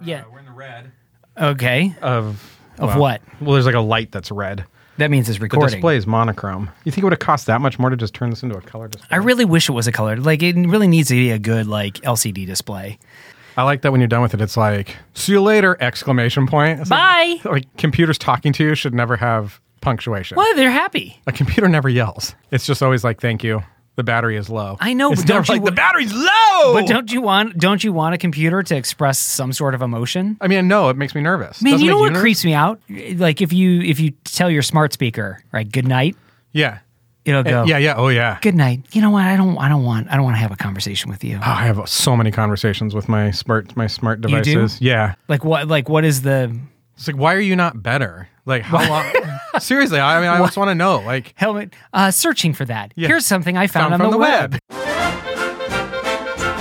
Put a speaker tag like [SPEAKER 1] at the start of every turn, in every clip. [SPEAKER 1] We're,
[SPEAKER 2] Yeah.
[SPEAKER 1] uh, we're in the red.
[SPEAKER 2] Okay.
[SPEAKER 3] of
[SPEAKER 2] Of what?
[SPEAKER 3] Well, there's like a light that's red.
[SPEAKER 2] That means it's
[SPEAKER 3] The
[SPEAKER 2] recording.
[SPEAKER 3] display is monochrome. You think it would have cost that much more to just turn this into a color display?
[SPEAKER 2] I really wish it was a color. Like it really needs to be a good like LCD display.
[SPEAKER 3] I like that when you're done with it, it's like "see you later!" exclamation point. It's
[SPEAKER 2] Bye.
[SPEAKER 3] Like, like, computers talking to you should never have punctuation.
[SPEAKER 2] Well, they're happy.
[SPEAKER 3] A computer never yells. It's just always like "thank you." The battery is low.
[SPEAKER 2] I know,
[SPEAKER 3] It's
[SPEAKER 2] but don't
[SPEAKER 3] never
[SPEAKER 2] you
[SPEAKER 3] like the
[SPEAKER 2] wa-
[SPEAKER 3] battery's low.
[SPEAKER 2] But don't you want don't you want a computer to express some sort of emotion?
[SPEAKER 3] I mean, no, it makes me nervous.
[SPEAKER 2] Man,
[SPEAKER 3] Doesn't
[SPEAKER 2] you
[SPEAKER 3] it
[SPEAKER 2] know what
[SPEAKER 3] nervous?
[SPEAKER 2] creeps me out? Like if you if you tell your smart speaker, right, good night,
[SPEAKER 3] Yeah,
[SPEAKER 2] it'll go.
[SPEAKER 3] yeah, yeah. Oh yeah.
[SPEAKER 2] Good night. You know what? I don't I don't want I don't want to have a conversation with you.
[SPEAKER 3] Oh, I have so many conversations with my smart my smart
[SPEAKER 2] You do?
[SPEAKER 3] devices. Yeah.
[SPEAKER 2] Like what like what is the
[SPEAKER 3] It's like, why are you not better? Like, how long? Seriously, I mean, I just want to know. Like,
[SPEAKER 2] helmet uh searching for that. Here's something I found,
[SPEAKER 3] found
[SPEAKER 2] on
[SPEAKER 3] from
[SPEAKER 2] the, web.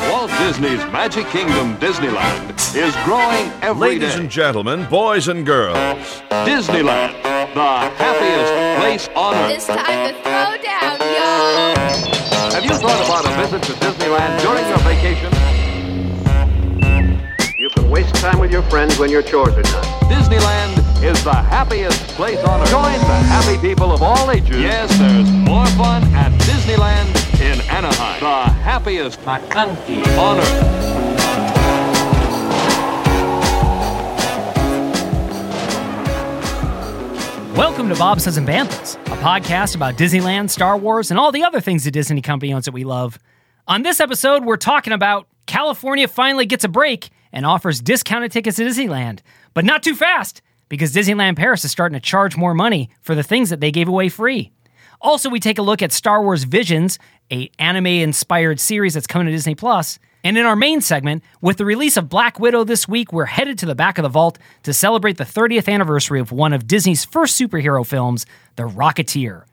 [SPEAKER 4] Walt Disney's Magic Kingdom Disneyland is growing every day.
[SPEAKER 5] Ladies and gentlemen, boys and girls,
[SPEAKER 4] Disneyland, the happiest place on earth.
[SPEAKER 6] It's time to throw down, y'all.
[SPEAKER 4] Have you thought about a visit to Disneyland during your vacation?
[SPEAKER 7] You can waste time with your friends when your chores are done.
[SPEAKER 4] Disneyland is the happiest place on earth. Join the happy people of all ages. Yes, there's more fun at Disneyland in Anaheim. The happiest on earth.
[SPEAKER 2] Welcome to Bob Says and Bambles, a podcast about Disneyland, Star Wars, and all the other things the Disney company owns that we love. On this episode, we're talking about California finally gets a break and offers discounted tickets to Disneyland, but not too fast because Disneyland Paris is starting to charge more money for the things that they gave away free. Also, we take a look at Star Wars Visions, a anime-inspired series that's coming to Disney Plus. And in our main segment, with the release of Black Widow this week, we're headed to the back of the vault to celebrate the 30th anniversary of one of Disney's first superhero films, The Rocketeer.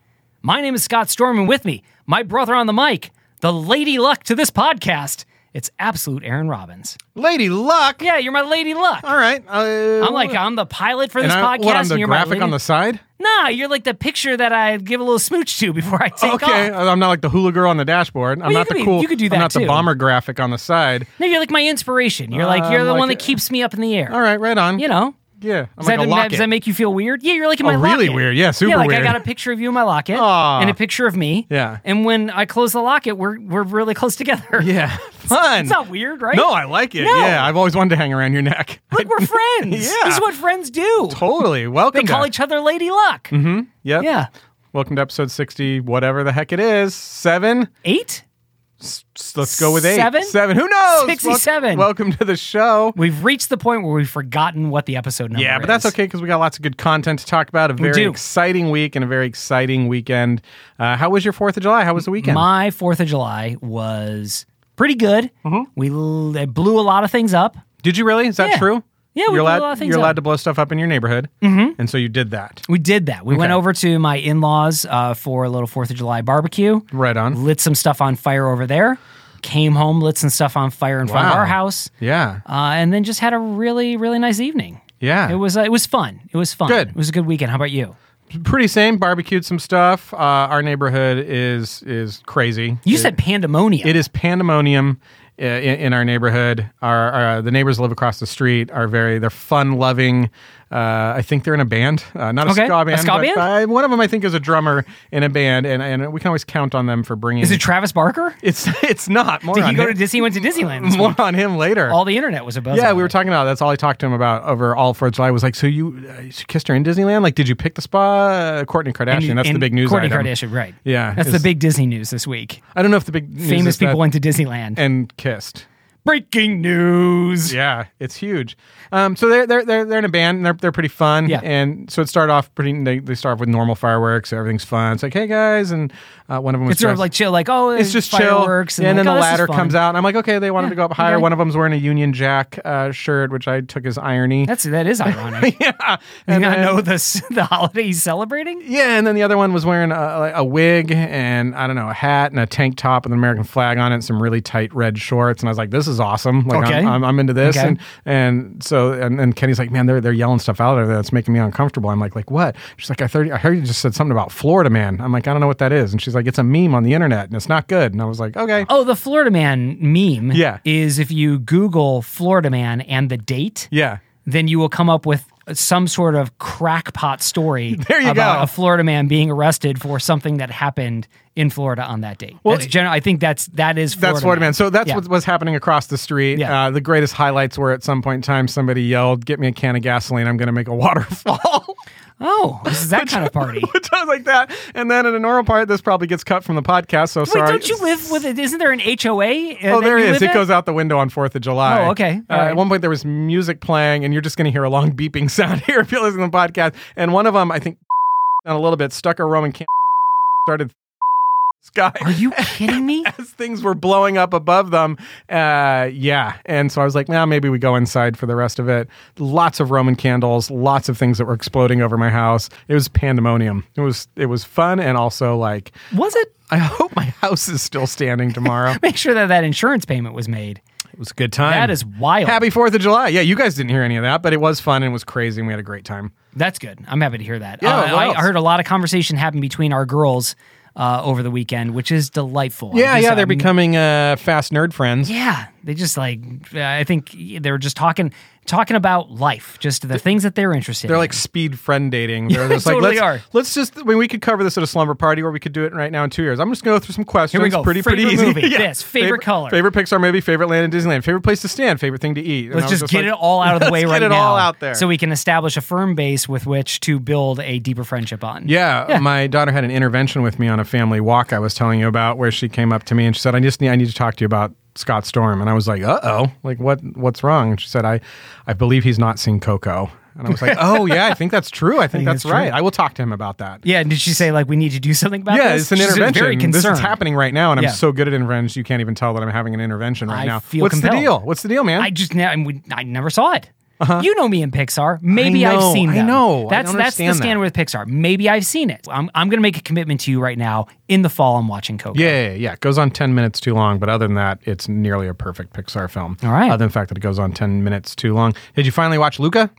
[SPEAKER 2] My name is Scott Storm, and with me, my brother on the mic, the lady luck to this podcast. It's absolute Aaron Robbins.
[SPEAKER 3] Lady Luck.
[SPEAKER 2] Yeah, you're my lady luck.
[SPEAKER 3] All right. Uh,
[SPEAKER 2] I'm like, I'm the pilot for
[SPEAKER 3] and
[SPEAKER 2] this
[SPEAKER 3] I-
[SPEAKER 2] podcast.
[SPEAKER 3] What, I'm the
[SPEAKER 2] and you're my
[SPEAKER 3] graphic
[SPEAKER 2] lady-
[SPEAKER 3] on the side?
[SPEAKER 2] Nah, you're like the picture that I give a little smooch to before I take off.
[SPEAKER 3] okay. I'm not like the hula girl on the dashboard. I'm
[SPEAKER 2] you
[SPEAKER 3] not
[SPEAKER 2] could
[SPEAKER 3] the
[SPEAKER 2] be-
[SPEAKER 3] cool.
[SPEAKER 2] you could do that
[SPEAKER 3] I'm not
[SPEAKER 2] too.
[SPEAKER 3] the bomber graphic on the side.
[SPEAKER 2] No, you're like my inspiration. You're like you're
[SPEAKER 3] I'm
[SPEAKER 2] the
[SPEAKER 3] Uh, like
[SPEAKER 2] one
[SPEAKER 3] a-
[SPEAKER 2] that keeps me up in the air.
[SPEAKER 3] All right, right on.
[SPEAKER 2] You know.
[SPEAKER 3] Yeah. I'm like
[SPEAKER 2] Does, that,
[SPEAKER 3] a
[SPEAKER 2] does that-
[SPEAKER 3] locket.
[SPEAKER 2] does that make you feel weird? Yeah, you're like in my
[SPEAKER 3] Oh, really
[SPEAKER 2] locket.
[SPEAKER 3] weird. Yeah, super
[SPEAKER 2] yeah, like
[SPEAKER 3] weird.
[SPEAKER 2] I got a picture of you in my locket
[SPEAKER 3] Aw.
[SPEAKER 2] and a picture of me.
[SPEAKER 3] Yeah.
[SPEAKER 2] And when I close the locket, we're we're really close together.
[SPEAKER 3] yeah. Fun.
[SPEAKER 2] It's not weird, right?
[SPEAKER 3] No, I like it.
[SPEAKER 2] No.
[SPEAKER 3] Yeah, I've always wanted to hang around your neck.
[SPEAKER 2] Look, we're friends.
[SPEAKER 3] Yeah.
[SPEAKER 2] This is what friends do.
[SPEAKER 3] totally. Mm-hmm. Welcome.
[SPEAKER 2] They call
[SPEAKER 3] to,
[SPEAKER 2] each other Lady Luck.
[SPEAKER 3] Yep.
[SPEAKER 2] Yeah.
[SPEAKER 3] Welcome to episode 60, whatever the heck it is. Seven.
[SPEAKER 2] Eight?
[SPEAKER 3] S- Let's go with eight.
[SPEAKER 2] Seven?
[SPEAKER 3] Seven. Who knows? Welcome,
[SPEAKER 2] 67.
[SPEAKER 3] welcome to the show.
[SPEAKER 2] We've reached the point where we've forgotten what the episode number
[SPEAKER 3] Yeah, but that's
[SPEAKER 2] is.
[SPEAKER 3] okay because we got lots of good content to talk about. A very
[SPEAKER 2] do.
[SPEAKER 3] exciting week and a very exciting weekend. Uh, how was your Fourth of July? How was the weekend?
[SPEAKER 2] My Fourth of July was pretty good.
[SPEAKER 3] Mm-hmm.
[SPEAKER 2] We l- it blew a lot of things up.
[SPEAKER 3] did you really? Is that
[SPEAKER 2] Yeah.
[SPEAKER 3] true?
[SPEAKER 2] Yeah, we
[SPEAKER 3] you're
[SPEAKER 2] blew a
[SPEAKER 3] allowed,
[SPEAKER 2] lot of things
[SPEAKER 3] You're
[SPEAKER 2] up.
[SPEAKER 3] allowed to blow stuff up in your neighborhood, mm-hmm. and so you did that.
[SPEAKER 2] We did that. We went over to my in laws uh, for a little Fourth of July barbecue.
[SPEAKER 3] Right on.
[SPEAKER 2] Lit some stuff on fire over there. Came home, lit some stuff on fire in front of
[SPEAKER 3] Wow.
[SPEAKER 2] our house,
[SPEAKER 3] Yeah,
[SPEAKER 2] uh, and then just had a really, really nice evening.
[SPEAKER 3] yeah.
[SPEAKER 2] It was uh, it was fun. It was fun.
[SPEAKER 3] Good.
[SPEAKER 2] It was a good weekend. How about you?
[SPEAKER 3] pretty same. Barbecued some stuff. Uh, our neighborhood is is crazy.
[SPEAKER 2] You
[SPEAKER 3] It-
[SPEAKER 2] said pandemonium.
[SPEAKER 3] It is pandemonium uh, in, in our neighborhood. Our, our the neighbors live across the street are very they're fun loving. Uh, I think they're in a band, uh, not a
[SPEAKER 2] Okay,
[SPEAKER 3] ska
[SPEAKER 2] a
[SPEAKER 3] band.
[SPEAKER 2] ska
[SPEAKER 3] but
[SPEAKER 2] band?
[SPEAKER 3] I- one of them I think is a drummer in a band, and and we can always count on them for bringing.
[SPEAKER 2] Is it Travis Barker?
[SPEAKER 3] it's it's not more
[SPEAKER 2] Did
[SPEAKER 3] on
[SPEAKER 2] he go to
[SPEAKER 3] him,
[SPEAKER 2] Disney? Went to Disneyland. this
[SPEAKER 3] more
[SPEAKER 2] week.
[SPEAKER 3] on him later.
[SPEAKER 2] All the internet was about.
[SPEAKER 3] yeah, we were talking about that's all I talked to him about over all Fourth of July was like, so you, uh, you kissed her in Disneyland? Like, did you pick the spa? Uh, Courtney Kardashian. that's the big news.
[SPEAKER 2] Courtney
[SPEAKER 3] item.
[SPEAKER 2] Kardashian, right?
[SPEAKER 3] Yeah,
[SPEAKER 2] that's the
[SPEAKER 3] it's-
[SPEAKER 2] big Disney news this week.
[SPEAKER 3] I don't know if the big news
[SPEAKER 2] Famous
[SPEAKER 3] is that-
[SPEAKER 2] people went to Disneyland.
[SPEAKER 3] and kissed.
[SPEAKER 2] Breaking news.
[SPEAKER 3] Yeah, it's huge. Um, so they're they're they're, they're in a band. And they're they're pretty fun.
[SPEAKER 2] Yeah.
[SPEAKER 3] And so it started off pretty. They, they start off with normal fireworks. Everything's fun. It's like, hey guys, and uh, one of them was
[SPEAKER 2] It's sort of
[SPEAKER 3] dressed-
[SPEAKER 2] like chill, like oh,
[SPEAKER 3] It's just chill,
[SPEAKER 2] fireworks,
[SPEAKER 3] and, then
[SPEAKER 2] like,
[SPEAKER 3] the
[SPEAKER 2] oh, this is
[SPEAKER 3] ladder
[SPEAKER 2] fun.
[SPEAKER 3] comes out. And I'm like, okay, they wanted
[SPEAKER 2] Yeah,
[SPEAKER 3] to go up higher.
[SPEAKER 2] okay.
[SPEAKER 3] One of them's wearing a Union Jack uh, shirt, which I took as irony.
[SPEAKER 2] That's that is ironic.
[SPEAKER 3] yeah,
[SPEAKER 2] You
[SPEAKER 3] and
[SPEAKER 2] not
[SPEAKER 3] then-
[SPEAKER 2] know the s- the holiday he's celebrating.
[SPEAKER 3] yeah, and then the other one was wearing a, like, a wig and I don't know a hat and a tank top with an American flag on it, and some really tight red shorts. And I was like, "This is is awesome. Like
[SPEAKER 2] Okay.
[SPEAKER 3] I'm, I'm, I'm into this,
[SPEAKER 2] Okay.
[SPEAKER 3] and and so and, and Kenny's like, man, they're they're yelling stuff out there that's making me uncomfortable. I'm like, like what? She's like, I heard I heard you just said something about Florida man. I'm like, I don't know what that is, and she's like, it's a meme on the internet and it's not good. And I was like, okay,
[SPEAKER 2] Oh, the Florida Man meme
[SPEAKER 3] Yeah.
[SPEAKER 2] is if you Google Florida Man and the date,
[SPEAKER 3] yeah,
[SPEAKER 2] then you will come up with some sort of crackpot story
[SPEAKER 3] There you
[SPEAKER 2] about
[SPEAKER 3] go.
[SPEAKER 2] a Florida man being arrested for something that happened in Florida on that date.
[SPEAKER 3] Well,
[SPEAKER 2] that's gen- I think that's that is Florida
[SPEAKER 3] That's Florida
[SPEAKER 2] man.
[SPEAKER 3] man. So that's
[SPEAKER 2] Yeah.
[SPEAKER 3] what was happening across the street.
[SPEAKER 2] Yeah.
[SPEAKER 3] Uh, the greatest highlights were at some point in time somebody yelled, "Get me a can of gasoline! I'm going to make a waterfall."
[SPEAKER 2] Oh, this is that kind of party.
[SPEAKER 3] Which I was like that. And then in a normal part, this probably gets cut from the podcast. So
[SPEAKER 2] Wait,
[SPEAKER 3] sorry.
[SPEAKER 2] don't you live with it? Isn't there an HOA?
[SPEAKER 3] Oh, there is. It goes out the window on Fourth of July.
[SPEAKER 2] Oh, okay.
[SPEAKER 3] Uh,
[SPEAKER 2] All right.
[SPEAKER 3] At one point, there was music playing, and you're just going to hear a long beeping sound here if you're listening to the podcast. And one of them, I think, on a little bit, stuck a Roman can started sky
[SPEAKER 2] Are you kidding me?
[SPEAKER 3] as things were blowing up above them. Uh, yeah. And so I was like, now maybe we go inside for the rest of it. Lots of Roman candles, lots of things that were exploding over my house. It was pandemonium. It was it was fun and also like
[SPEAKER 2] Was it?
[SPEAKER 3] I hope my house is still standing tomorrow.
[SPEAKER 2] Make sure that that insurance payment was made.
[SPEAKER 3] it was a good time.
[SPEAKER 2] That is wild.
[SPEAKER 3] Happy 4th of July. Yeah, you guys didn't hear any of that, but it was fun and it was crazy and we had a great time.
[SPEAKER 2] That's good. I'm happy to hear that.
[SPEAKER 3] Yeah,
[SPEAKER 2] Uh,
[SPEAKER 3] what
[SPEAKER 2] I,
[SPEAKER 3] else?
[SPEAKER 2] I heard a lot of conversation happen between our girls uh, over the weekend, which is delightful.
[SPEAKER 3] Yeah,
[SPEAKER 2] I just-
[SPEAKER 3] yeah, they're
[SPEAKER 2] I'm-
[SPEAKER 3] becoming uh, fast nerd friends.
[SPEAKER 2] Yeah, they just like I think they were just talking talking about life, just the things that they're interested.
[SPEAKER 3] They're
[SPEAKER 2] in.
[SPEAKER 3] like speed friend dating. They're just like,
[SPEAKER 2] totally
[SPEAKER 3] let's,
[SPEAKER 2] are.
[SPEAKER 3] let's just, I mean, we could cover this at a slumber party or we could do it right now in two years. I'm just going to go through some questions.
[SPEAKER 2] Here we go.
[SPEAKER 3] Pretty, pretty
[SPEAKER 2] Favorite
[SPEAKER 3] easy.
[SPEAKER 2] movie, this. Favorite color.
[SPEAKER 3] Favorite Pixar movie, favorite land in Disneyland, favorite place to stand, favorite thing to eat. And I
[SPEAKER 2] let's
[SPEAKER 3] was
[SPEAKER 2] just, get
[SPEAKER 3] like,
[SPEAKER 2] it all out of the way
[SPEAKER 3] let's
[SPEAKER 2] right
[SPEAKER 3] get it
[SPEAKER 2] now,
[SPEAKER 3] all out there.
[SPEAKER 2] so we can establish a firm base with which to build a deeper friendship on.
[SPEAKER 3] Yeah, my daughter had an intervention with me on a family walk I was telling you about, where she came up to me and she said, "I just need I need to talk to you about Scott Storm." And I was like, "Uh oh, like what what's wrong?" And she said, "I I believe he's not seen Coco." And I was like, "Oh yeah, I think that's true. I think, that's,
[SPEAKER 2] that's true.
[SPEAKER 3] right. I will talk to him about that."
[SPEAKER 2] yeah. And did she say like we need to do something about
[SPEAKER 3] Yeah,
[SPEAKER 2] this?
[SPEAKER 3] it's an
[SPEAKER 2] She's
[SPEAKER 3] intervention.
[SPEAKER 2] Very concerned.
[SPEAKER 3] This is happening right now, and I'm
[SPEAKER 2] Yeah.
[SPEAKER 3] so good at interventions, you can't even tell that I'm having an intervention right
[SPEAKER 2] I
[SPEAKER 3] now.
[SPEAKER 2] feel
[SPEAKER 3] What's the
[SPEAKER 2] compelled.
[SPEAKER 3] deal? What's the deal, man?
[SPEAKER 2] I just ne- I, mean, I never saw it. You know me in Pixar. Maybe
[SPEAKER 3] Uh-huh. I know,
[SPEAKER 2] I've seen
[SPEAKER 3] I
[SPEAKER 2] them.
[SPEAKER 3] know. I
[SPEAKER 2] That's
[SPEAKER 3] don't
[SPEAKER 2] that's the
[SPEAKER 3] understand that.
[SPEAKER 2] scan with Pixar. Maybe I've seen it. I'm, I'm going to make a commitment to you right now. In the fall, I'm watching Coco.
[SPEAKER 3] yeah, yeah, yeah. It goes on 10 minutes too long, but other than that, it's nearly a perfect Pixar film.
[SPEAKER 2] All right.
[SPEAKER 3] Other than the fact that it goes on 10 minutes too long. Did you finally watch Luca?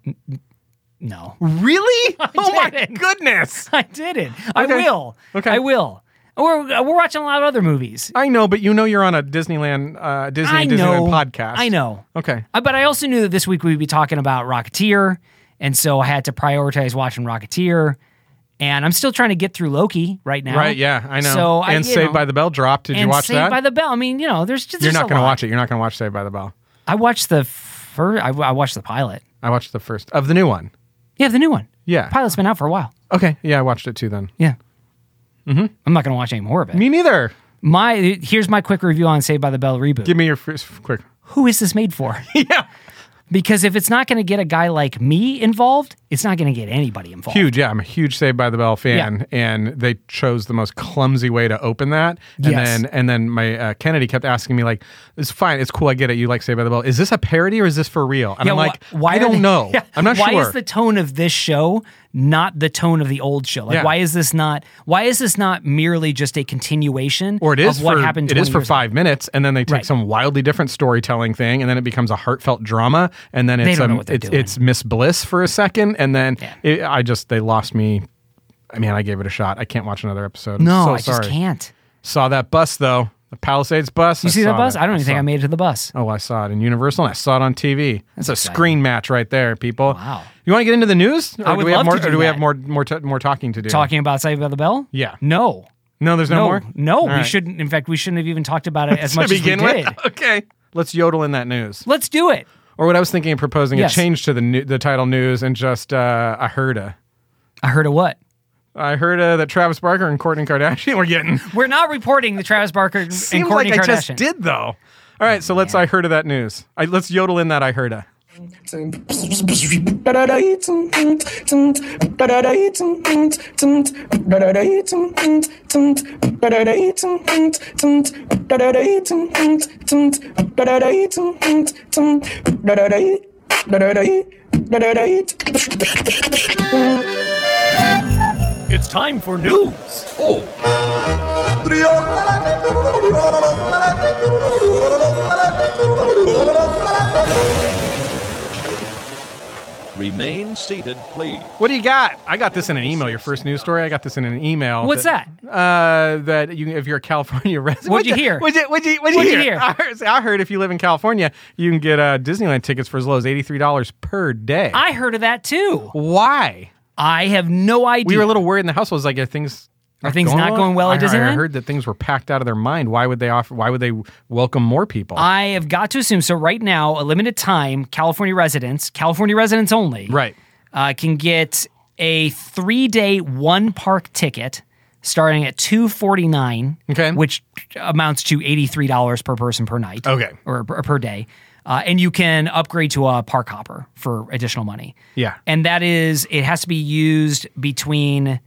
[SPEAKER 2] No,
[SPEAKER 3] Really? oh my
[SPEAKER 2] didn't.
[SPEAKER 3] goodness.
[SPEAKER 2] I didn't. I
[SPEAKER 3] Okay.
[SPEAKER 2] will.
[SPEAKER 3] Okay.
[SPEAKER 2] I will. We're we're watching a lot of other movies.
[SPEAKER 3] I know, but you know you're on a Disneyland uh, Disney
[SPEAKER 2] I know.
[SPEAKER 3] Disneyland podcast.
[SPEAKER 2] I know.
[SPEAKER 3] Okay.
[SPEAKER 2] Uh, But I also knew that this week we'd be talking about Rocketeer, and so I had to prioritize watching Rocketeer. And I'm still trying to get through Loki right now.
[SPEAKER 3] Right, yeah, I know.
[SPEAKER 2] So I-
[SPEAKER 3] and
[SPEAKER 2] you
[SPEAKER 3] Saved
[SPEAKER 2] know,
[SPEAKER 3] by the Bell dropped. Did
[SPEAKER 2] and
[SPEAKER 3] you watch
[SPEAKER 2] Saved
[SPEAKER 3] that?
[SPEAKER 2] by the Bell. I mean, you know, there's just
[SPEAKER 3] you're not
[SPEAKER 2] going
[SPEAKER 3] gonna
[SPEAKER 2] to
[SPEAKER 3] watch it. You're not going to watch Saved by the Bell.
[SPEAKER 2] I watched the first. I, I watched the pilot.
[SPEAKER 3] I watched the first of the new one.
[SPEAKER 2] Yeah, the new one.
[SPEAKER 3] Yeah.
[SPEAKER 2] pilot's been out for a while.
[SPEAKER 3] Okay. Yeah, I watched it too then.
[SPEAKER 2] Yeah. Mm-hmm. I'm not going to watch any more of it.
[SPEAKER 3] Me neither.
[SPEAKER 2] My here's my quick review on Saved by the Bell reboot.
[SPEAKER 3] Give me your first quick.
[SPEAKER 2] Who is this made for?
[SPEAKER 3] Yeah.
[SPEAKER 2] because if it's not going to get a guy like me involved, it's not going to get anybody involved.
[SPEAKER 3] Huge. Yeah. I'm a huge Saved by the Bell fan.
[SPEAKER 2] Yeah.
[SPEAKER 3] And they chose the most clumsy way to open that. And
[SPEAKER 2] Yes.
[SPEAKER 3] then and then my uh, Kennedy kept asking me, like, it's fine. It's cool. I get it. You like Saved by the Bell. Is this a parody or is this for real? And
[SPEAKER 2] Yeah,
[SPEAKER 3] I'm like,
[SPEAKER 2] wh-
[SPEAKER 3] I
[SPEAKER 2] are
[SPEAKER 3] don't
[SPEAKER 2] they-
[SPEAKER 3] know.
[SPEAKER 2] Yeah,
[SPEAKER 3] I'm not
[SPEAKER 2] why
[SPEAKER 3] sure.
[SPEAKER 2] is the tone of this show not the tone of the old show? Like,
[SPEAKER 3] Yeah.
[SPEAKER 2] why is this not? Why is this not merely just a continuation?
[SPEAKER 3] or it is
[SPEAKER 2] of what
[SPEAKER 3] for,
[SPEAKER 2] happened.
[SPEAKER 3] It is
[SPEAKER 2] 20
[SPEAKER 3] for
[SPEAKER 2] years ago?
[SPEAKER 3] five minutes, and then they take
[SPEAKER 2] Right.
[SPEAKER 3] some wildly different storytelling thing, and then it becomes a heartfelt drama, and then it's
[SPEAKER 2] don't know
[SPEAKER 3] um,
[SPEAKER 2] what they're
[SPEAKER 3] it's,
[SPEAKER 2] doing.
[SPEAKER 3] it's Miss Bliss for a second, and then
[SPEAKER 2] Yeah.
[SPEAKER 3] it, I just they lost me. I mean, I gave it a shot. I can't watch another episode. I'm
[SPEAKER 2] No,
[SPEAKER 3] so
[SPEAKER 2] I
[SPEAKER 3] sorry.
[SPEAKER 2] just can't.
[SPEAKER 3] Saw that bus though, the Palisades bus.
[SPEAKER 2] You see that bus? I don't even think I
[SPEAKER 3] mean.
[SPEAKER 2] made it to the bus.
[SPEAKER 3] Oh, I saw it in Universal, and I saw it on TV. That's a
[SPEAKER 2] exciting.
[SPEAKER 3] screen match right there, people.
[SPEAKER 2] Wow.
[SPEAKER 3] You want to get into the news? Or
[SPEAKER 2] I would
[SPEAKER 3] do we have
[SPEAKER 2] love
[SPEAKER 3] more,
[SPEAKER 2] to do
[SPEAKER 3] or do we
[SPEAKER 2] that.
[SPEAKER 3] have more more t- more talking to do?
[SPEAKER 2] Talking about Saved by the Bell?
[SPEAKER 3] Yeah.
[SPEAKER 2] No.
[SPEAKER 3] No, there's no,
[SPEAKER 2] No,
[SPEAKER 3] more.
[SPEAKER 2] no,
[SPEAKER 3] All
[SPEAKER 2] we
[SPEAKER 3] right.
[SPEAKER 2] shouldn't. In fact, we shouldn't have even talked about it as
[SPEAKER 3] to
[SPEAKER 2] much as we
[SPEAKER 3] begin
[SPEAKER 2] did.
[SPEAKER 3] with. Okay. Let's yodel in that news.
[SPEAKER 2] Let's do it.
[SPEAKER 3] Or what I was thinking of proposing
[SPEAKER 2] Yes.
[SPEAKER 3] a change to the new, the title news and just uh, a herda.
[SPEAKER 2] I heard a what?
[SPEAKER 3] I heard uh, that Travis Barker and Courtney Kardashian were getting.
[SPEAKER 2] We're not reporting the Travis Barker and
[SPEAKER 3] Seems
[SPEAKER 2] Kourtney
[SPEAKER 3] like I just
[SPEAKER 2] Kardashian.
[SPEAKER 3] did though. All right, so let's I heard of that news. I, let's yodel in that I heard of.
[SPEAKER 2] It's time for news.
[SPEAKER 5] Oh. Remain seated, please.
[SPEAKER 3] What do you got? I got this in an email. Your first news story. I got this in an email.
[SPEAKER 2] What's that?
[SPEAKER 3] Uh, that you, if you're a California resident,
[SPEAKER 2] What'd you hear?
[SPEAKER 3] What'd you, what'd you, what'd you
[SPEAKER 2] What'd you
[SPEAKER 3] hear?
[SPEAKER 2] hear?
[SPEAKER 3] I, heard, I heard if you live in California, you can get uh, Disneyland tickets for as low as eighty three dollars per day.
[SPEAKER 2] I heard of that too.
[SPEAKER 3] Why?
[SPEAKER 2] I have no idea.
[SPEAKER 3] We were a little worried in the house. I was like, are things
[SPEAKER 2] Are things not going well at
[SPEAKER 3] I- I,
[SPEAKER 2] Disneyland?
[SPEAKER 3] heard that things were packed out of their mind. Why would they offer? Why would they welcome more people?
[SPEAKER 2] I have got to assume so. Right now, a limited time, California residents, California residents only,
[SPEAKER 3] right.
[SPEAKER 2] uh, can get a three day one park ticket starting at two forty nine,
[SPEAKER 3] Okay.
[SPEAKER 2] which amounts to eighty three dollars per person per night,
[SPEAKER 3] Okay.
[SPEAKER 2] or, per- per day, uh, and you can upgrade to a park hopper for additional money.
[SPEAKER 3] Yeah.
[SPEAKER 2] and that is it has to be used between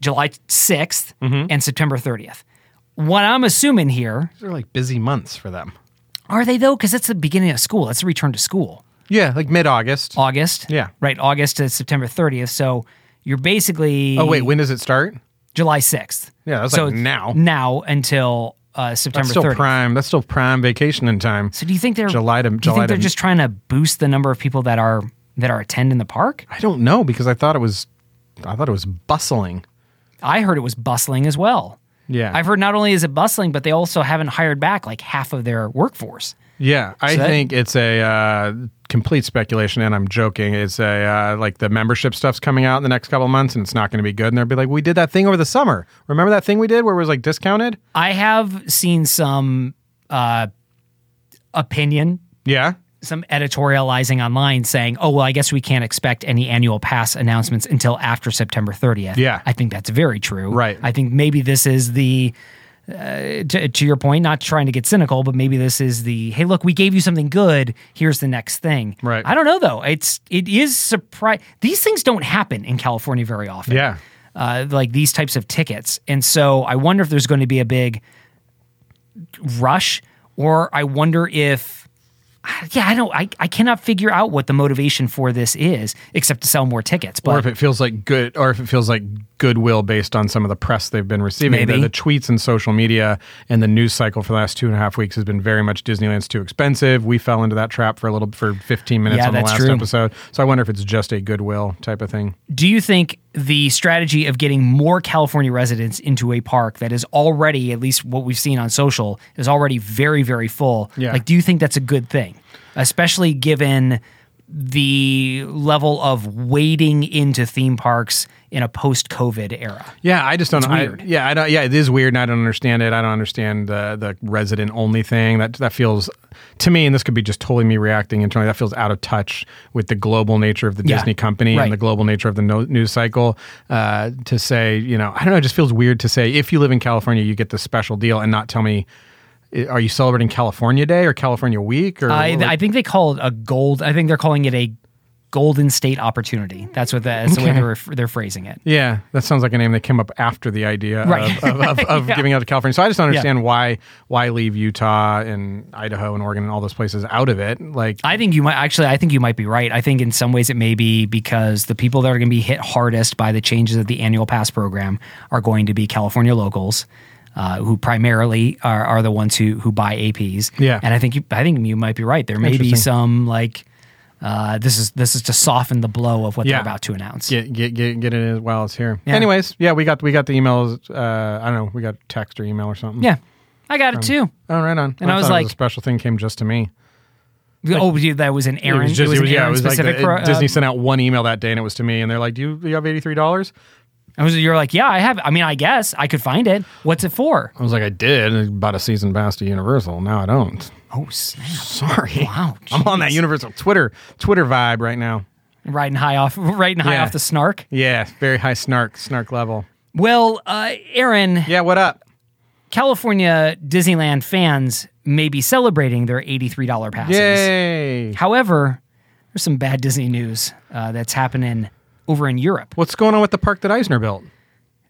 [SPEAKER 2] July 6th
[SPEAKER 3] Mm-hmm.
[SPEAKER 2] and September thirtieth. What I'm assuming here
[SPEAKER 3] These are like busy months for them.
[SPEAKER 2] are they though? Because it's the beginning of school. It's the return to school.
[SPEAKER 3] Yeah, like mid August.
[SPEAKER 2] August.
[SPEAKER 3] Yeah.
[SPEAKER 2] Right. August to September 30th. So you're basically.
[SPEAKER 3] Oh wait, when does it start?
[SPEAKER 2] July 6th.
[SPEAKER 3] Yeah, that's
[SPEAKER 2] so
[SPEAKER 3] like
[SPEAKER 2] it's
[SPEAKER 3] now.
[SPEAKER 2] Now until uh, September
[SPEAKER 3] That's still
[SPEAKER 2] 30th.
[SPEAKER 3] prime. That's still prime vacation in time.
[SPEAKER 2] So do you think they're
[SPEAKER 3] July to-
[SPEAKER 2] do you
[SPEAKER 3] July
[SPEAKER 2] think they're
[SPEAKER 3] to-
[SPEAKER 2] just trying to boost the number of people that are that are attending the park?
[SPEAKER 3] I don't know because I thought it was, I thought it was bustling.
[SPEAKER 2] I heard it was bustling as well.
[SPEAKER 3] Yeah,
[SPEAKER 2] I've heard not only is it bustling, but they also haven't hired back like half of their workforce.
[SPEAKER 3] Yeah, I
[SPEAKER 2] that-
[SPEAKER 3] think it's a uh, complete speculation, and I'm joking. It's a uh, like the membership stuff's coming out in the next couple of months, and it's not going to be good. And they'll be like, "We did that thing over the summer. Remember that thing we did where it was like discounted?"
[SPEAKER 2] I have seen some uh, opinion
[SPEAKER 3] Yeah,
[SPEAKER 2] some editorializing online saying, "Oh well, I guess we can't expect any annual pass announcements until after September 30th."
[SPEAKER 3] Yeah.
[SPEAKER 2] I think that's very true.
[SPEAKER 3] Right.
[SPEAKER 2] I think maybe this is the. Uh, to, to your point, not trying to get cynical, but maybe this is the hey, look, we gave you something good. Here's the next thing.
[SPEAKER 3] Right.
[SPEAKER 2] I don't know though. It's it is surprise. These things don't happen in California very often
[SPEAKER 3] yeah.
[SPEAKER 2] uh, like these types of tickets. And so I wonder if there's going to be a big rush, or I wonder if, uh, yeah, I don't, I, I cannot figure out what the motivation for this is except to sell more tickets.
[SPEAKER 3] Or
[SPEAKER 2] But
[SPEAKER 3] if it feels like good, or if it feels like goodwill based on some of the press they've been receiving,
[SPEAKER 2] Maybe.
[SPEAKER 3] The, the tweets and social media and the news cycle for the last two and a half weeks has been very much Disneyland's too expensive. We fell into that trap for a little for 15 minutes
[SPEAKER 2] Yeah,
[SPEAKER 3] on the
[SPEAKER 2] that's
[SPEAKER 3] last
[SPEAKER 2] true.
[SPEAKER 3] episode. So I wonder if it's just a goodwill type of thing.
[SPEAKER 2] do you think the strategy of getting more California residents into a park that is already, at least what we've seen on social, is already very, very full?
[SPEAKER 3] Yeah.
[SPEAKER 2] Like, do you think that's a good thing, especially given the level of wading into theme parks in a post-COVID era?
[SPEAKER 3] Yeah, I just don't. know. I-
[SPEAKER 2] weird.
[SPEAKER 3] yeah, I don't. Yeah, it is weird, and I don't understand it. I don't understand the the resident only thing. That that feels to me, and this could be just totally me reacting internally. That feels out of touch with the global nature of the
[SPEAKER 2] Yeah,
[SPEAKER 3] Disney company
[SPEAKER 2] right.
[SPEAKER 3] and the global nature of the no, news cycle. Uh, to say, you know, I don't know. It just feels weird to say if you live in California, you get this special deal, and not tell me. i- Are you celebrating California Day or California Week? Or
[SPEAKER 2] I, I think they call it a gold. I think they're calling it a golden state opportunity. That's what the, that's the way
[SPEAKER 3] Okay.
[SPEAKER 2] they're they're phrasing it.
[SPEAKER 3] Yeah, that sounds like a name that came up after the idea
[SPEAKER 2] Right.
[SPEAKER 3] of, of, of, of giving out to California. So I just don't
[SPEAKER 2] Yeah.
[SPEAKER 3] understand why why leave Utah and Idaho and Oregon and all those places out of it. Like,
[SPEAKER 2] I think you might actually. I think you might be right. I think in some ways it may be because the people that are going to be hit hardest by the changes of the annual pass program are going to be California locals, uh, who primarily are, are the ones who who buy APs.
[SPEAKER 3] Yeah.
[SPEAKER 2] and I think you, I think you might be right. There may be
[SPEAKER 3] Interesting.
[SPEAKER 2] some like uh, this is this is to soften the blow of what
[SPEAKER 3] Yeah.
[SPEAKER 2] they're about to announce.
[SPEAKER 3] get get get get it while it's here.
[SPEAKER 2] Yeah.
[SPEAKER 3] Anyways, yeah, we got we got the emails. Uh, I don't know, we got text or email or something.
[SPEAKER 2] Yeah. I got it too.
[SPEAKER 3] Oh, right on.
[SPEAKER 2] And I was
[SPEAKER 3] thought it
[SPEAKER 2] like-
[SPEAKER 3] a special thing came just to me.
[SPEAKER 2] oh, yeah, that was an Aaron. It was,
[SPEAKER 3] just,
[SPEAKER 2] an
[SPEAKER 3] yeah,
[SPEAKER 2] Aaron
[SPEAKER 3] it was like
[SPEAKER 2] specific.
[SPEAKER 3] the-
[SPEAKER 2] pro-
[SPEAKER 3] it- Disney
[SPEAKER 2] uh,
[SPEAKER 3] sent out one email that day, and it was to me. And they're like, "Do you, do you have eighty three dollars?"
[SPEAKER 2] I was. You're like, yeah, I have. I mean, I guess I could find it. What's it for?
[SPEAKER 3] I was like, "I did. I bought a season pass to Universal. Now I don't.
[SPEAKER 2] Oh snap!
[SPEAKER 3] Sorry.
[SPEAKER 2] Wow,
[SPEAKER 3] I'm on that
[SPEAKER 2] jeez.
[SPEAKER 3] Universal Twitter Twitter vibe right now.
[SPEAKER 2] Riding high off, riding high
[SPEAKER 3] Yeah.
[SPEAKER 2] off the snark.
[SPEAKER 3] Yeah, very high snark, snark level.
[SPEAKER 2] Well, uh, Aaron,
[SPEAKER 3] Yeah, what up?
[SPEAKER 2] California Disneyland fans may be celebrating their $83 passes.
[SPEAKER 3] Yay!
[SPEAKER 2] However, there's some bad Disney news uh, that's happening over in Europe.
[SPEAKER 3] What's going on with the park that Eisner built?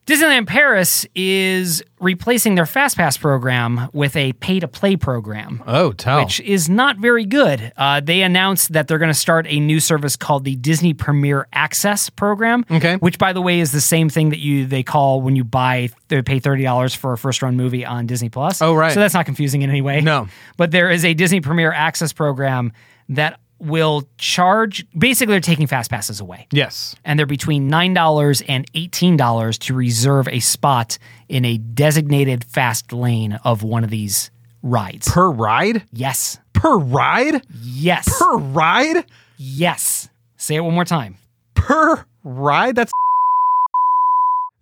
[SPEAKER 2] Disneyland Paris is replacing their Fast Pass program with a pay to play program.
[SPEAKER 3] Oh, tell.
[SPEAKER 2] Which is not very good. Uh, they announced that they're going to start a new service called the Disney Premier Access Program.
[SPEAKER 3] Okay.
[SPEAKER 2] Which, by the way, is the same thing that you they call when you buy they pay thirty dollars for a first run movie on Disney Plus.
[SPEAKER 3] Oh, right.
[SPEAKER 2] So that's not confusing in any way.
[SPEAKER 3] No.
[SPEAKER 2] But there is a Disney Premier Access program that will charge. Basically, they're taking Fast Passes away
[SPEAKER 3] yes.
[SPEAKER 2] and they're between $9 and $18 to reserve a spot in a designated fast lane of one of these rides.
[SPEAKER 3] Per ride?
[SPEAKER 2] yes.
[SPEAKER 3] Per ride?
[SPEAKER 2] Yes.
[SPEAKER 3] Per ride?
[SPEAKER 2] yes. Say it one more time.
[SPEAKER 3] Per ride? That's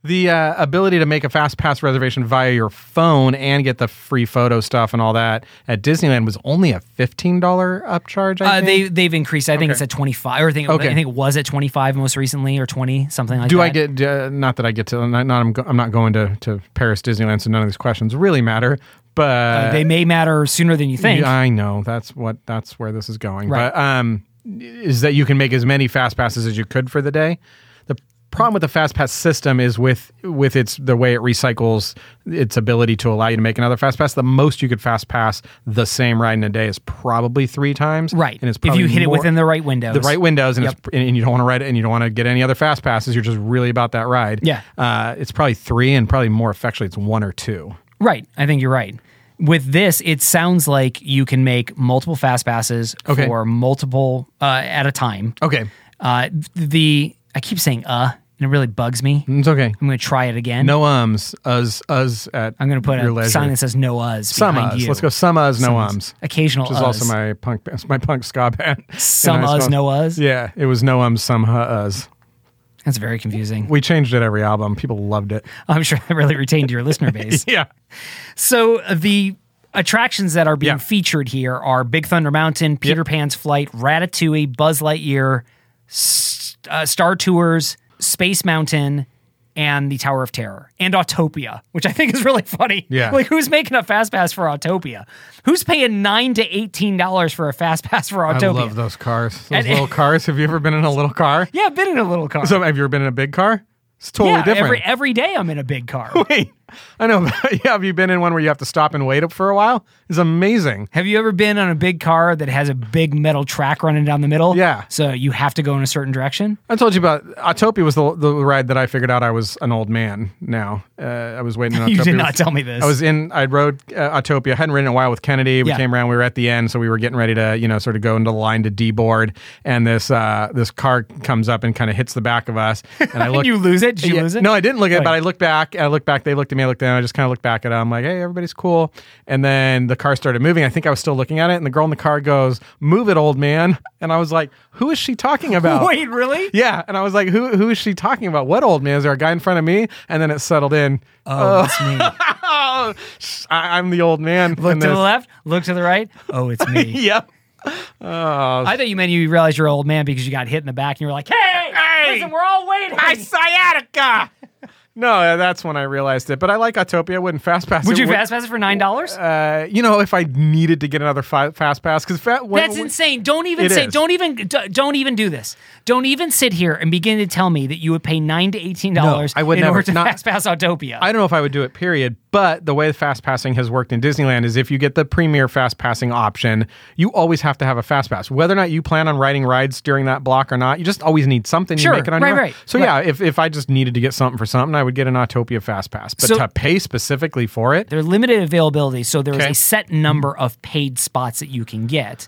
[SPEAKER 3] the uh, ability to make a fast pass reservation via your phone and get the free photo stuff and all that at Disneyland was only a $15 upcharge, I
[SPEAKER 2] Uh,
[SPEAKER 3] think.
[SPEAKER 2] they they've increased. I think it's at 25 or I think,
[SPEAKER 3] Okay.
[SPEAKER 2] I think it was at 25 most recently or 20 something like
[SPEAKER 3] Do
[SPEAKER 2] that.
[SPEAKER 3] I get uh, not that I get to not, not I'm, go, I'm not going to, to Paris Disneyland, so none of these questions really matter. But
[SPEAKER 2] Uh, They may matter sooner than you think.
[SPEAKER 3] uh, Yeah, I know that's what that's where this is going.
[SPEAKER 2] Right.
[SPEAKER 3] But um, is that you can make as many fast passes as you could for the day. The problem with the fast pass system is with with its the way it recycles its ability to allow you to make another fast pass. The most you could fast pass the same ride in a day is probably three times.
[SPEAKER 2] Right.
[SPEAKER 3] and it's
[SPEAKER 2] if
[SPEAKER 3] probably
[SPEAKER 2] you hit it
[SPEAKER 3] more-
[SPEAKER 2] within the right windows.
[SPEAKER 3] the right windows, and,
[SPEAKER 2] Yep.
[SPEAKER 3] it's, and you don't want to ride it, and you don't want to get any other fast passes. You're just really about that ride.
[SPEAKER 2] Yeah.
[SPEAKER 3] uh, it's probably three, and probably more effectually, it's one or two.
[SPEAKER 2] Right. I think you're right. With this, it sounds like you can make multiple fast passes
[SPEAKER 3] Okay.
[SPEAKER 2] for multiple uh, at a time.
[SPEAKER 3] Okay,
[SPEAKER 2] Uh, the I keep saying uh, and it really bugs me. I'm
[SPEAKER 3] it's okay.
[SPEAKER 2] going to try it again.
[SPEAKER 3] No ums, us, us at.
[SPEAKER 2] I'm going to put
[SPEAKER 3] your
[SPEAKER 2] a
[SPEAKER 3] leisure.
[SPEAKER 2] sign that says no uhs.
[SPEAKER 3] some
[SPEAKER 2] behind
[SPEAKER 3] us.
[SPEAKER 2] you.
[SPEAKER 3] Let's go some us, no
[SPEAKER 2] Some uhs.
[SPEAKER 3] ums.
[SPEAKER 2] Occasional
[SPEAKER 3] which is also
[SPEAKER 2] uhs.
[SPEAKER 3] my punk my punk ska band. in
[SPEAKER 2] Some
[SPEAKER 3] high
[SPEAKER 2] us,
[SPEAKER 3] school.
[SPEAKER 2] no us?
[SPEAKER 3] Yeah, it was no ums, some huh, us.
[SPEAKER 2] That's very confusing.
[SPEAKER 3] We changed it every album. People loved it.
[SPEAKER 2] I'm sure I really retained your listener base.
[SPEAKER 3] Yeah,
[SPEAKER 2] So uh, the attractions that are being
[SPEAKER 3] Yeah.
[SPEAKER 2] featured here are Big Thunder Mountain, Peter Pan's Flight, Ratatouille, Buzz Lightyear, S- uh, Star Tours, Space Mountain, and the Tower of Terror, and Autopia, which I think is really funny.
[SPEAKER 3] Yeah.
[SPEAKER 2] like who's making a fast pass for Autopia? Who's paying nine to eighteen dollars for a fast pass for
[SPEAKER 3] I
[SPEAKER 2] Autopia?
[SPEAKER 3] love those cars. Those
[SPEAKER 2] And-
[SPEAKER 3] little cars. Have you ever been in a little car?
[SPEAKER 2] Yeah, I've been in a little car.
[SPEAKER 3] So have you ever been in a big car? It's totally
[SPEAKER 2] yeah,
[SPEAKER 3] different.
[SPEAKER 2] every every day I'm in a big car.
[SPEAKER 3] Wait, I know. but yeah, have you been in one where you have to stop and wait up for a while? It's amazing.
[SPEAKER 2] Have you ever been on a big car that has a big metal track running down the middle?
[SPEAKER 3] Yeah.
[SPEAKER 2] So you have to go in a certain direction?
[SPEAKER 3] I told you about Autopia was the, the ride that I figured out I was an old man. Now uh, I was waiting. on
[SPEAKER 2] You did
[SPEAKER 3] Autopia.
[SPEAKER 2] not tell me this.
[SPEAKER 3] I was in. I rode uh, Autopia. hadn't ridden in a while with Kennedy. We
[SPEAKER 2] Yeah.
[SPEAKER 3] came around. We were at the end, so we were getting ready to you know sort of go into the line to deboard. And this uh, this car comes up and kind of hits the back of us. And I looked.
[SPEAKER 2] you lose it? Did you
[SPEAKER 3] Yeah.
[SPEAKER 2] lose it?
[SPEAKER 3] No, I didn't look at it,
[SPEAKER 2] Right.
[SPEAKER 3] but I looked back. I looked back. They looked at me. I looked down. I just kind of looked back at them. I'm like, hey, everybody's cool. And then the car started moving. I think I was still looking at it. And the girl in the car goes, move it, old man. And I was like, who is she talking about?
[SPEAKER 2] Wait, really?
[SPEAKER 3] Yeah. And I was like, who, who is she talking about? What old man? Is there a guy in front of me? And then it settled in.
[SPEAKER 2] Oh, it's me.
[SPEAKER 3] Oh, sh- I, I'm the old man.
[SPEAKER 2] Look
[SPEAKER 3] in
[SPEAKER 2] to the
[SPEAKER 3] this.
[SPEAKER 2] left, look to the right. Oh, it's me.
[SPEAKER 3] Yep.
[SPEAKER 2] I thought you meant you realized you're an old man because you got hit in the back and you were like, hey,
[SPEAKER 3] Hey!
[SPEAKER 2] listen, we're all waiting.
[SPEAKER 3] sciatica. no, uh, that's when I realized it. But I like Autopia. I wouldn't fast pass
[SPEAKER 2] Would
[SPEAKER 3] it.
[SPEAKER 2] you fast pass it for $9?
[SPEAKER 3] Uh, you know, if I needed to get another fi- fast pass, because fa- when-
[SPEAKER 2] That's insane. Don't even
[SPEAKER 3] It
[SPEAKER 2] say.
[SPEAKER 3] is.
[SPEAKER 2] Don't even. d- Don't even do this. Don't even sit here and begin to tell me that you would pay nine to eighteen dollars
[SPEAKER 3] No, I would
[SPEAKER 2] in
[SPEAKER 3] never.
[SPEAKER 2] order to
[SPEAKER 3] Not-
[SPEAKER 2] fast pass Autopia.
[SPEAKER 3] I don't know if I would do it, period. But the way fast passing has worked in Disneyland is if you get the premier fast passing option, you always have to have a fast pass. Whether or not you plan on riding rides during that block or not, you just always need something
[SPEAKER 2] Sure,
[SPEAKER 3] you make it on
[SPEAKER 2] right,
[SPEAKER 3] your own.
[SPEAKER 2] right,
[SPEAKER 3] So, yeah, if, if I just needed to get something for something, I would get an Autopia fast pass. But
[SPEAKER 2] So-
[SPEAKER 3] to pay specifically for it,
[SPEAKER 2] They're limited availability, so there's
[SPEAKER 3] Okay.
[SPEAKER 2] a set number of paid spots that you can get.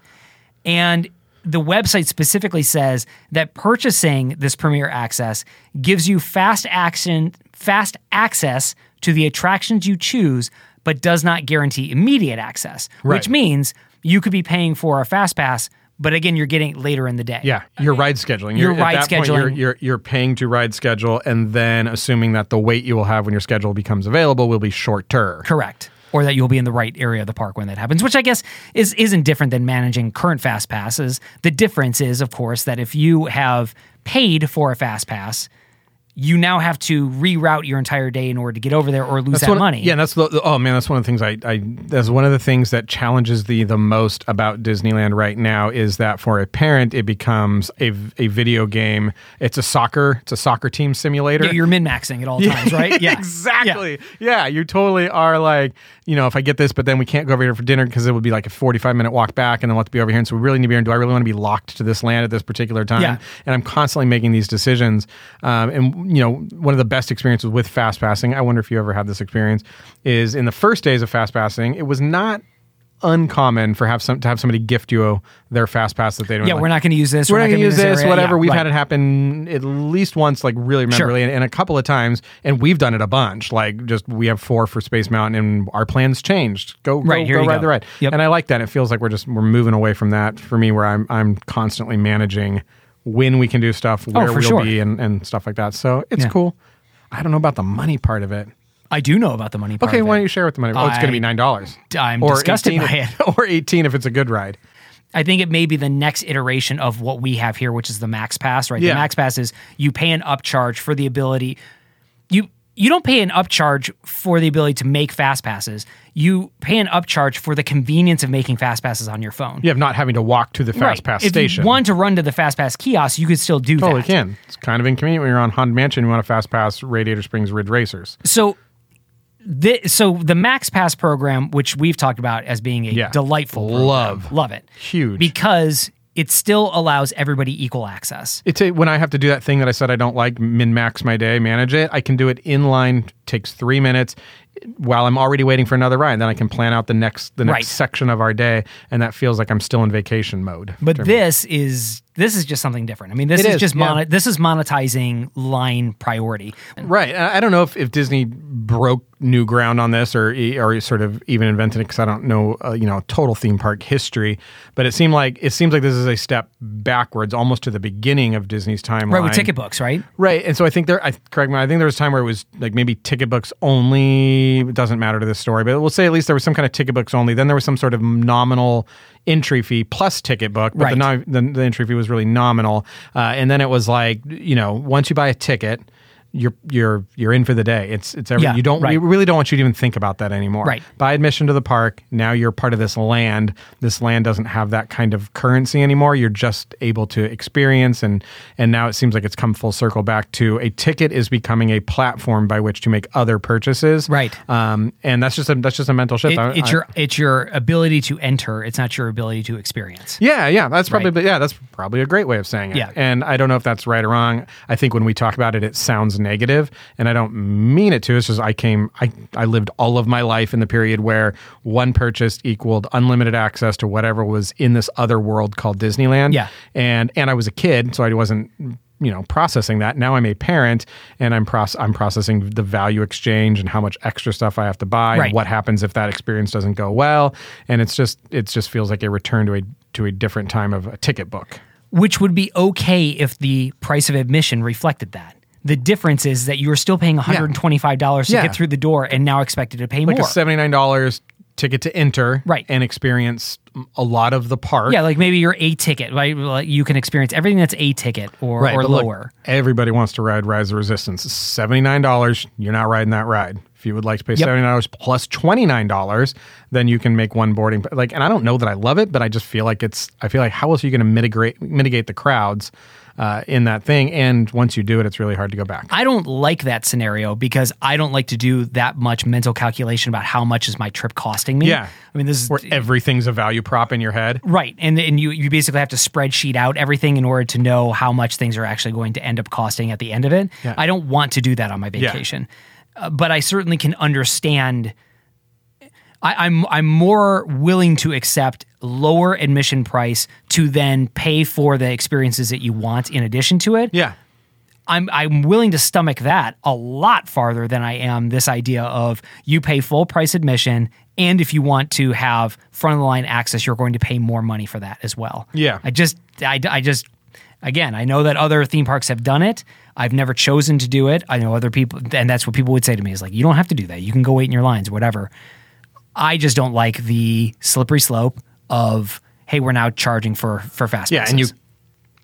[SPEAKER 2] And the website specifically says that purchasing this premier access gives you fast action fast access to the attractions you choose, but does not guarantee immediate access, which
[SPEAKER 3] Right.
[SPEAKER 2] means you could be paying for a fast pass, but again you're getting it later in the day.
[SPEAKER 3] yeah, your ride scheduling. You're-
[SPEAKER 2] Your
[SPEAKER 3] at
[SPEAKER 2] ride
[SPEAKER 3] that point, you're,
[SPEAKER 2] scheduling.
[SPEAKER 3] you're, you're paying to ride schedule, and then assuming that the wait you will have when your schedule becomes available will be shorter.
[SPEAKER 2] Correct. Or that you'll be in the right area of the park when that happens, which I guess is isn't different than managing current fast passes. The difference is, of course, that if you have paid for a fast pass, you now have to reroute your entire day in order to get over there or lose that
[SPEAKER 3] one,
[SPEAKER 2] money.
[SPEAKER 3] Yeah, that's the, the- oh man, that's one of the things I, I that's one of the things that challenges the the most about Disneyland right now is that for a parent it becomes a, v- a video game. It's a soccer, it's a soccer team simulator.
[SPEAKER 2] Yeah, you're min maxing at all times, right? Yeah.
[SPEAKER 3] exactly. Yeah. you totally are like, you know, if I get this, but then we can't go over here for dinner because it would be like a 45 minute walk back and then we'll have to be over here. And so we really need to be here. And do I really want to be locked to this land at this particular time?
[SPEAKER 2] Yeah.
[SPEAKER 3] And I'm constantly making these decisions. Um, and, you know, one of the best experiences with fast passing, I wonder if you ever had this experience, is in the first days of fast passing, it was not uncommon for have some to have somebody gift you their fast pass that they don't
[SPEAKER 2] Yeah,
[SPEAKER 3] like,
[SPEAKER 2] we're not going to use this.
[SPEAKER 3] we're not going to
[SPEAKER 2] gonna
[SPEAKER 3] use this,
[SPEAKER 2] area.
[SPEAKER 3] whatever.
[SPEAKER 2] Yeah,
[SPEAKER 3] we've
[SPEAKER 2] right.
[SPEAKER 3] had it happen at least once, like really
[SPEAKER 2] Sure.
[SPEAKER 3] rememberly, and, and a couple of times, and we've done it a bunch. Like just we have four for Space Mountain, and our plans changed. Go
[SPEAKER 2] Right,
[SPEAKER 3] go,
[SPEAKER 2] here
[SPEAKER 3] go
[SPEAKER 2] you
[SPEAKER 3] ride
[SPEAKER 2] go.
[SPEAKER 3] the ride.
[SPEAKER 2] Yep.
[SPEAKER 3] And I like that. It feels like we're just we're moving away from that for me, where I'm I'm constantly managing when we can do stuff, where
[SPEAKER 2] Oh, for
[SPEAKER 3] we'll
[SPEAKER 2] sure.
[SPEAKER 3] be, and, and stuff like that. So it's
[SPEAKER 2] Yeah.
[SPEAKER 3] cool. I don't know about the money part of it.
[SPEAKER 2] I do know about the money. Part
[SPEAKER 3] Okay,
[SPEAKER 2] of
[SPEAKER 3] why
[SPEAKER 2] it.
[SPEAKER 3] don't you share with the money? Oh, it's going
[SPEAKER 2] I-
[SPEAKER 3] to be nine dollars.
[SPEAKER 2] I'm disgusted by it.
[SPEAKER 3] or eighteen if it's a good ride.
[SPEAKER 2] I think it may be the next iteration of what we have here, which is the Max Pass, right? The
[SPEAKER 3] Yeah.
[SPEAKER 2] Max Pass is you pay an upcharge for the ability. You you don't pay an upcharge for the ability to make fast passes. You pay an upcharge for the convenience of making fast passes on your phone.
[SPEAKER 3] You have not having to walk to the fast
[SPEAKER 2] Right.
[SPEAKER 3] pass
[SPEAKER 2] if
[SPEAKER 3] station.
[SPEAKER 2] you want to run to the fast pass kiosk, you could still do
[SPEAKER 3] Totally Oh,
[SPEAKER 2] that.
[SPEAKER 3] can. It's kind of inconvenient when you're on Honda Mansion. You want to fast pass Radiator Springs Ridge Racers.
[SPEAKER 2] So, the, so the Max Pass program, which we've talked about as being a
[SPEAKER 3] Yeah.
[SPEAKER 2] delightful, program.
[SPEAKER 3] Love.
[SPEAKER 2] love it,
[SPEAKER 3] Huge.
[SPEAKER 2] because it still allows everybody equal access.
[SPEAKER 3] It's a, when I have to do that thing that I said I don't like, min max my day, manage it. I can do it in line. Takes three minutes while I'm already waiting for another ride. Then I can plan out the next the next
[SPEAKER 2] Right.
[SPEAKER 3] section of our day, and that feels like I'm still in vacation mode.
[SPEAKER 2] But this is this is just something different. I mean, this
[SPEAKER 3] It
[SPEAKER 2] is,
[SPEAKER 3] is,
[SPEAKER 2] just
[SPEAKER 3] yeah.
[SPEAKER 2] monet this is monetizing line priority.
[SPEAKER 3] Right. I I don't know if, if Disney broke new ground on this or e- or sort of even invented it because I don't know uh, you know total theme park history, but it seemed like it seems like this is a step backwards almost to the beginning of Disney's timeline.
[SPEAKER 2] Right with ticket books, right?
[SPEAKER 3] Right, and so I think there. I correct me. I think there was a time where it was like maybe ticket books only. It doesn't matter to this story, but we'll say at least there was some kind of ticket books only. Then there was some sort of nominal entry fee plus ticket book, but
[SPEAKER 2] Right.
[SPEAKER 3] the, nom- the the entry fee was really nominal. Uh, and then it was like you know once you buy a ticket. You're you're you're in for the day. It's it's every
[SPEAKER 2] Yeah,
[SPEAKER 3] you don't
[SPEAKER 2] right.
[SPEAKER 3] we really don't want you to even think about that anymore.
[SPEAKER 2] Right.
[SPEAKER 3] Buy admission to the park. Now you're part of this land. This land doesn't have that kind of currency anymore. You're just able to experience and and now it seems like it's come full circle back to a ticket is becoming a platform by which to make other purchases.
[SPEAKER 2] Right.
[SPEAKER 3] Um, and that's just a that's just a mental shift.
[SPEAKER 2] It,
[SPEAKER 3] I-
[SPEAKER 2] it's
[SPEAKER 3] I-
[SPEAKER 2] your it's your ability to enter. It's not your ability to experience.
[SPEAKER 3] Yeah, yeah, that's probably yeah, that's probably a great way of saying it.
[SPEAKER 2] Yeah.
[SPEAKER 3] And I don't know if that's right or wrong. I think when we talk about it it sounds negative and I don't mean it to. It's just I came I I lived all of my life in the period where one purchase equaled unlimited access to whatever was in this other world called Disneyland.
[SPEAKER 2] Yeah.
[SPEAKER 3] And and I was a kid, so I wasn't you know processing that now i'm a parent and i'm proce- i'm processing the value exchange and how much extra stuff i have to buy and
[SPEAKER 2] Right.
[SPEAKER 3] what happens if that experience doesn't go well and it's just it just feels like a return to a to a different time of a ticket book
[SPEAKER 2] which would be okay if the price of admission reflected that. The difference is that you are still paying $125 to
[SPEAKER 3] Yeah.
[SPEAKER 2] get through the door and now expected to pay
[SPEAKER 3] like
[SPEAKER 2] more.
[SPEAKER 3] a $79 ticket to enter
[SPEAKER 2] Right.
[SPEAKER 3] and experience a lot of the park
[SPEAKER 2] yeah, like maybe you're a ticket, right? Like, You can experience everything that's a ticket or, or
[SPEAKER 3] but look,
[SPEAKER 2] lower.
[SPEAKER 3] everybody wants to ride Rise of Resistance. Seventy nine dollars, you're not riding that ride. If you would like to pay
[SPEAKER 2] Yep.
[SPEAKER 3] seventy nine dollars plus twenty nine dollars, then you can make one boarding pa- like. And I don't know that I love it, but I just feel like it's. I feel like how else are you going to mitigate mitigate the crowds uh, in that thing? And once you do it, it's really hard to go back.
[SPEAKER 2] I don't like that scenario because I don't like to do that much mental calculation about how much is my trip costing me.
[SPEAKER 3] Yeah.
[SPEAKER 2] I mean, this is
[SPEAKER 3] Where everything's a value prop in your head.
[SPEAKER 2] right. And, and you, you basically have to spreadsheet out everything in order to know how much things are actually going to end up costing at the end of it.
[SPEAKER 3] Yeah.
[SPEAKER 2] I don't want to do that on my
[SPEAKER 3] Yeah.
[SPEAKER 2] vacation, uh, but I certainly can understand. I, I'm I'm more willing to accept lower admission price to then pay for the experiences that you want in addition to it.
[SPEAKER 3] Yeah,
[SPEAKER 2] I'm I'm willing to stomach that a lot farther than I am this idea of you pay full price admission and if you want to have front of the line access you're going to pay more money for that as well.
[SPEAKER 3] Yeah.
[SPEAKER 2] I just I, I just again, I know that other theme parks have done it. I've never chosen to do it. I know other people and that's what people would say to me is like you don't have to do that. You can go wait in your lines whatever. I just don't like the slippery slope of hey, we're now charging for for fast
[SPEAKER 3] yeah,
[SPEAKER 2] passes.
[SPEAKER 3] and you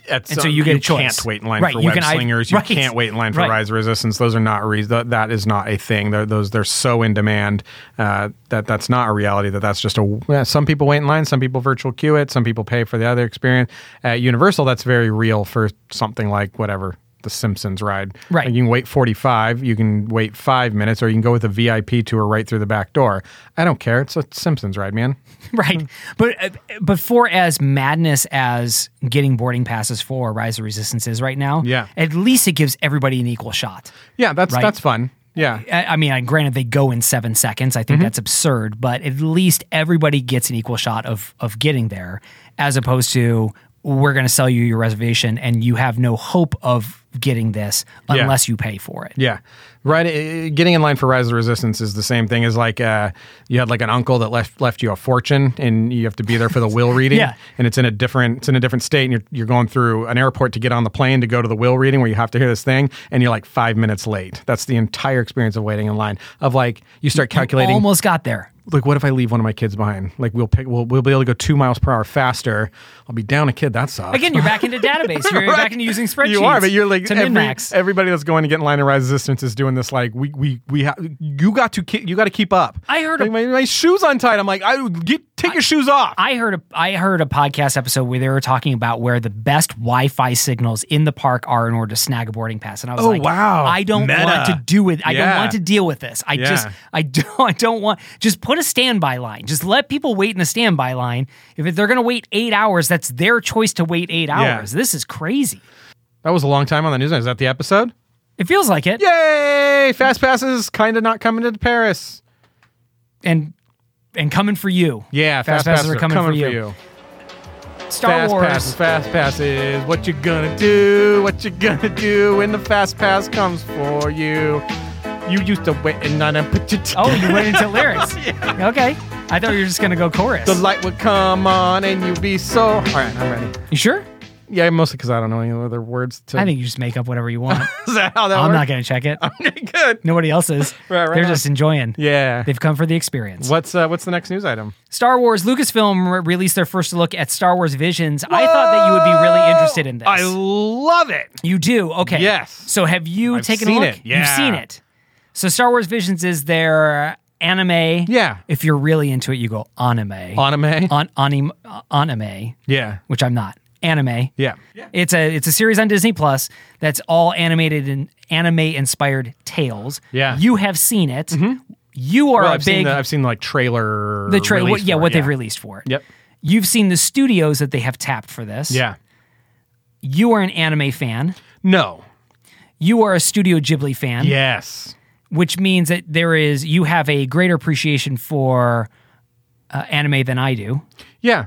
[SPEAKER 3] at
[SPEAKER 2] And so you get a choice.
[SPEAKER 3] can't wait in line
[SPEAKER 2] Right,
[SPEAKER 3] for
[SPEAKER 2] you
[SPEAKER 3] web
[SPEAKER 2] can either-
[SPEAKER 3] slingers. You
[SPEAKER 2] right,
[SPEAKER 3] can't wait in line for
[SPEAKER 2] right.
[SPEAKER 3] rise of resistance. Those are not re- th- that is not a thing. They're, those they're so in demand uh, that that's not a reality. That that's just a yeah, some people wait in line, some people virtual queue it, some people pay for the other experience. At Universal, that's very real for something like whatever the Simpsons ride.
[SPEAKER 2] Right.
[SPEAKER 3] Like, you can wait forty five, you can wait five minutes, or you can go with a VIP tour right through the back door. I don't care. It's a Simpsons ride, man. Hmm.
[SPEAKER 2] right. But uh, but for as madness as getting boarding passes for Rise of Resistance is right now,
[SPEAKER 3] Yeah.
[SPEAKER 2] at least it gives everybody an equal shot.
[SPEAKER 3] Yeah, that's
[SPEAKER 2] Right.
[SPEAKER 3] that's fun. Yeah.
[SPEAKER 2] I I mean, I- granted, they go in seven seconds. I think
[SPEAKER 3] Mm-hmm.
[SPEAKER 2] that's absurd, but at least everybody gets an equal shot of of getting there, as opposed to we're going to sell you your reservation and you have no hope of getting this
[SPEAKER 3] Yeah.
[SPEAKER 2] unless you pay for it.
[SPEAKER 3] Yeah, right. uh, Getting in line for Rise of the Resistance is the same thing as like uh, you had like an uncle that left left you a fortune, and you have to be there for the will reading.
[SPEAKER 2] Yeah.
[SPEAKER 3] and it's in a different it's in a different state, and you're you're going through an airport to get on the plane to go to the will reading where you have to hear this thing, and you're like five minutes late. That's the entire experience of waiting in line. Of like you start calculating
[SPEAKER 2] Almost got there.
[SPEAKER 3] like what if I leave one of my kids behind? Like we'll pick we'll we'll be able to go two miles per hour faster. I'll be down a kid. That sucks.
[SPEAKER 2] Again, you're back into database. You're
[SPEAKER 3] Right.
[SPEAKER 2] back into using spreadsheets.
[SPEAKER 3] You are, but you're like
[SPEAKER 2] to
[SPEAKER 3] every-
[SPEAKER 2] min-max.
[SPEAKER 3] everybody that's going to get in line of rise resistance is doing this. Like we we we ha- you got to ki- you got to keep up.
[SPEAKER 2] I heard
[SPEAKER 3] like,
[SPEAKER 2] a-
[SPEAKER 3] my, my shoes untied. I'm like, I get take your shoes off.
[SPEAKER 2] I heard a I heard a podcast episode where they were talking about where the best Wi-Fi signals in the park are in order to snag a boarding pass, and I was
[SPEAKER 3] Oh,
[SPEAKER 2] like,
[SPEAKER 3] wow.
[SPEAKER 2] I don't
[SPEAKER 3] Meta.
[SPEAKER 2] want to do it. I don't
[SPEAKER 3] Yeah.
[SPEAKER 2] want to deal with this. I just
[SPEAKER 3] Yeah.
[SPEAKER 2] I don't I don't want just put a standby line. Just let people wait in the standby line. If they're going to wait eight hours, that's their choice to wait eight
[SPEAKER 3] Yeah.
[SPEAKER 2] hours. This is crazy.
[SPEAKER 3] that was a long time on the news. Is that the episode?
[SPEAKER 2] It feels like it.
[SPEAKER 3] Yay! Fast passes kind of not coming to Paris.
[SPEAKER 2] and and coming for you.
[SPEAKER 3] Yeah, fast,
[SPEAKER 2] Fast passes
[SPEAKER 3] passes,
[SPEAKER 2] are coming for you. Star
[SPEAKER 3] fast
[SPEAKER 2] Wars.
[SPEAKER 3] passes, fast passes. What you gonna do? What you gonna do when the fast pass comes for you? You used to wait and not put your.
[SPEAKER 2] Oh, you went into lyrics. Okay. I thought you were just going to go chorus.
[SPEAKER 3] The light would come on and you'd be so. All right, I'm ready.
[SPEAKER 2] you sure?
[SPEAKER 3] Yeah, mostly because I don't know any other words to.
[SPEAKER 2] I think you just make up whatever you want.
[SPEAKER 3] is that how that
[SPEAKER 2] I'm not
[SPEAKER 3] works?
[SPEAKER 2] going to check it.
[SPEAKER 3] not good.
[SPEAKER 2] Nobody else is.
[SPEAKER 3] Right, right
[SPEAKER 2] They're
[SPEAKER 3] on.
[SPEAKER 2] just enjoying.
[SPEAKER 3] Yeah.
[SPEAKER 2] They've come for the experience.
[SPEAKER 3] What's uh, what's the next news item?
[SPEAKER 2] Star Wars Lucasfilm re- released their first look at Star Wars Visions. I thought that you would be really interested in this.
[SPEAKER 3] I love it.
[SPEAKER 2] you do? Okay.
[SPEAKER 3] Yes.
[SPEAKER 2] So have you
[SPEAKER 3] I've
[SPEAKER 2] taken
[SPEAKER 3] seen
[SPEAKER 2] a look?
[SPEAKER 3] it. Yeah.
[SPEAKER 2] You've seen it. So Star Wars Visions is their anime.
[SPEAKER 3] Yeah.
[SPEAKER 2] If you're really into it, you go anime.
[SPEAKER 3] Anime.
[SPEAKER 2] On anime, anime,
[SPEAKER 3] yeah.
[SPEAKER 2] which I'm not. Anime.
[SPEAKER 3] Yeah.
[SPEAKER 2] It's a it's a series on Disney Plus that's all animated and anime inspired tales.
[SPEAKER 3] Yeah. Mm-hmm.
[SPEAKER 2] you have seen it. You are
[SPEAKER 3] Well,
[SPEAKER 2] a
[SPEAKER 3] I've seen
[SPEAKER 2] big
[SPEAKER 3] the, I've seen like trailer.
[SPEAKER 2] the trailer.
[SPEAKER 3] release
[SPEAKER 2] Yeah,
[SPEAKER 3] for it,
[SPEAKER 2] what they've released for it.
[SPEAKER 3] Yep.
[SPEAKER 2] You've seen the studios that they have tapped for this.
[SPEAKER 3] Yeah.
[SPEAKER 2] You are an anime fan.
[SPEAKER 3] No.
[SPEAKER 2] You are a Studio Ghibli fan.
[SPEAKER 3] Yes.
[SPEAKER 2] Which means that there is you have a greater appreciation for uh, anime than I do.
[SPEAKER 3] Yeah.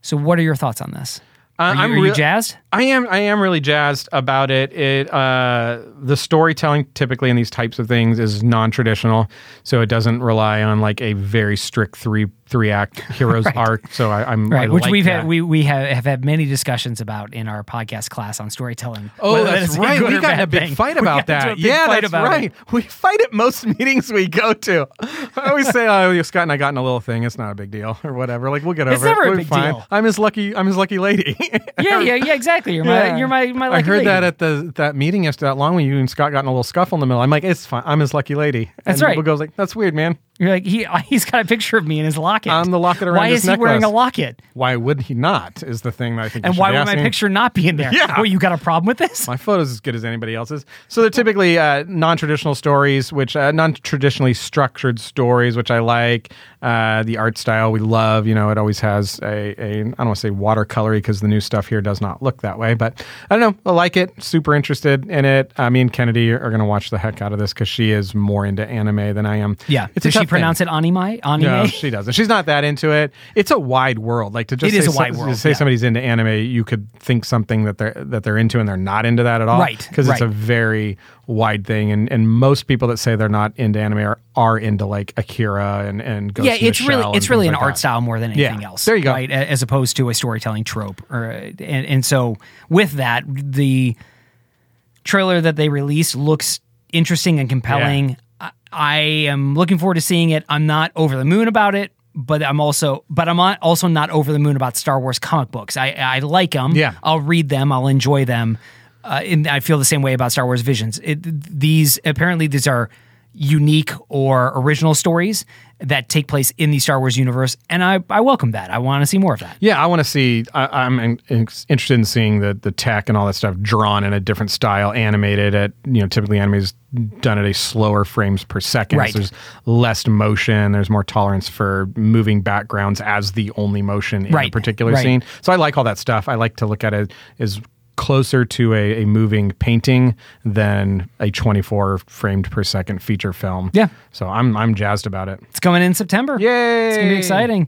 [SPEAKER 2] So what are your thoughts on this? are you,
[SPEAKER 3] I'm
[SPEAKER 2] are you
[SPEAKER 3] real-
[SPEAKER 2] jazzed?
[SPEAKER 3] I am I am really jazzed about it. It uh, the storytelling typically in these types of things is non-traditional, so it doesn't rely on like a very strict three three act hero's arc. So I, I'm I
[SPEAKER 2] Right, which
[SPEAKER 3] like
[SPEAKER 2] we've
[SPEAKER 3] that.
[SPEAKER 2] had we we have, have had many discussions about in our podcast class on storytelling.
[SPEAKER 3] Oh,
[SPEAKER 2] whether
[SPEAKER 3] that's
[SPEAKER 2] that's a
[SPEAKER 3] right.
[SPEAKER 2] good
[SPEAKER 3] We
[SPEAKER 2] or
[SPEAKER 3] got in
[SPEAKER 2] bad
[SPEAKER 3] a big
[SPEAKER 2] thing.
[SPEAKER 3] fight
[SPEAKER 2] We
[SPEAKER 3] about
[SPEAKER 2] got into a
[SPEAKER 3] that.
[SPEAKER 2] big
[SPEAKER 3] Yeah,
[SPEAKER 2] fight
[SPEAKER 3] that's
[SPEAKER 2] about it.
[SPEAKER 3] right. We fight at most meetings we go to. I always say, "Oh, Scott and I got in a little thing. It's not a big deal, or whatever. Like we'll get over
[SPEAKER 2] It's
[SPEAKER 3] it.
[SPEAKER 2] never a
[SPEAKER 3] We're
[SPEAKER 2] big
[SPEAKER 3] fine.
[SPEAKER 2] deal.
[SPEAKER 3] I'm his lucky. I'm his lucky lady.
[SPEAKER 2] Yeah, yeah, yeah. Exactly. You're my
[SPEAKER 3] Yeah.
[SPEAKER 2] you're my my.
[SPEAKER 3] I
[SPEAKER 2] lucky
[SPEAKER 3] heard
[SPEAKER 2] lady.
[SPEAKER 3] that at the that meeting yesterday, that long when you and Scott got in a little scuffle in the middle. I'm like, it's fine. I'm his lucky lady.
[SPEAKER 2] That's
[SPEAKER 3] and
[SPEAKER 2] right.
[SPEAKER 3] People goes like, that's weird, man.
[SPEAKER 2] you're like he he's got a picture of me in his locket.
[SPEAKER 3] I'm the locket around
[SPEAKER 2] Why
[SPEAKER 3] his
[SPEAKER 2] is he wearing a
[SPEAKER 3] necklace.
[SPEAKER 2] locket?
[SPEAKER 3] Why would he not? Is the thing that I think. you
[SPEAKER 2] And
[SPEAKER 3] should
[SPEAKER 2] why
[SPEAKER 3] be
[SPEAKER 2] would my
[SPEAKER 3] asking.
[SPEAKER 2] picture not be in there?
[SPEAKER 3] Yeah.
[SPEAKER 2] Well, you got a problem with this?
[SPEAKER 3] My photo's as good as anybody else's. So they're typically uh, non-traditional stories, which uh, non-traditionally structured stories, which I like. Uh, the art style we love. You know, it always has a, a I don't want to say watercolory because the new stuff here does not look that way. But I don't know. I like it. Super interested in it. Uh, me and Kennedy are going to watch the heck out of this because she is more into anime than I am.
[SPEAKER 2] Yeah.
[SPEAKER 3] It's
[SPEAKER 2] Does
[SPEAKER 3] a
[SPEAKER 2] she pronounce it anime? Anime.
[SPEAKER 3] No, she doesn't. She's not that into it. It's a wide world. Like to just
[SPEAKER 2] It
[SPEAKER 3] say,
[SPEAKER 2] is a wide
[SPEAKER 3] some-
[SPEAKER 2] world,
[SPEAKER 3] say
[SPEAKER 2] yeah.
[SPEAKER 3] somebody's into anime, you could think something that they're that they're into and they're not into that at all.
[SPEAKER 2] Right,
[SPEAKER 3] Because it's a
[SPEAKER 2] right.
[SPEAKER 3] very wide thing and, and most people that say they're not into anime are, are into like Akira and, and Ghost
[SPEAKER 2] yeah,
[SPEAKER 3] in the
[SPEAKER 2] it's really
[SPEAKER 3] Shell
[SPEAKER 2] it's
[SPEAKER 3] and
[SPEAKER 2] really
[SPEAKER 3] things
[SPEAKER 2] an
[SPEAKER 3] like
[SPEAKER 2] art
[SPEAKER 3] that.
[SPEAKER 2] style more than anything
[SPEAKER 3] Yeah,
[SPEAKER 2] else.
[SPEAKER 3] there you go.
[SPEAKER 2] Right, a- as opposed to a storytelling trope, or and and so with that, the trailer that they released looks interesting and compelling. I, I am looking forward to seeing it. I'm not over the moon about it, but I'm also but I'm on- also not over the moon about Star Wars comic books. I I like them.
[SPEAKER 3] Yeah.
[SPEAKER 2] I'll read them. I'll enjoy them. Uh, and I feel the same way about Star Wars Visions. It, these apparently these are unique or original stories that take place in the Star Wars universe, and I I welcome that. I want to see more of that.
[SPEAKER 3] Yeah, I want to see. I, I'm in, in- interested in seeing the the tech and all that stuff drawn in a different style, animated at you know typically anime is done at a slower frames per second.
[SPEAKER 2] Right.
[SPEAKER 3] So there's less motion. There's more tolerance for moving backgrounds as the only motion in
[SPEAKER 2] Right,
[SPEAKER 3] a particular
[SPEAKER 2] right.
[SPEAKER 3] scene. So I like all that stuff. I like to look at it as closer to a, a moving painting than a 24 framed per second feature film.
[SPEAKER 2] Yeah.
[SPEAKER 3] So I'm I'm jazzed about it.
[SPEAKER 2] It's coming in September.
[SPEAKER 3] Yay!
[SPEAKER 2] It's gonna be exciting.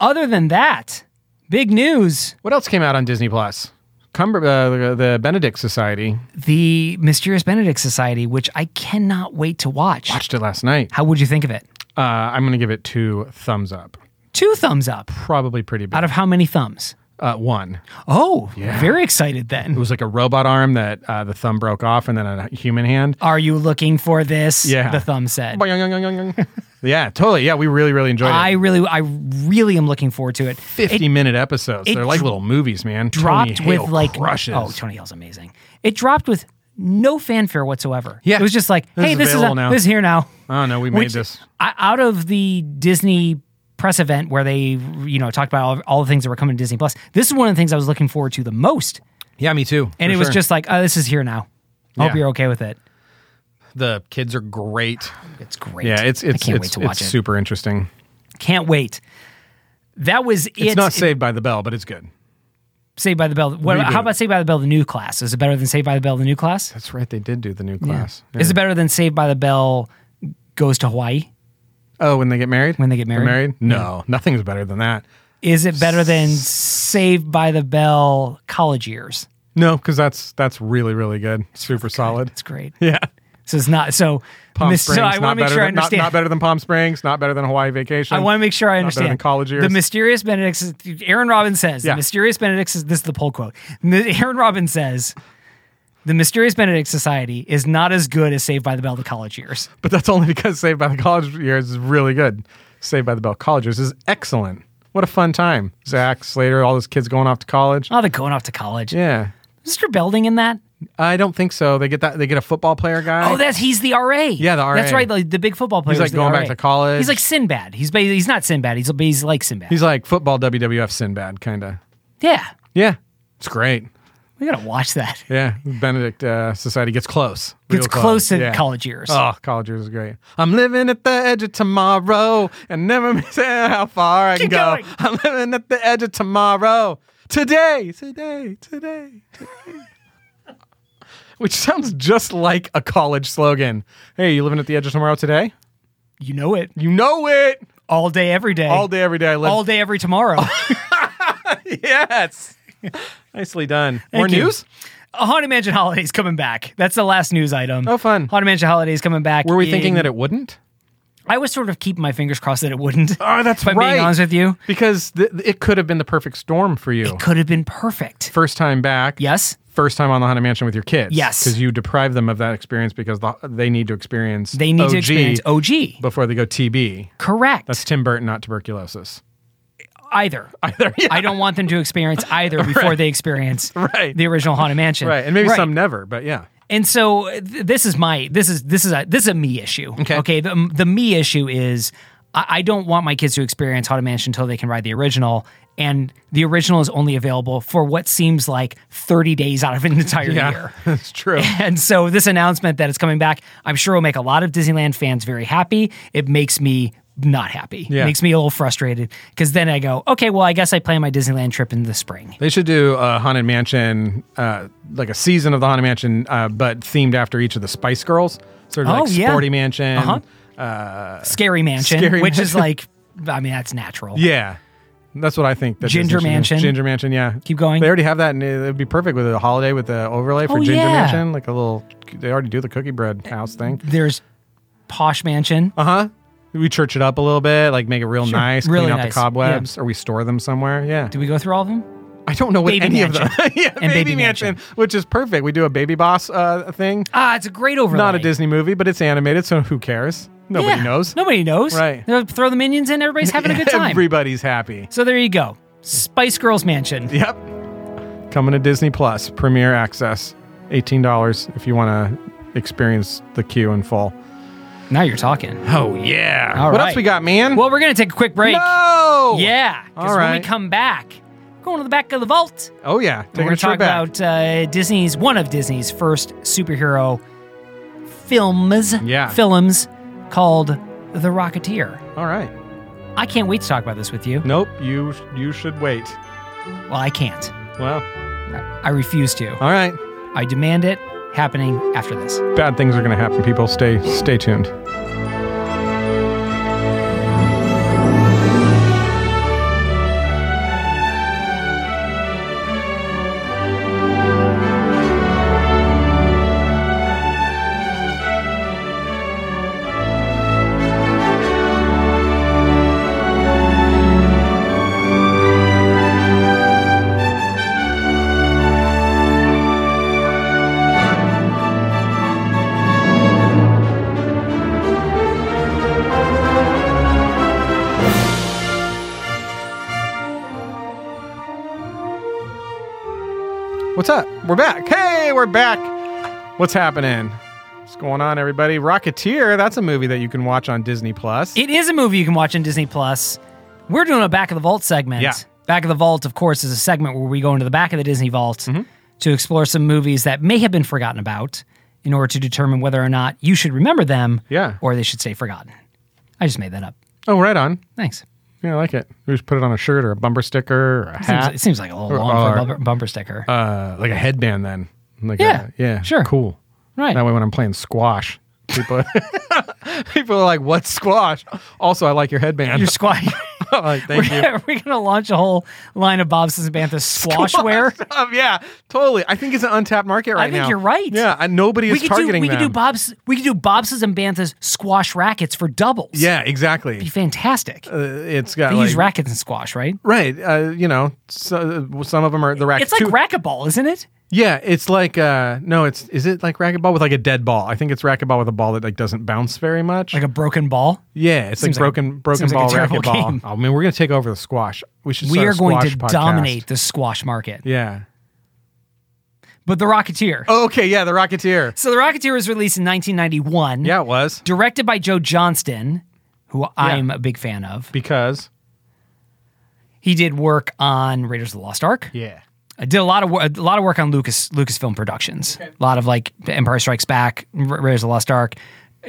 [SPEAKER 2] Other than that, big news:
[SPEAKER 3] What else came out on Disney Plus? Cumber uh, the- the Benedict Society
[SPEAKER 2] the Mysterious Benedict Society, which I cannot wait to watch.
[SPEAKER 3] watched it last night.
[SPEAKER 2] How would you think of it?
[SPEAKER 3] Uh, I'm going to give it two thumbs up.
[SPEAKER 2] Two thumbs up.
[SPEAKER 3] Probably pretty big.
[SPEAKER 2] Out of how many thumbs?
[SPEAKER 3] uh, one,
[SPEAKER 2] Oh, very excited then.
[SPEAKER 3] it was like a robot arm that uh, the thumb broke off, and then a human hand.
[SPEAKER 2] Are you looking for this?
[SPEAKER 3] Yeah.
[SPEAKER 2] The thumb said.
[SPEAKER 3] yeah, totally. Yeah, we really, really enjoyed
[SPEAKER 2] I
[SPEAKER 3] it.
[SPEAKER 2] really, I really am looking forward to it.
[SPEAKER 3] 50 minute episodes.
[SPEAKER 2] it
[SPEAKER 3] They're like
[SPEAKER 2] dr-
[SPEAKER 3] little movies, man.
[SPEAKER 2] Dropped
[SPEAKER 3] Tony Hale
[SPEAKER 2] with like
[SPEAKER 3] crushes.
[SPEAKER 2] Oh, Tony Hale's amazing. It dropped with no fanfare whatsoever.
[SPEAKER 3] Yeah.
[SPEAKER 2] It was just like,
[SPEAKER 3] This
[SPEAKER 2] hey,
[SPEAKER 3] is
[SPEAKER 2] this is
[SPEAKER 3] available
[SPEAKER 2] a-
[SPEAKER 3] now.
[SPEAKER 2] this is here now.
[SPEAKER 3] oh no, we made
[SPEAKER 2] Which-
[SPEAKER 3] this.
[SPEAKER 2] I, out of the Disney press event where they, you know, talked about all, all the things that were coming to Disney Plus, this is one of the things I was looking forward to the most.
[SPEAKER 3] Yeah, me too.
[SPEAKER 2] And
[SPEAKER 3] for
[SPEAKER 2] it was
[SPEAKER 3] sure.
[SPEAKER 2] just like, oh, this is here now. I hope
[SPEAKER 3] Yeah.
[SPEAKER 2] you're okay with it.
[SPEAKER 3] the kids are great.
[SPEAKER 2] It's great.
[SPEAKER 3] Yeah, it's it's
[SPEAKER 2] I can't
[SPEAKER 3] it's,
[SPEAKER 2] wait to watch
[SPEAKER 3] it's
[SPEAKER 2] it.
[SPEAKER 3] super interesting.
[SPEAKER 2] Can't wait. That was it.
[SPEAKER 3] It's, not
[SPEAKER 2] It-
[SPEAKER 3] Saved by the Bell, but it's good.
[SPEAKER 2] Saved by the Bell. What,
[SPEAKER 3] Reboot.
[SPEAKER 2] how about Saved by the Bell, the new class? Is it better than Saved by the Bell, the new class?
[SPEAKER 3] That's right. They did do the new class. Yeah.
[SPEAKER 2] Is it better than Saved by the Bell goes to Hawaii?
[SPEAKER 3] Oh, when they get married?
[SPEAKER 2] When they get
[SPEAKER 3] They're
[SPEAKER 2] married?
[SPEAKER 3] No, nothing's better than that.
[SPEAKER 2] Is it better than Saved by the Bell college years?
[SPEAKER 3] No, because that's that's really really good. Super solid.
[SPEAKER 2] It's great.
[SPEAKER 3] Yeah.
[SPEAKER 2] So it's not so.
[SPEAKER 3] Palm
[SPEAKER 2] mis-
[SPEAKER 3] Springs.
[SPEAKER 2] so I
[SPEAKER 3] not
[SPEAKER 2] want to make
[SPEAKER 3] better
[SPEAKER 2] sure I
[SPEAKER 3] than, not-
[SPEAKER 2] understand.
[SPEAKER 3] Not, better than Palm Springs. Not better than Hawaii Vacation.
[SPEAKER 2] I want to make sure I
[SPEAKER 3] Not better
[SPEAKER 2] understand.
[SPEAKER 3] than college years.
[SPEAKER 2] The mysterious Benedict. says- Aaron Robbins says.
[SPEAKER 3] Yeah.
[SPEAKER 2] The mysterious Benedict. says- This is the poll quote. The- Aaron Robbins says. The Mysterious Benedict Society is not as good as Saved by the Bell the College Years.
[SPEAKER 3] but that's only because Saved by the College Years is really good. Saved by the Bell College Years is excellent. What a fun time. Zach Slater, all those kids going off to college.
[SPEAKER 2] Oh, they're going off to college.
[SPEAKER 3] Yeah.
[SPEAKER 2] Mr. Belding in that?
[SPEAKER 3] I don't think so. They get that. They get a football player guy.
[SPEAKER 2] Oh, that's he's the RA.
[SPEAKER 3] Yeah, the
[SPEAKER 2] That's
[SPEAKER 3] RA.
[SPEAKER 2] right. The, the big football player.
[SPEAKER 3] like,
[SPEAKER 2] is the
[SPEAKER 3] going back
[SPEAKER 2] RA.
[SPEAKER 3] to college.
[SPEAKER 2] He's like Sinbad. He's ba- he's not Sinbad. He's he's like Sinbad.
[SPEAKER 3] He's like football WWF Sinbad kind of.
[SPEAKER 2] yeah,
[SPEAKER 3] Yeah. It's great.
[SPEAKER 2] we gotta watch that.
[SPEAKER 3] Yeah, Benedict uh, Society gets close.
[SPEAKER 2] Gets
[SPEAKER 3] Real
[SPEAKER 2] close to
[SPEAKER 3] yeah.
[SPEAKER 2] college years.
[SPEAKER 3] Oh, college years is great. I'm living at the edge of tomorrow and never matter how far I
[SPEAKER 2] Keep
[SPEAKER 3] can go.
[SPEAKER 2] going.
[SPEAKER 3] I'm living at the edge of tomorrow. Today, today, today, today. Which sounds just like a college slogan. Hey, you living at the edge of tomorrow today?
[SPEAKER 2] You know it.
[SPEAKER 3] You know it.
[SPEAKER 2] All day, every day.
[SPEAKER 3] All day, every day. I live.
[SPEAKER 2] All day, every tomorrow.
[SPEAKER 3] Yes. Nicely done. More
[SPEAKER 2] you.
[SPEAKER 3] news?
[SPEAKER 2] Haunted Mansion Holidays coming back. That's the last news item.
[SPEAKER 3] Oh, fun.
[SPEAKER 2] Haunted Mansion Holidays coming back.
[SPEAKER 3] Were we
[SPEAKER 2] in-
[SPEAKER 3] thinking that it wouldn't?
[SPEAKER 2] I was sort of keeping my fingers crossed that it wouldn't.
[SPEAKER 3] Oh, that's
[SPEAKER 2] if I'm
[SPEAKER 3] right.
[SPEAKER 2] being honest with you,
[SPEAKER 3] Because th- it could have been the perfect storm for you.
[SPEAKER 2] could have been perfect.
[SPEAKER 3] First time back.
[SPEAKER 2] Yes.
[SPEAKER 3] First time on the Haunted Mansion with your kids.
[SPEAKER 2] Yes.
[SPEAKER 3] Because you deprive them of that experience because the, they need to experience
[SPEAKER 2] They need
[SPEAKER 3] OG
[SPEAKER 2] to experience OG.
[SPEAKER 3] before they go TB.
[SPEAKER 2] Correct.
[SPEAKER 3] That's Tim Burton, not tuberculosis.
[SPEAKER 2] either.
[SPEAKER 3] Either. Yeah.
[SPEAKER 2] I don't want them to experience either before they experience
[SPEAKER 3] Right.
[SPEAKER 2] the original haunted mansion.
[SPEAKER 3] Right. And maybe some never, but yeah.
[SPEAKER 2] And so uh, th- this is my this is this is a this is a me issue.
[SPEAKER 3] Okay.
[SPEAKER 2] The, the me issue is I, I don't want my kids to experience haunted mansion until they can ride the original. And the original is only available for what seems like 30 days out of an entire
[SPEAKER 3] Yeah.
[SPEAKER 2] year.
[SPEAKER 3] That's true.
[SPEAKER 2] And so this announcement that it's coming back, I'm sure will make a lot of Disneyland fans very happy. It makes me not happy.
[SPEAKER 3] Yeah.
[SPEAKER 2] It makes me a little frustrated because then I go, okay, well, I guess I plan my Disneyland trip in the spring.
[SPEAKER 3] They should do a haunted mansion, uh, like a season of the haunted mansion, uh, but themed after each of the Spice Girls. Sort of
[SPEAKER 2] Oh,
[SPEAKER 3] like
[SPEAKER 2] yeah.
[SPEAKER 3] Sporty Mansion.
[SPEAKER 2] Uh-huh. Scary Mansion,
[SPEAKER 3] Uh, Scary
[SPEAKER 2] which is
[SPEAKER 3] Mansion.
[SPEAKER 2] like, I mean, that's natural.
[SPEAKER 3] Yeah. That's what I think. that Disney
[SPEAKER 2] Ginger
[SPEAKER 3] should do.
[SPEAKER 2] Mansion.
[SPEAKER 3] Ginger Mansion, yeah.
[SPEAKER 2] Keep going.
[SPEAKER 3] They already have that, and it would be perfect with a holiday with the overlay for
[SPEAKER 2] Oh,
[SPEAKER 3] Ginger
[SPEAKER 2] yeah.
[SPEAKER 3] Mansion. Like a little, they already do the cookie bread house thing.
[SPEAKER 2] There's Posh Mansion.
[SPEAKER 3] Uh huh. We church it up a little bit, like make it real nice,
[SPEAKER 2] Really
[SPEAKER 3] clean out
[SPEAKER 2] nice.
[SPEAKER 3] the cobwebs, or we store them somewhere. Yeah.
[SPEAKER 2] Do we go through all of them?
[SPEAKER 3] I don't know what
[SPEAKER 2] Baby
[SPEAKER 3] any of
[SPEAKER 2] Mansion.
[SPEAKER 3] them. yeah,
[SPEAKER 2] And Baby Mansion.
[SPEAKER 3] which is perfect. We do a Baby Boss uh, thing.
[SPEAKER 2] Ah, it's a great overlay.
[SPEAKER 3] Not a Disney movie, but it's animated, so who cares? Nobody
[SPEAKER 2] Yeah,
[SPEAKER 3] knows.
[SPEAKER 2] Nobody knows.
[SPEAKER 3] Right.
[SPEAKER 2] They'll throw the minions in. Everybody's having a good time.
[SPEAKER 3] Everybody's happy.
[SPEAKER 2] so there you go. Spice Girls Mansion.
[SPEAKER 3] Yep. Coming to Disney Plus, premiere access, eighteen dollars if you want to experience the queue in full.
[SPEAKER 2] Now you're talking.
[SPEAKER 3] Oh yeah.
[SPEAKER 2] All
[SPEAKER 3] what
[SPEAKER 2] right.
[SPEAKER 3] else we got, man?
[SPEAKER 2] Well, we're gonna take a quick break.
[SPEAKER 3] no.
[SPEAKER 2] Yeah. Because
[SPEAKER 3] All
[SPEAKER 2] when we
[SPEAKER 3] right.
[SPEAKER 2] come back, we're going to the back of the vault.
[SPEAKER 3] Oh yeah.
[SPEAKER 2] And
[SPEAKER 3] Taking
[SPEAKER 2] we're
[SPEAKER 3] a trip
[SPEAKER 2] going to
[SPEAKER 3] back.
[SPEAKER 2] talk about uh, Disney's one of Disney's first superhero films.
[SPEAKER 3] Yeah.
[SPEAKER 2] Films called The Rocketeer.
[SPEAKER 3] All right.
[SPEAKER 2] I can't wait to talk about this with you.
[SPEAKER 3] Nope. You you should wait.
[SPEAKER 2] Well, I can't.
[SPEAKER 3] Well.
[SPEAKER 2] I refuse to.
[SPEAKER 3] All right.
[SPEAKER 2] I demand it happening after this.
[SPEAKER 3] Bad things are going to happen. People, stay stay tuned. What's up? We're back. Hey, we're back. What's happening? What's going on, everybody? Rocketeer. That's a movie that you can watch on Disney Plus.
[SPEAKER 2] It is a movie you can watch on Disney Plus. We're doing a back of the vault segment.
[SPEAKER 3] Yeah.
[SPEAKER 2] Back of the vault, of course, is a segment where we go into the back of the Disney vault
[SPEAKER 3] Mm-hmm.
[SPEAKER 2] to explore some movies that may have been forgotten about in order to determine whether or not you should remember them
[SPEAKER 3] Yeah.
[SPEAKER 2] or they should stay forgotten. I just made that up.
[SPEAKER 3] Oh, right on.
[SPEAKER 2] Thanks.
[SPEAKER 3] Yeah, I like it. We just put it on a shirt or a bumper sticker or a
[SPEAKER 2] Seems,
[SPEAKER 3] hat,
[SPEAKER 2] it seems like a little
[SPEAKER 3] Or-
[SPEAKER 2] long for a
[SPEAKER 3] or-
[SPEAKER 2] bumper, bumper sticker.
[SPEAKER 3] uh, like a headband. Then, like
[SPEAKER 2] Yeah,
[SPEAKER 3] a, yeah,
[SPEAKER 2] sure.
[SPEAKER 3] cool.
[SPEAKER 2] right.
[SPEAKER 3] That way, when I'm playing squash, people people are like, "What's squash?" Also, I like your headband.
[SPEAKER 2] Your squash.
[SPEAKER 3] I'm like,
[SPEAKER 2] We're,
[SPEAKER 3] Thank you.
[SPEAKER 2] going to launch a whole line of Bob's and Bantha squash wear.
[SPEAKER 3] Um, yeah, totally. I think it's an untapped market right now.
[SPEAKER 2] I think you're right.
[SPEAKER 3] Yeah, and nobody
[SPEAKER 2] We
[SPEAKER 3] is
[SPEAKER 2] could do
[SPEAKER 3] targeting
[SPEAKER 2] we could do
[SPEAKER 3] them.
[SPEAKER 2] Bob's we could do Bob's and Bantha's squash rackets for doubles.
[SPEAKER 3] yeah, exactly.
[SPEAKER 2] be fantastic.
[SPEAKER 3] Uh, it's got
[SPEAKER 2] they
[SPEAKER 3] like,
[SPEAKER 2] use rackets and squash, right?
[SPEAKER 3] Right. Uh, you know, so, uh, some of them are the racket.
[SPEAKER 2] It's like racquetball, isn't it?
[SPEAKER 3] yeah, it's like uh, no, it's is it like racquetball with like a dead ball? I think it's racquetball with a ball that like doesn't bounce very much.
[SPEAKER 2] Like a broken ball.
[SPEAKER 3] yeah, it's like
[SPEAKER 2] seems like-
[SPEAKER 3] broken broken
[SPEAKER 2] seems like a
[SPEAKER 3] ball
[SPEAKER 2] terrible
[SPEAKER 3] racquetball.
[SPEAKER 2] game.
[SPEAKER 3] Oh man, we're gonna take over the squash. We should.
[SPEAKER 2] We
[SPEAKER 3] start a
[SPEAKER 2] are going to
[SPEAKER 3] squash podcast.
[SPEAKER 2] dominate the squash market.
[SPEAKER 3] Yeah.
[SPEAKER 2] But The Rocketeer.
[SPEAKER 3] Oh, okay. Yeah, the Rocketeer.
[SPEAKER 2] So The Rocketeer was released in 1991.
[SPEAKER 3] Yeah, it was
[SPEAKER 2] Directed by Joe Johnston, who I'm a big fan of.
[SPEAKER 3] because
[SPEAKER 2] He did work on Raiders of the Lost Ark.
[SPEAKER 3] yeah,
[SPEAKER 2] I did a lot of wor- a lot of work on Lucas Lucasfilm Productions. A lot of like Empire Strikes Back, R- Raiders of the Lost Ark.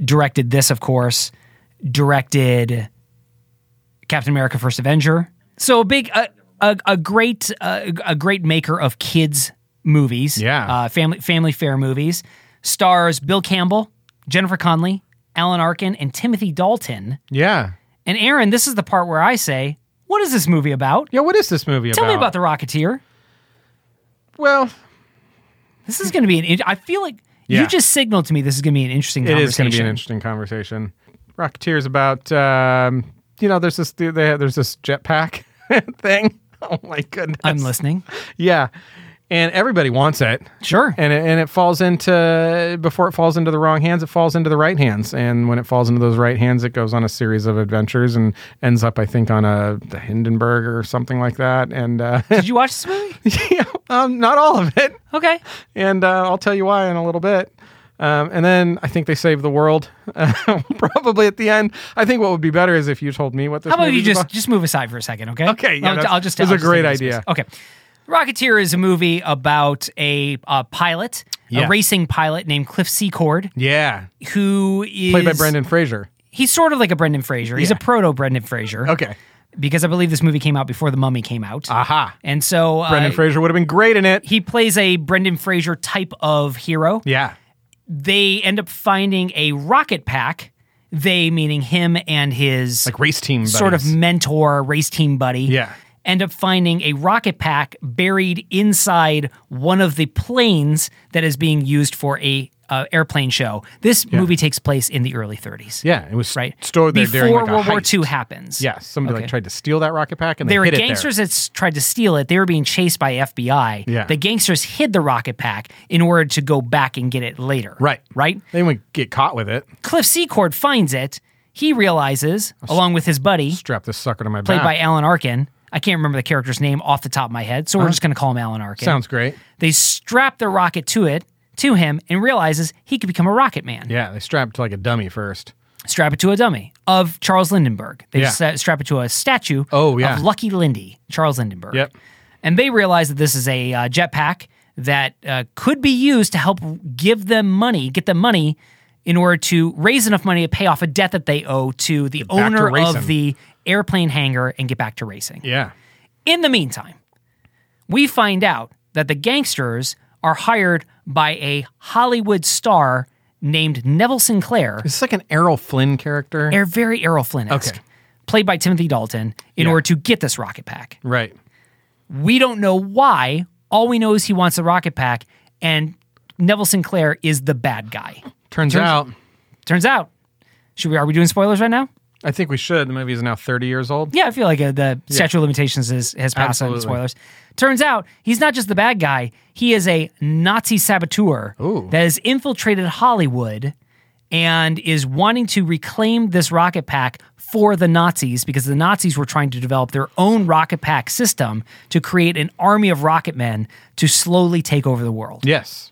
[SPEAKER 2] Directed this, of course. Directed Captain America: First Avenger. So a big a a, a great uh, a great maker of kids movies.
[SPEAKER 3] Yeah.
[SPEAKER 2] uh, family family fair movies. Stars Bill Campbell, Jennifer Connelly, Alan Arkin, and Timothy Dalton.
[SPEAKER 3] yeah,
[SPEAKER 2] And Aaron, this is the part where I say, "What is this movie about?"
[SPEAKER 3] yeah. What is this movie
[SPEAKER 2] Tell
[SPEAKER 3] about?
[SPEAKER 2] me about the Rocketeer.
[SPEAKER 3] Well,
[SPEAKER 2] This is going to be an. in- I feel like
[SPEAKER 3] Yeah.
[SPEAKER 2] you just signaled to me this is going to be an interesting
[SPEAKER 3] it
[SPEAKER 2] conversation.
[SPEAKER 3] is going to be an interesting conversation. Rocketeer's about um, you know there's this they, there's this jetpack thing. Oh my goodness!
[SPEAKER 2] I'm listening.
[SPEAKER 3] Yeah, and everybody wants it,
[SPEAKER 2] Sure.
[SPEAKER 3] and it, and it falls into before it falls into the wrong hands, it falls into the right hands, and when it falls into those right hands, it goes on a series of adventures and ends up, I think, on a the Hindenburg or something like that. And uh,
[SPEAKER 2] Did you watch this movie?
[SPEAKER 3] yeah, um, not all of it,
[SPEAKER 2] Okay.
[SPEAKER 3] and uh, I'll tell you why in a little bit. Um, and then I think they save the world, uh, probably at the end. I think what would be better is if you told me what this.
[SPEAKER 2] How about you
[SPEAKER 3] movie's
[SPEAKER 2] just
[SPEAKER 3] about.
[SPEAKER 2] just move aside for a second, okay?
[SPEAKER 3] Okay, yeah,
[SPEAKER 2] I'll,
[SPEAKER 3] that's-
[SPEAKER 2] I'll just.
[SPEAKER 3] that's
[SPEAKER 2] I'll
[SPEAKER 3] a
[SPEAKER 2] just
[SPEAKER 3] great
[SPEAKER 2] take this
[SPEAKER 3] idea.
[SPEAKER 2] first. Okay. Rocketeer is a movie about a, uh pilot,
[SPEAKER 3] Yeah.
[SPEAKER 2] a racing pilot named Cliff Secord,
[SPEAKER 3] yeah,
[SPEAKER 2] who is
[SPEAKER 3] played by Brendan Fraser.
[SPEAKER 2] He's sort of like a Brendan Fraser. He's
[SPEAKER 3] Yeah.
[SPEAKER 2] a proto Brendan Fraser.
[SPEAKER 3] Okay,
[SPEAKER 2] Because I believe this movie came out before The Mummy came out,
[SPEAKER 3] aha.
[SPEAKER 2] and so uh,
[SPEAKER 3] Brendan Fraser would have been great in it.
[SPEAKER 2] he plays a Brendan Fraser type of hero.
[SPEAKER 3] Yeah,
[SPEAKER 2] they end up finding a rocket pack. They, meaning him and his
[SPEAKER 3] like race team,
[SPEAKER 2] sort of
[SPEAKER 3] buddies.
[SPEAKER 2] mentor, race team buddy,
[SPEAKER 3] Yeah.
[SPEAKER 2] end up finding a rocket pack buried inside one of the planes that is being used for a uh, airplane show. This movie takes place in the early 30s.
[SPEAKER 3] Yeah, it was
[SPEAKER 2] Right.
[SPEAKER 3] stored there
[SPEAKER 2] Before
[SPEAKER 3] during like a
[SPEAKER 2] World War
[SPEAKER 3] heist.
[SPEAKER 2] II happens.
[SPEAKER 3] Yes, somebody
[SPEAKER 2] Okay.
[SPEAKER 3] like tried to steal that rocket pack, and they
[SPEAKER 2] there were
[SPEAKER 3] hid it
[SPEAKER 2] gangsters that s- tried to steal it. They were being chased by FBI.
[SPEAKER 3] Yeah.
[SPEAKER 2] The gangsters hid the rocket pack in order to go back and get it later.
[SPEAKER 3] Right.
[SPEAKER 2] Right?
[SPEAKER 3] There. They would get caught with it.
[SPEAKER 2] Cliff Secord finds it. He realizes, along with his buddy,
[SPEAKER 3] Strap this sucker to my
[SPEAKER 2] played
[SPEAKER 3] back.
[SPEAKER 2] by Alan Arkin. I can't remember the character's name off the top of my head, so we're just going to call him Alan Arkin.
[SPEAKER 3] Uh-huh. Sounds great.
[SPEAKER 2] They strap the rocket to it, to him, and realizes he could become a rocket man.
[SPEAKER 3] Yeah, they strapped to like a dummy first.
[SPEAKER 2] Strap it to a dummy of Charles Lindenberg. They
[SPEAKER 3] Yeah.
[SPEAKER 2] sta- strap it to a statue
[SPEAKER 3] Oh, yeah.
[SPEAKER 2] of Lucky Lindy, Charles Lindenberg.
[SPEAKER 3] Yep.
[SPEAKER 2] And they realize that this is a uh, jetpack that uh, could be used to help give them money, get them money in order to raise enough money to pay off a debt that they owe to the
[SPEAKER 3] to
[SPEAKER 2] owner
[SPEAKER 3] racing.
[SPEAKER 2] of the airplane hangar and get back to racing.
[SPEAKER 3] Yeah.
[SPEAKER 2] In the meantime, we find out that the gangsters are hired by a Hollywood star named Neville Sinclair,
[SPEAKER 3] It's like an Errol Flynn character.
[SPEAKER 2] Air very Errol Flynn esque,
[SPEAKER 3] Okay.
[SPEAKER 2] played by Timothy Dalton, in
[SPEAKER 3] Yeah.
[SPEAKER 2] order to get this rocket pack.
[SPEAKER 3] right.
[SPEAKER 2] We don't know why. All we know is he wants the rocket pack, and Neville Sinclair is the bad guy.
[SPEAKER 3] Turns, out,
[SPEAKER 2] Turns out, should we? Are we doing spoilers right now?
[SPEAKER 3] I think we should. The movie is now 30 years old.
[SPEAKER 2] Yeah, I feel like uh, the statute of limitations is, has passed on
[SPEAKER 3] Absolutely.
[SPEAKER 2] spoilers. Turns out he's not just the bad guy; he is a Nazi saboteur
[SPEAKER 3] Ooh.
[SPEAKER 2] that has infiltrated Hollywood and is wanting to reclaim this rocket pack for the Nazis because the Nazis were trying to develop their own rocket pack system to create an army of rocket men to slowly take over the world.
[SPEAKER 3] Yes.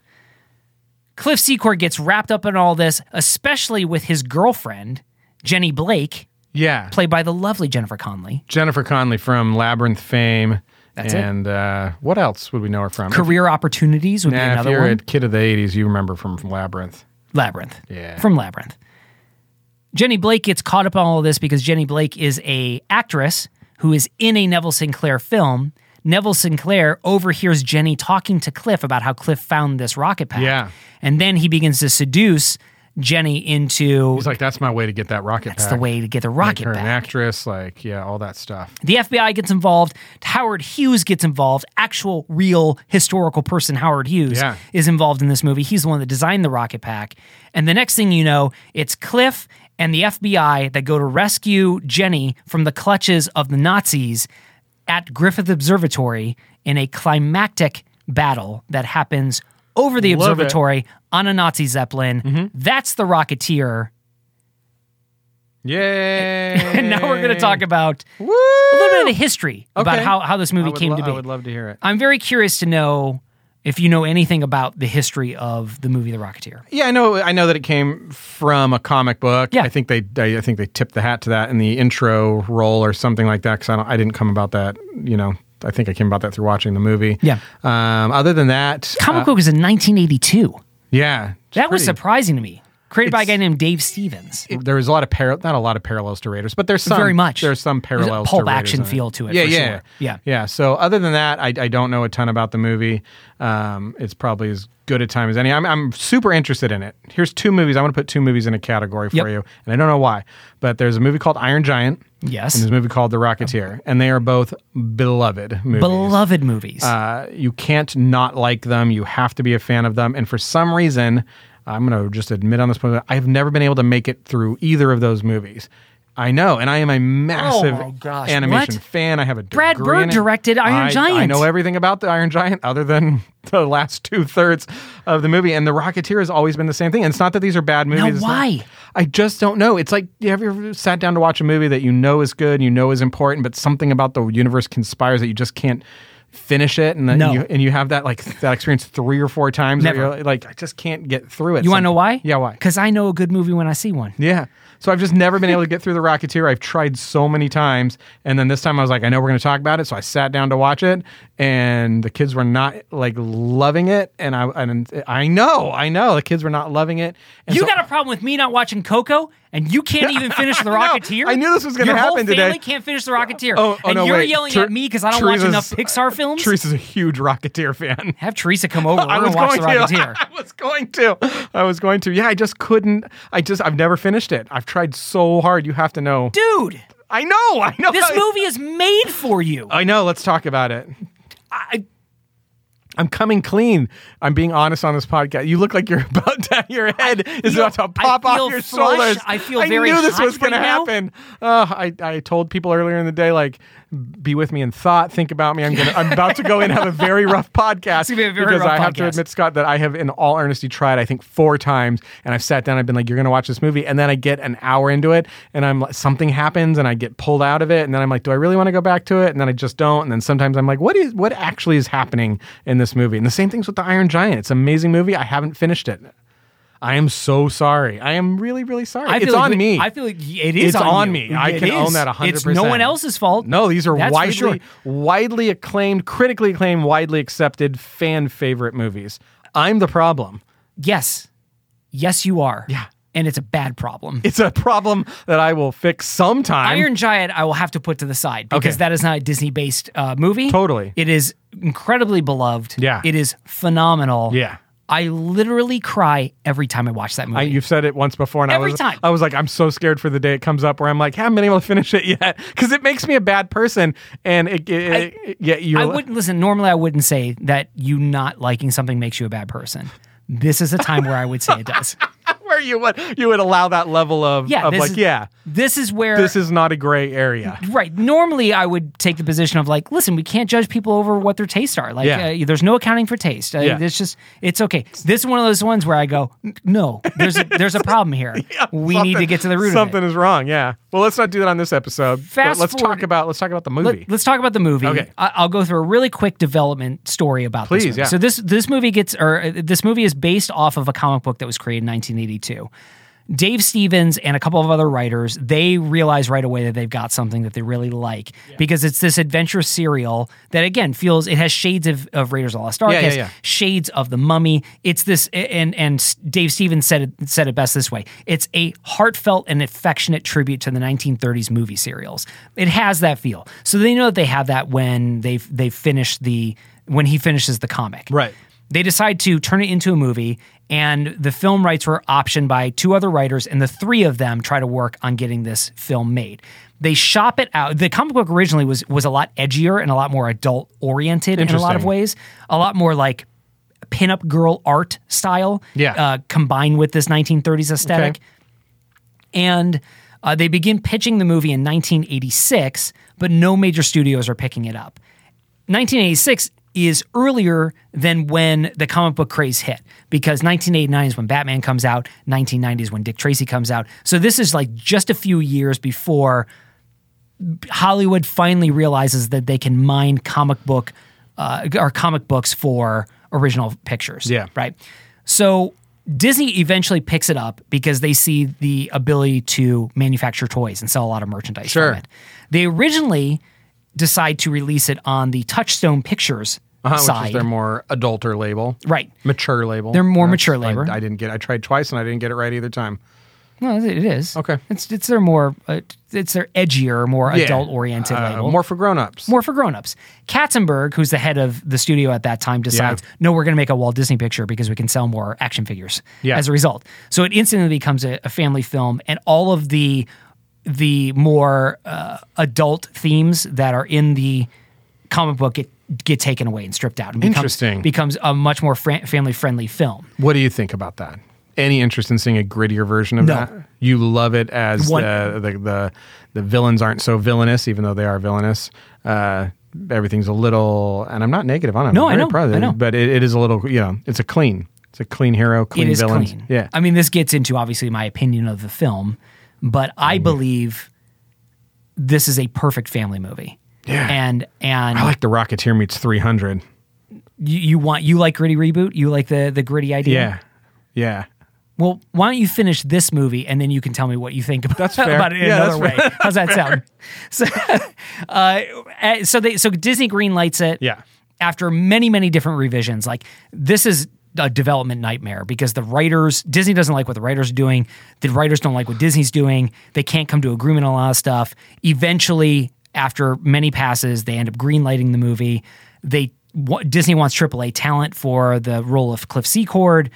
[SPEAKER 2] Cliff Secord gets wrapped up in all this, especially with his girlfriend Jenny Blake,
[SPEAKER 3] Yeah.
[SPEAKER 2] played by the lovely Jennifer Conley.
[SPEAKER 3] Jennifer Conley from Labyrinth fame.
[SPEAKER 2] That's it.
[SPEAKER 3] and uh, what else would we know her from?
[SPEAKER 2] Career opportunities would
[SPEAKER 3] If,
[SPEAKER 2] be
[SPEAKER 3] nah, if
[SPEAKER 2] another
[SPEAKER 3] you're
[SPEAKER 2] one.
[SPEAKER 3] a kid of the 80s, you remember from, from Labyrinth.
[SPEAKER 2] Labyrinth.
[SPEAKER 3] Yeah.
[SPEAKER 2] From Labyrinth. Jenny Blake gets caught up on all of this because Jenny Blake is a actress who is in a Neville Sinclair film. Neville Sinclair overhears Jenny talking to Cliff about how Cliff found this rocket pack.
[SPEAKER 3] Yeah.
[SPEAKER 2] And then he begins to seduce Jenny into
[SPEAKER 3] He's like, that's my way to get that rocket
[SPEAKER 2] that's
[SPEAKER 3] pack.
[SPEAKER 2] the way to get the
[SPEAKER 3] Make
[SPEAKER 2] rocket
[SPEAKER 3] her
[SPEAKER 2] back.
[SPEAKER 3] an actress, like, yeah, all that stuff.
[SPEAKER 2] The FBI gets involved. Howard Hughes gets involved. Actual, real, historical person Howard Hughes
[SPEAKER 3] Yeah.
[SPEAKER 2] is involved in this movie. He's the one that designed the rocket pack. And the next thing you know, it's Cliff and the FBI that go to rescue Jenny from the clutches of the Nazis at Griffith Observatory in a climactic battle that happens over the
[SPEAKER 3] Love it. Mm-hmm.
[SPEAKER 2] observatory on a Nazi Zeppelin. That's the Rocketeer.
[SPEAKER 3] Yay.
[SPEAKER 2] And now we're going to talk about
[SPEAKER 3] Woo!
[SPEAKER 2] a little bit of the history about
[SPEAKER 3] Okay.
[SPEAKER 2] how, how this movie
[SPEAKER 3] I would
[SPEAKER 2] came
[SPEAKER 3] lo-
[SPEAKER 2] to be.
[SPEAKER 3] I would love to hear it.
[SPEAKER 2] I'm very curious to know if you know anything about the history of the movie The Rocketeer.
[SPEAKER 3] Yeah, I know. I know that it came from a comic book.
[SPEAKER 2] Yeah.
[SPEAKER 3] I think they. I, I think they tipped the hat to that in the intro role or something like that. Because I, don't- I didn't come about that. You know, I think I came about that through watching the movie.
[SPEAKER 2] Yeah.
[SPEAKER 3] Um, other than that,
[SPEAKER 2] Comic
[SPEAKER 3] uh,
[SPEAKER 2] book was in 1982.
[SPEAKER 3] yeah, it's
[SPEAKER 2] That was
[SPEAKER 3] pretty-
[SPEAKER 2] surprising to me. Created by a guy
[SPEAKER 3] It's-
[SPEAKER 2] named Dave Stevens.
[SPEAKER 3] there was a lot of par- not a lot of parallels to Raiders, but there's some
[SPEAKER 2] Very much.
[SPEAKER 3] There's some
[SPEAKER 2] There's a
[SPEAKER 3] parallels.
[SPEAKER 2] pulp
[SPEAKER 3] to Raiders
[SPEAKER 2] action
[SPEAKER 3] in it.
[SPEAKER 2] feel to it,
[SPEAKER 3] Yeah,
[SPEAKER 2] for
[SPEAKER 3] yeah,
[SPEAKER 2] sure. Yeah.
[SPEAKER 3] yeah, yeah. So other than that, I, I don't know a ton about the movie. Um, it's probably as good a time as any. I'm, I'm super interested in it. Here's two movies. I'm going to put two movies in a category for
[SPEAKER 2] Yep.
[SPEAKER 3] you, and I don't know why, but there's a movie called Iron Giant.
[SPEAKER 2] Yes.
[SPEAKER 3] And there's a movie called The Rocketeer, and they are both beloved movies.
[SPEAKER 2] Beloved movies.
[SPEAKER 3] Uh, you can't not like them. You have to be a fan of them. And for some reason, I'm going to just admit on this point, I've never been able to make it through either of those movies. I know, and I am a massive
[SPEAKER 2] Oh my gosh,
[SPEAKER 3] animation
[SPEAKER 2] what?
[SPEAKER 3] fan. I have a degree
[SPEAKER 2] Brad Bird
[SPEAKER 3] in it.
[SPEAKER 2] directed Iron
[SPEAKER 3] I- I
[SPEAKER 2] Giant.
[SPEAKER 3] know everything about the Iron Giant, other than the last two thirds of the movie. And the Rocketeer has always been the same thing. And it's not that these are bad movies. It's not-
[SPEAKER 2] why?
[SPEAKER 3] I just don't know. It's like you ever- ever sat down to watch a movie that you know is good, you know is important, but something about the universe conspires that you just can't finish it, and then
[SPEAKER 2] No.
[SPEAKER 3] you, and you have that like that experience three or four times. where
[SPEAKER 2] Never.
[SPEAKER 3] you're like I just can't get through it.
[SPEAKER 2] you want to know
[SPEAKER 3] Some-
[SPEAKER 2] why?
[SPEAKER 3] Yeah, why?
[SPEAKER 2] Because I know a good movie when I see one.
[SPEAKER 3] Yeah. So I've just never been able to get through the Rocketeer. I've tried so many times, and then this time I was like, I know we're going to talk about it, so I sat down to watch it, and the kids were not like loving it, and I and I know, I know, the kids were not loving it. And
[SPEAKER 2] You
[SPEAKER 3] so-
[SPEAKER 2] got a problem with me not watching Coco, and you can't even finish The
[SPEAKER 3] I know.
[SPEAKER 2] Rocketeer?
[SPEAKER 3] I knew this was gonna
[SPEAKER 2] Your
[SPEAKER 3] happen
[SPEAKER 2] whole
[SPEAKER 3] today.
[SPEAKER 2] family can't finish The Rocketeer.
[SPEAKER 3] Oh, oh
[SPEAKER 2] and
[SPEAKER 3] no,
[SPEAKER 2] you're
[SPEAKER 3] wait.
[SPEAKER 2] yelling
[SPEAKER 3] Ter-
[SPEAKER 2] at me because I don't watch enough
[SPEAKER 3] Teresa's-
[SPEAKER 2] Pixar films?
[SPEAKER 3] Teresa's a huge Rocketeer fan.
[SPEAKER 2] Have Teresa come over. We're
[SPEAKER 3] I was
[SPEAKER 2] going to watch The
[SPEAKER 3] going to.
[SPEAKER 2] Rocketeer.
[SPEAKER 3] I was going to. I was going to. Yeah, I just couldn't. I just. I've never finished it. I've tried so hard. You have to know.
[SPEAKER 2] Dude,
[SPEAKER 3] I know. I know.
[SPEAKER 2] this movie is made for you.
[SPEAKER 3] I know. Let's talk about it.
[SPEAKER 2] I,
[SPEAKER 3] I'm coming clean. I'm being honest on this podcast. You look like you're about to, your head is
[SPEAKER 2] feel-
[SPEAKER 3] about to
[SPEAKER 2] I
[SPEAKER 3] pop
[SPEAKER 2] feel
[SPEAKER 3] off your
[SPEAKER 2] flush.
[SPEAKER 3] shoulders.
[SPEAKER 2] I feel very
[SPEAKER 3] knew this
[SPEAKER 2] hot
[SPEAKER 3] was gonna
[SPEAKER 2] right now.
[SPEAKER 3] happen. Uh, I, I told people earlier in the day, like, be with me in thought, think about me. I'm gonna, I'm about to go in and have a very rough podcast
[SPEAKER 2] gonna be a very
[SPEAKER 3] because
[SPEAKER 2] rough
[SPEAKER 3] I have to
[SPEAKER 2] podcast.
[SPEAKER 3] admit, Scott, that I have in all earnesty tried, I think four times, and I've sat down. I've been like, you're gonna watch this movie, and then I get an hour into it, and I'm like, something happens, and I get pulled out of it, and then I'm like, do I really want to go back to it? And then I just don't. And then sometimes I'm like, what is what actually is happening in this movie? And the same things with the Iron Giant. It's an amazing movie. I haven't finished it. I am so sorry. I am really, really sorry.
[SPEAKER 2] I feel
[SPEAKER 3] it's
[SPEAKER 2] like
[SPEAKER 3] on
[SPEAKER 2] we-
[SPEAKER 3] me.
[SPEAKER 2] I feel like it is
[SPEAKER 3] It's on me.
[SPEAKER 2] you.
[SPEAKER 3] I
[SPEAKER 2] It
[SPEAKER 3] can own
[SPEAKER 2] is.
[SPEAKER 3] that
[SPEAKER 2] It's no
[SPEAKER 3] 100%.
[SPEAKER 2] one else's fault.
[SPEAKER 3] No, these are
[SPEAKER 2] That's for
[SPEAKER 3] widely,
[SPEAKER 2] sure.
[SPEAKER 3] widely acclaimed, critically acclaimed, widely accepted fan favorite movies. I'm the problem.
[SPEAKER 2] Yes. Yes, you are.
[SPEAKER 3] Yeah.
[SPEAKER 2] And it's a bad problem.
[SPEAKER 3] It's a problem that I will fix sometime.
[SPEAKER 2] Iron Giant, I will have to put to the side because
[SPEAKER 3] Okay.
[SPEAKER 2] that is not a Disney based uh, movie.
[SPEAKER 3] Totally.
[SPEAKER 2] It is incredibly beloved.
[SPEAKER 3] Yeah.
[SPEAKER 2] It is phenomenal.
[SPEAKER 3] Yeah.
[SPEAKER 2] I literally cry every time I watch that movie.
[SPEAKER 3] I, you've said it once before, and I
[SPEAKER 2] Every
[SPEAKER 3] was
[SPEAKER 2] time.
[SPEAKER 3] I was like, I'm so scared for the day it comes up where I'm like, haven't been able to finish it yet because it makes me a bad person. And it, it, it- yeah, you're.
[SPEAKER 2] I wouldn't listen. Normally, I wouldn't say that you not liking something makes you a bad person. This is a time where I would say it does.
[SPEAKER 3] where you would you would allow that level of
[SPEAKER 2] Yeah,
[SPEAKER 3] of
[SPEAKER 2] this
[SPEAKER 3] like
[SPEAKER 2] is-
[SPEAKER 3] yeah,
[SPEAKER 2] This is where
[SPEAKER 3] this is not a gray area.
[SPEAKER 2] right. Normally, I would take the position of like, listen, we can't judge people over what their tastes are. Like,
[SPEAKER 3] Yeah.
[SPEAKER 2] uh, there's no accounting for taste. Uh,
[SPEAKER 3] Yeah.
[SPEAKER 2] It's just, it's okay. This is one of those ones where I go, "N- no, there's a, there's a problem here. we need to
[SPEAKER 3] Something-
[SPEAKER 2] get to the root
[SPEAKER 3] Something
[SPEAKER 2] of it.
[SPEAKER 3] is wrong. Yeah. Well, let's not do that on this episode.
[SPEAKER 2] Fast
[SPEAKER 3] but let's
[SPEAKER 2] forward-
[SPEAKER 3] talk about let's talk about the movie.
[SPEAKER 2] Let, us talk about the movie.
[SPEAKER 3] Okay.
[SPEAKER 2] I, I'll go through a really quick development story about
[SPEAKER 3] Please,
[SPEAKER 2] this movie.
[SPEAKER 3] yeah.
[SPEAKER 2] So this this movie gets or uh, this movie is based off of a comic book that was created in 1982. Dave Stevens and a couple of other writers, they realize right away that they've got something that they really like because it's this adventure serial that again feels it has shades of, of Raiders of the Lost Ark,
[SPEAKER 3] Yeah, yeah,
[SPEAKER 2] has
[SPEAKER 3] yeah.
[SPEAKER 2] shades of the Mummy. It's this and and Dave Stevens said it said it best this way. It's a heartfelt and affectionate tribute to the 1930s movie serials. It has that feel. So they know that they have that when they they finish the when he finishes the comic.
[SPEAKER 3] Right.
[SPEAKER 2] They decide to turn it into a movie, and the film rights were optioned by two other writers, and the three of them try to work on getting this film made. They shop it out. The comic book originally was was a lot edgier and a lot more adult oriented in a lot of
[SPEAKER 3] Interesting.
[SPEAKER 2] ways, a lot more like pinup girl art style,
[SPEAKER 3] Yeah.
[SPEAKER 2] uh, combined with this 1930s aesthetic
[SPEAKER 3] Okay.
[SPEAKER 2] and uh, they begin pitching the movie in 1986, but no major studios are picking it up. 1986 is earlier than when the comic book craze hit because 1989 is when Batman comes out, 1990 is when Dick Tracy comes out. So this is like just a few years before Hollywood finally realizes that they can mine comic book uh, or comic books for original pictures.
[SPEAKER 3] Yeah.
[SPEAKER 2] Right. So Disney eventually picks it up because they see the ability to manufacture toys and sell a lot of merchandise.
[SPEAKER 3] Sure.
[SPEAKER 2] From it. They originally decide to release it on the Touchstone Pictures
[SPEAKER 3] Uh-huh,
[SPEAKER 2] side.
[SPEAKER 3] which is their more adulter label.
[SPEAKER 2] right.
[SPEAKER 3] Mature label.
[SPEAKER 2] They're more
[SPEAKER 3] That's-
[SPEAKER 2] mature
[SPEAKER 3] I-
[SPEAKER 2] label.
[SPEAKER 3] I, didn't get I tried twice and I didn't get it right either time.
[SPEAKER 2] No, it is.
[SPEAKER 3] Okay.
[SPEAKER 2] It's it's their more uh, it's their edgier, more
[SPEAKER 3] Yeah.
[SPEAKER 2] adult oriented
[SPEAKER 3] Uh,
[SPEAKER 2] label.
[SPEAKER 3] More for grown-ups.
[SPEAKER 2] more for grown-ups. Katzenberg, who's the head of the studio at that time, decides,
[SPEAKER 3] Yeah.
[SPEAKER 2] no, we're going to make a Walt Disney picture because we can sell more action figures
[SPEAKER 3] Yeah.
[SPEAKER 2] as a result. So it instantly becomes a, a family film, and all of the the more uh, adult themes that are in the comic book get get taken away and stripped out and becomes,
[SPEAKER 3] Interesting.
[SPEAKER 2] becomes a much more fran- family-friendly film.
[SPEAKER 3] What do you think about that? Any interest in seeing a grittier version of
[SPEAKER 2] No.
[SPEAKER 3] that? You love it as
[SPEAKER 2] One-
[SPEAKER 3] the, the the the villains aren't so villainous, even though they are villainous. Uh, everything's a little, and I'm not negative on it.
[SPEAKER 2] No,
[SPEAKER 3] I'm
[SPEAKER 2] I
[SPEAKER 3] very
[SPEAKER 2] know,
[SPEAKER 3] proud of
[SPEAKER 2] I
[SPEAKER 3] it,
[SPEAKER 2] know.
[SPEAKER 3] but it, it is a little, you know, it's a clean, it's a clean hero, clean
[SPEAKER 2] it is
[SPEAKER 3] villains.
[SPEAKER 2] clean.
[SPEAKER 3] Yeah,
[SPEAKER 2] I mean, this gets into obviously my opinion of the film, but I
[SPEAKER 3] Mm-hmm.
[SPEAKER 2] believe this is a perfect family movie.
[SPEAKER 3] Yeah.
[SPEAKER 2] And and
[SPEAKER 3] I like the Rocketeer meets 300.
[SPEAKER 2] you, you want you like gritty reboot? You like the the gritty idea?
[SPEAKER 3] Yeah, yeah.
[SPEAKER 2] Well, why don't you finish this movie and then you can tell me what you think about,
[SPEAKER 3] fair.
[SPEAKER 2] about it in
[SPEAKER 3] Yeah,
[SPEAKER 2] another
[SPEAKER 3] that's
[SPEAKER 2] way? How's that sound? So, uh, eh, so they so Disney greenlights it.
[SPEAKER 3] Yeah.
[SPEAKER 2] After many many different revisions, like this is a development nightmare because the writers Disney doesn't like what the writers are doing. The writers don't like what Disney's doing. They can't come to agreement on a lot of stuff. Eventually, after many passes, they end up greenlighting the movie. They wa- Disney wants AAA talent for the role of Cliff Secord.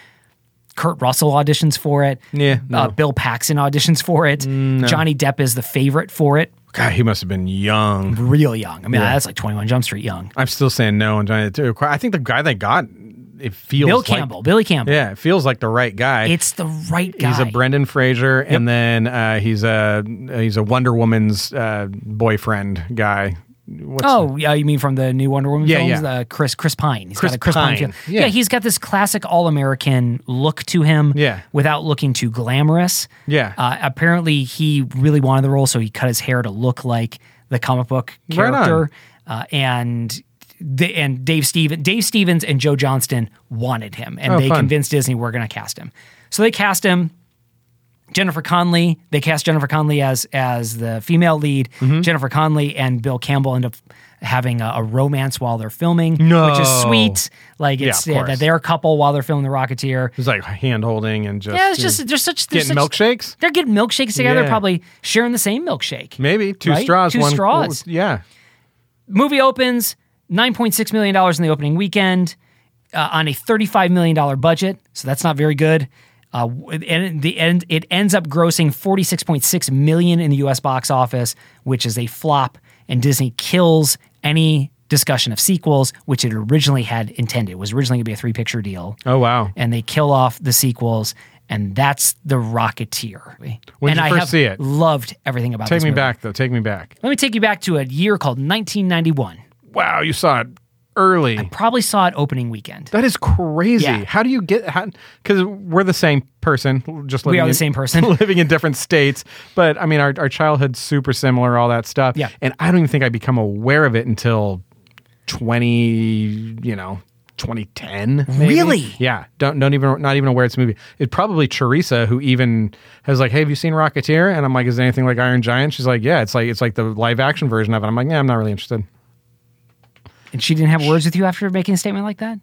[SPEAKER 2] Kurt Russell auditions for it.
[SPEAKER 3] Yeah, Mm,
[SPEAKER 2] Uh, Bill Paxton auditions for it. Johnny Depp is the favorite for it.
[SPEAKER 3] God, he must have been young.
[SPEAKER 2] real young. I mean,
[SPEAKER 3] Yeah.
[SPEAKER 2] that's like 21 Jump Street young.
[SPEAKER 3] I'm still saying no on Johnny Depp. I think the guy they got, it feels
[SPEAKER 2] Bill
[SPEAKER 3] like-
[SPEAKER 2] Campbell, Billy Campbell.
[SPEAKER 3] yeah, it feels like the right guy.
[SPEAKER 2] It's the right guy.
[SPEAKER 3] He's a Brendan Fraser, and then uh, he's a he's a Wonder Woman's uh, boyfriend guy. What's
[SPEAKER 2] Oh, yeah, you mean from the new Wonder Woman
[SPEAKER 3] Yeah,
[SPEAKER 2] films?
[SPEAKER 3] yeah.
[SPEAKER 2] Uh, Chris Chris Pine. He's
[SPEAKER 3] Chris
[SPEAKER 2] got a Chris Pine,
[SPEAKER 3] Pine.
[SPEAKER 2] feel.
[SPEAKER 3] Yeah.
[SPEAKER 2] Yeah. he's got this classic all American look to him.
[SPEAKER 3] Yeah.
[SPEAKER 2] Without looking too glamorous.
[SPEAKER 3] Yeah.
[SPEAKER 2] Uh, apparently he really wanted the role, so he cut his hair to look like the comic book
[SPEAKER 3] Right on.
[SPEAKER 2] character. uh, and the, and Dave Steven Dave Stevens and Joe Johnston wanted him, and
[SPEAKER 3] Oh,
[SPEAKER 2] they
[SPEAKER 3] fun.
[SPEAKER 2] convinced Disney we're going to cast him. So they cast him. Jennifer Conley. They cast Jennifer Conley as as the female lead.
[SPEAKER 3] Mm-hmm.
[SPEAKER 2] Jennifer Conley and Bill Campbell end up having a, a romance while they're filming, which is
[SPEAKER 3] No.
[SPEAKER 2] sweet. Like it's
[SPEAKER 3] of
[SPEAKER 2] yeah,
[SPEAKER 3] course.
[SPEAKER 2] that they're a couple while they're filming The Rocketeer.
[SPEAKER 3] It's like hand holding and just
[SPEAKER 2] Yeah, it's just there's such there's
[SPEAKER 3] getting
[SPEAKER 2] such-
[SPEAKER 3] milkshakes.
[SPEAKER 2] They're getting milkshakes together,
[SPEAKER 3] Yeah.
[SPEAKER 2] probably sharing the same milkshake.
[SPEAKER 3] Maybe two
[SPEAKER 2] Right?
[SPEAKER 3] straws.
[SPEAKER 2] Two
[SPEAKER 3] one,
[SPEAKER 2] straws.
[SPEAKER 3] Yeah,
[SPEAKER 2] Movie opens nine point six million dollars in the opening weekend uh, on a thirty five million dollar budget, so that's not very good. Uh, and the end, it ends up grossing forty six point six million in the U.S. box office, which is a flop. And Disney kills any discussion of sequels, which it originally had intended. It was originally going to be a three picture deal.
[SPEAKER 3] Oh wow.
[SPEAKER 2] and they kill off the sequels, and that's the Rocketeer.
[SPEAKER 3] When did
[SPEAKER 2] and
[SPEAKER 3] you
[SPEAKER 2] I
[SPEAKER 3] first
[SPEAKER 2] have
[SPEAKER 3] see it?
[SPEAKER 2] loved everything about.
[SPEAKER 3] Take
[SPEAKER 2] this
[SPEAKER 3] me
[SPEAKER 2] movie.
[SPEAKER 3] back though. Take me back.
[SPEAKER 2] Let me take you back to a year called 1991.
[SPEAKER 3] Wow, you saw it early.
[SPEAKER 2] Probably saw it opening weekend.
[SPEAKER 3] That is crazy.
[SPEAKER 2] Yeah.
[SPEAKER 3] How do you get how Because we're the same person, just living
[SPEAKER 2] are the
[SPEAKER 3] in-
[SPEAKER 2] same person.
[SPEAKER 3] living in different states. But I mean, our, our childhood's super similar, all that stuff.
[SPEAKER 2] Yeah.
[SPEAKER 3] And I don't even think I become aware of it until 20, you know, 2010. maybe.
[SPEAKER 2] Really?
[SPEAKER 3] Yeah. Don't, don't even, not even aware it's a movie. It probably Teresa who even has like, Hey, have you seen Rocketeer? And I'm like, is it anything like Iron Giant? She's like, yeah, it's like, it's like the live action version of it. I'm like, yeah, I'm not really interested.
[SPEAKER 2] And she didn't have words with you after making a statement like that?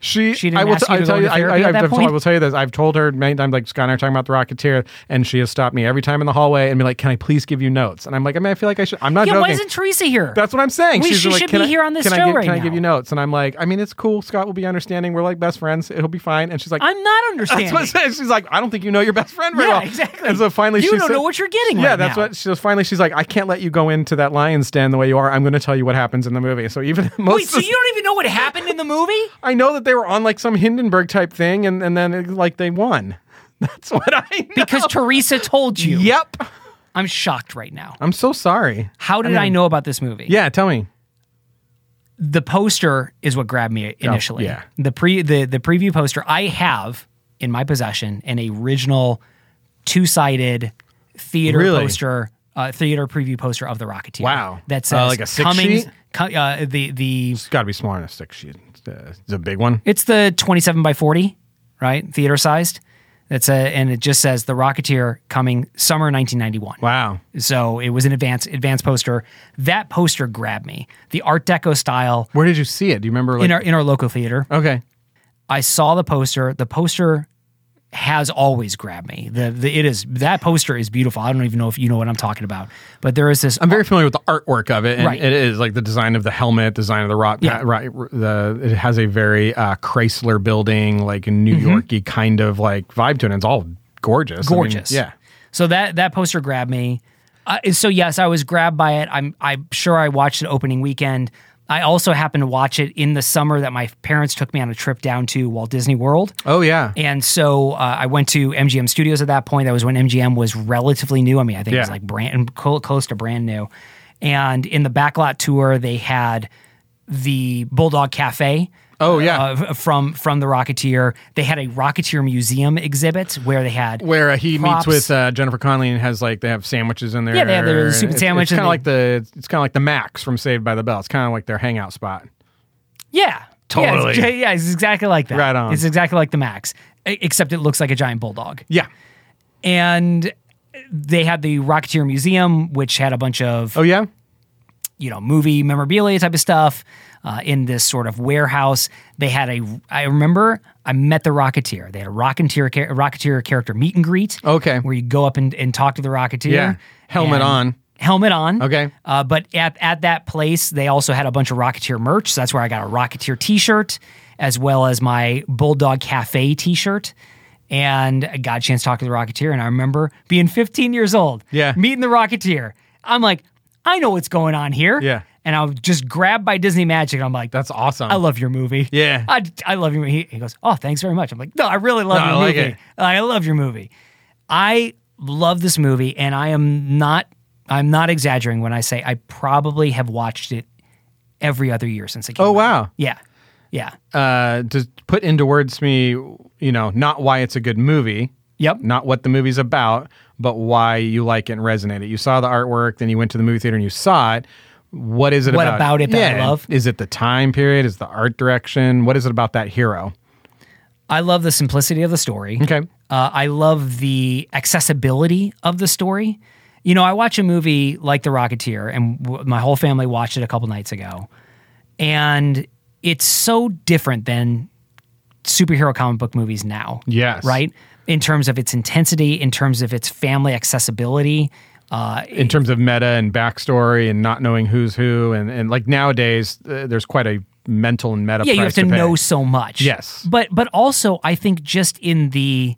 [SPEAKER 3] She,
[SPEAKER 2] She didn't
[SPEAKER 3] I will
[SPEAKER 2] ask
[SPEAKER 3] t-
[SPEAKER 2] you to
[SPEAKER 3] I tell
[SPEAKER 2] go
[SPEAKER 3] you,
[SPEAKER 2] into
[SPEAKER 3] I,
[SPEAKER 2] therapy
[SPEAKER 3] I,
[SPEAKER 2] at
[SPEAKER 3] I've
[SPEAKER 2] that
[SPEAKER 3] told- I
[SPEAKER 2] point?
[SPEAKER 3] will tell you this. I've told her many times, like Scott and I are talking about the Rocketeer, and she has stopped me every time in the hallway and be like, "Can I please give you notes?" And I'm like, "I mean, I feel like I should." I'm not
[SPEAKER 2] Yeah,
[SPEAKER 3] joking.
[SPEAKER 2] why isn't Teresa here?
[SPEAKER 3] That's what I'm saying.
[SPEAKER 2] We-
[SPEAKER 3] She's
[SPEAKER 2] she
[SPEAKER 3] like,
[SPEAKER 2] should
[SPEAKER 3] "Can
[SPEAKER 2] be
[SPEAKER 3] I-
[SPEAKER 2] here on this
[SPEAKER 3] can I
[SPEAKER 2] show
[SPEAKER 3] give-
[SPEAKER 2] right
[SPEAKER 3] Can I
[SPEAKER 2] now."
[SPEAKER 3] give you notes? And I'm like, "I mean, it's cool. Scott will be understanding. We're like best friends. It'll be fine." And she's like,
[SPEAKER 2] I'm not
[SPEAKER 3] that's
[SPEAKER 2] understanding.
[SPEAKER 3] what I'm saying. She's like, I don't think you know your best friend very
[SPEAKER 2] Yeah,
[SPEAKER 3] well.
[SPEAKER 2] exactly.
[SPEAKER 3] And so finally,
[SPEAKER 2] You
[SPEAKER 3] she
[SPEAKER 2] don't
[SPEAKER 3] said-
[SPEAKER 2] know what you're getting
[SPEAKER 3] Yeah,
[SPEAKER 2] right
[SPEAKER 3] that's
[SPEAKER 2] now.
[SPEAKER 3] what. She, so finally, she's like, I can't let you go into that lion's den the way you are. I'm going to tell you what happens in the movie. So even most
[SPEAKER 2] Wait, so you don't even know what happened in the movie?
[SPEAKER 3] I know that they were on like some Hindenburg type thing, and, and then it, like they won. That's what I know.
[SPEAKER 2] Because Teresa told you.
[SPEAKER 3] yep,
[SPEAKER 2] I'm shocked right now.
[SPEAKER 3] I'm so sorry.
[SPEAKER 2] How did I, know about this movie?
[SPEAKER 3] Mm. Yeah, tell me.
[SPEAKER 2] The poster is what grabbed me initially.
[SPEAKER 3] Oh, yeah.
[SPEAKER 2] The pre the, the preview poster I have in my possession an original two sided theater
[SPEAKER 3] Really?
[SPEAKER 2] poster, uh, theater preview poster of the Rocketeer.
[SPEAKER 3] Wow.
[SPEAKER 2] That says
[SPEAKER 3] Uh, like a six
[SPEAKER 2] Cummings,
[SPEAKER 3] sheet?
[SPEAKER 2] Cu- uh, the the
[SPEAKER 3] It's got to be smaller than a six sheet. It's, uh, It's a big one.
[SPEAKER 2] It's the 27 by 40, right? Theater sized. That's a, and it just says The Rocketeer coming summer 1991.
[SPEAKER 3] Wow.
[SPEAKER 2] So it was an advance advance poster. That poster grabbed me. The Art Deco style
[SPEAKER 3] Where did you see it? Do you remember? Like,
[SPEAKER 2] in our in our local theater.
[SPEAKER 3] okay.
[SPEAKER 2] I saw the poster. The poster has always grabbed me. The, the it is that poster is beautiful. I don't even know if you know what I'm talking about, but there is this.
[SPEAKER 3] I'm very familiar with the artwork of it, and
[SPEAKER 2] Right.
[SPEAKER 3] it is like the design of the helmet, design of the rock,
[SPEAKER 2] Yeah.
[SPEAKER 3] right? The it has a very uh, Chrysler building, like New
[SPEAKER 2] Mm-hmm.
[SPEAKER 3] Yorky kind of like vibe to it. And it's all gorgeous, I mean,
[SPEAKER 2] gorgeous.
[SPEAKER 3] yeah,
[SPEAKER 2] So that that poster grabbed me. Uh, so yes, I was grabbed by it. I'm I'm sure I watched it opening weekend. I also happened to watch it in the summer that my parents took me on a trip down to Walt Disney World.
[SPEAKER 3] oh yeah,
[SPEAKER 2] And so uh, I went to MGM Studios at that point. That was when MGM was relatively new. I mean, I think it was
[SPEAKER 3] Yeah.
[SPEAKER 2] like brand clo- close to brand new. And in the backlot tour, they had the Bulldog Cafe.
[SPEAKER 3] Oh, yeah.
[SPEAKER 2] uh, f- from from the Rocketeer. They had a Rocketeer Museum exhibit where they had
[SPEAKER 3] where uh, he meets
[SPEAKER 2] props.
[SPEAKER 3] with uh, Jennifer Connelly and has like they have sandwiches in there.
[SPEAKER 2] Yeah, they have their
[SPEAKER 3] and
[SPEAKER 2] stupid
[SPEAKER 3] it's,
[SPEAKER 2] sandwich
[SPEAKER 3] It's
[SPEAKER 2] and
[SPEAKER 3] kind of
[SPEAKER 2] they-
[SPEAKER 3] like the it's kind of like the Max from Saved by the Bell. It's kind of like their hangout spot.
[SPEAKER 2] Yeah. Yeah,
[SPEAKER 3] Totally.
[SPEAKER 2] it's, yeah, it's exactly like that.
[SPEAKER 3] Right on.
[SPEAKER 2] It's exactly like the Max, e- except it looks like a giant bulldog.
[SPEAKER 3] Yeah.
[SPEAKER 2] And they had the Rocketeer Museum, which had a bunch of
[SPEAKER 3] Oh yeah.
[SPEAKER 2] you know movie memorabilia type of stuff uh, in this sort of warehouse. They had a. I remember I met the Rocketeer. They had a Rocketeer cha- Rocketeer character meet and greet.
[SPEAKER 3] Okay.
[SPEAKER 2] where you go up and, and talk to the Rocketeer.
[SPEAKER 3] Yeah. Helmet
[SPEAKER 2] and-
[SPEAKER 3] on.
[SPEAKER 2] Helmet on.
[SPEAKER 3] Okay.
[SPEAKER 2] Uh, but at, at that place, they also had a bunch of Rocketeer merch. So that's where I got a Rocketeer t shirt, as well as my Bulldog Cafe t shirt. And I got a chance to talk to the Rocketeer. And I remember being 15 years old,
[SPEAKER 3] Yeah.
[SPEAKER 2] meeting the Rocketeer. I'm like, I know what's going on here.
[SPEAKER 3] Yeah.
[SPEAKER 2] And I'll just grab by Disney Magic. I'm like,
[SPEAKER 3] That's awesome.
[SPEAKER 2] I love your movie.
[SPEAKER 3] Yeah.
[SPEAKER 2] I, I love your movie. He, he goes, Oh, thanks very much. I'm like, No, I really love
[SPEAKER 3] No, I
[SPEAKER 2] your
[SPEAKER 3] like
[SPEAKER 2] movie.
[SPEAKER 3] it.
[SPEAKER 2] I love your movie. I love this movie, and I am not I'm not exaggerating when I say I probably have watched it every other year since it came
[SPEAKER 3] Oh
[SPEAKER 2] out.
[SPEAKER 3] wow.
[SPEAKER 2] Yeah. Yeah.
[SPEAKER 3] Uh, to put into words to me, you know, not why it's a good movie,
[SPEAKER 2] Yep.
[SPEAKER 3] not what the movie's about, but why you like it and resonate it. You saw the artwork, then you went to the movie theater and you saw it. What is it
[SPEAKER 2] What
[SPEAKER 3] about?
[SPEAKER 2] about it that I love?
[SPEAKER 3] Is it the time period? Is it the art direction? What is it about that hero?
[SPEAKER 2] I love the simplicity of the story.
[SPEAKER 3] Okay.
[SPEAKER 2] Uh, I love the accessibility of the story. You know, I watch a movie like The Rocketeer, and w- my whole family watched it a couple nights ago. And it's so different than superhero comic book movies now.
[SPEAKER 3] Yes.
[SPEAKER 2] Right? In terms of its intensity, in terms of its family accessibility. Uh,
[SPEAKER 3] In terms of meta and backstory and not knowing who's who and, and like nowadays, uh, there's quite a mental and meta.
[SPEAKER 2] yeah, you have
[SPEAKER 3] price
[SPEAKER 2] to,
[SPEAKER 3] pay.
[SPEAKER 2] know so much.
[SPEAKER 3] Yes.
[SPEAKER 2] but but also I think just in the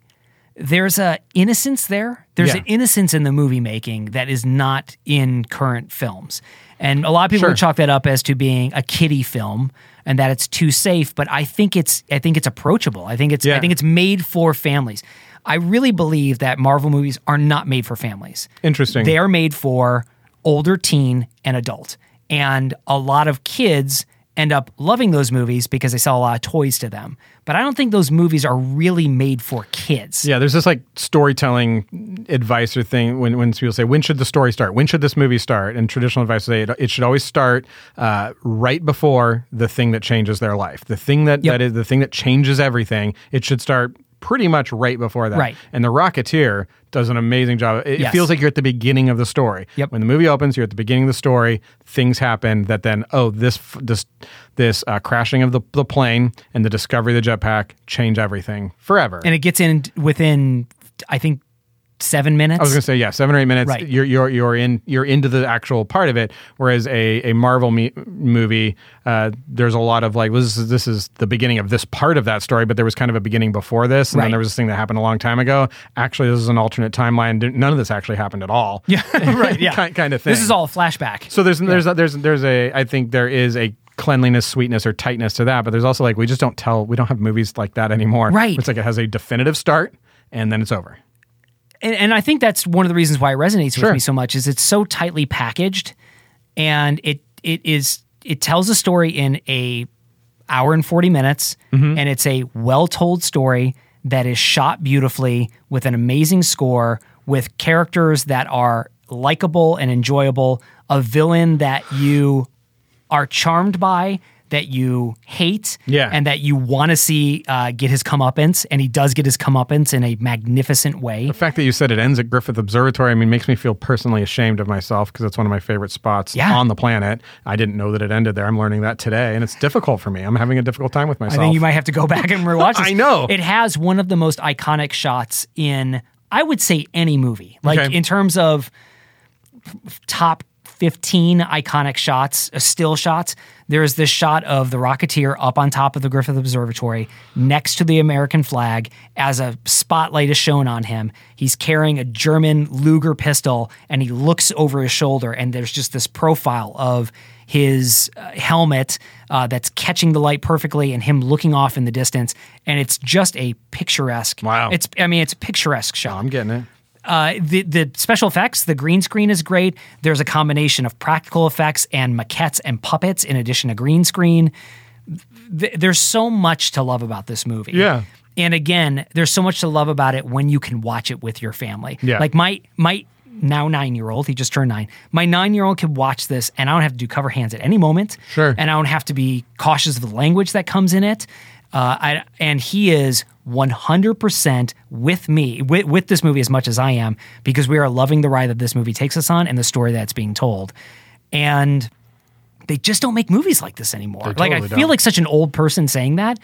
[SPEAKER 2] there's a innocence there. There's
[SPEAKER 3] Yeah.
[SPEAKER 2] an innocence in the movie making that is not in current films, and a lot of people
[SPEAKER 3] Sure.
[SPEAKER 2] would chalk that up as to being a kiddie film and that it's too safe. But I think it's I think it's approachable. I think it's I
[SPEAKER 3] Yeah.
[SPEAKER 2] think it's made for families. I really believe that Marvel movies are not made for families.
[SPEAKER 3] Interesting.
[SPEAKER 2] They are made for older teen and adult. And a lot of kids end up loving those movies because they sell a lot of toys to them. But I don't think those movies are really made for kids.
[SPEAKER 3] Yeah, there's this like storytelling advice or thing when, when people say, when should the story start? When should this movie start? And traditional advice would say it, it should always start uh, right before the thing that changes their life. The thing that,
[SPEAKER 2] Yep.
[SPEAKER 3] that is the thing that changes everything, it should start pretty much right before that.
[SPEAKER 2] Right.
[SPEAKER 3] And The Rocketeer does an amazing job. It, it
[SPEAKER 2] Yes.
[SPEAKER 3] feels like you're at the beginning of the story.
[SPEAKER 2] Yep.
[SPEAKER 3] When the movie opens, you're at the beginning of the story. Things happen that then, oh, this f- this this uh, crashing of the, the plane and the discovery of the jetpack change everything forever.
[SPEAKER 2] And it gets in within, I think, seven minutes.
[SPEAKER 3] I was gonna say yeah, seven or eight minutes.
[SPEAKER 2] Right.
[SPEAKER 3] You're you're you're in you're into the actual part of it. Whereas a a Marvel me- movie, uh, there's a lot of like well, this is this is the beginning of this part of that story, but there was kind of a beginning before this, and
[SPEAKER 2] Right.
[SPEAKER 3] then there was this thing that happened a long time ago. Actually, this is an alternate timeline. None of this actually happened at all.
[SPEAKER 2] yeah, right. Yeah.
[SPEAKER 3] Kind- kind of thing.
[SPEAKER 2] This is all a flashback.
[SPEAKER 3] So there's there's a, there's there's a I think there is a cleanliness, sweetness, or tightness to that, but there's also like we just don't tell we don't have movies like that anymore.
[SPEAKER 2] Right.
[SPEAKER 3] It's like it has a definitive start and then it's over.
[SPEAKER 2] and, and I think that's one of the reasons why it resonates
[SPEAKER 3] Sure.
[SPEAKER 2] with me so much is it's so tightly packaged, and it it is it tells a story in a hour and forty minutes,
[SPEAKER 3] Mm-hmm.
[SPEAKER 2] and it's a well told story that is shot beautifully with an amazing score with characters that are likable and enjoyable, a villain that you are charmed by. That you hate,
[SPEAKER 3] Yeah.
[SPEAKER 2] and that you want to see uh, get his comeuppance, and he does get his comeuppance in a magnificent way.
[SPEAKER 3] The fact that you said it ends at Griffith Observatory, I mean, makes me feel personally ashamed of myself because it's one of my favorite spots
[SPEAKER 2] Yeah.
[SPEAKER 3] on the planet. I didn't know that it ended there. I'm learning that today, and it's difficult for me. I'm having a difficult time with
[SPEAKER 2] I
[SPEAKER 3] myself.
[SPEAKER 2] think you might have to go back and rewatch this.
[SPEAKER 3] I know.
[SPEAKER 2] It has one of the most iconic shots in, I would say, any movie. Like,
[SPEAKER 3] Okay.
[SPEAKER 2] in terms of f- top 15 iconic shots, uh, still shots, there's this shot of the Rocketeer up on top of the Griffith Observatory next to the American flag as a spotlight is shown on him. He's carrying a German Luger pistol and he looks over his shoulder, and there's just this profile of his uh, helmet uh, that's catching the light perfectly and him looking off in the distance. And it's just a picturesque.
[SPEAKER 3] Wow.
[SPEAKER 2] It's, I mean, it's a picturesque shot
[SPEAKER 3] I'm getting it.
[SPEAKER 2] uh, the the special effects, the green screen is great. There's a combination of practical effects and maquettes and puppets in addition to green screen. Th- there's so much to love about this movie.
[SPEAKER 3] Yeah.
[SPEAKER 2] And again, there's so much to love about it when you can watch it with your family.
[SPEAKER 3] Yeah.
[SPEAKER 2] Like my my now nine year old, he just turned nine. My nine year old can watch this, and I don't have to do cover hands at any moment.
[SPEAKER 3] Sure.
[SPEAKER 2] And I don't have to be cautious of the language that comes in it. Uh, I, and he is 100% with me, with, with this movie as much as I am, because we are loving the ride that this movie takes us on and the story that's being told. And they just don't make movies like this anymore. like I
[SPEAKER 3] totally
[SPEAKER 2] feel
[SPEAKER 3] don't.
[SPEAKER 2] like such an old person saying that,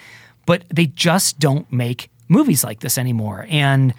[SPEAKER 2] but they just don't make movies like this anymore. And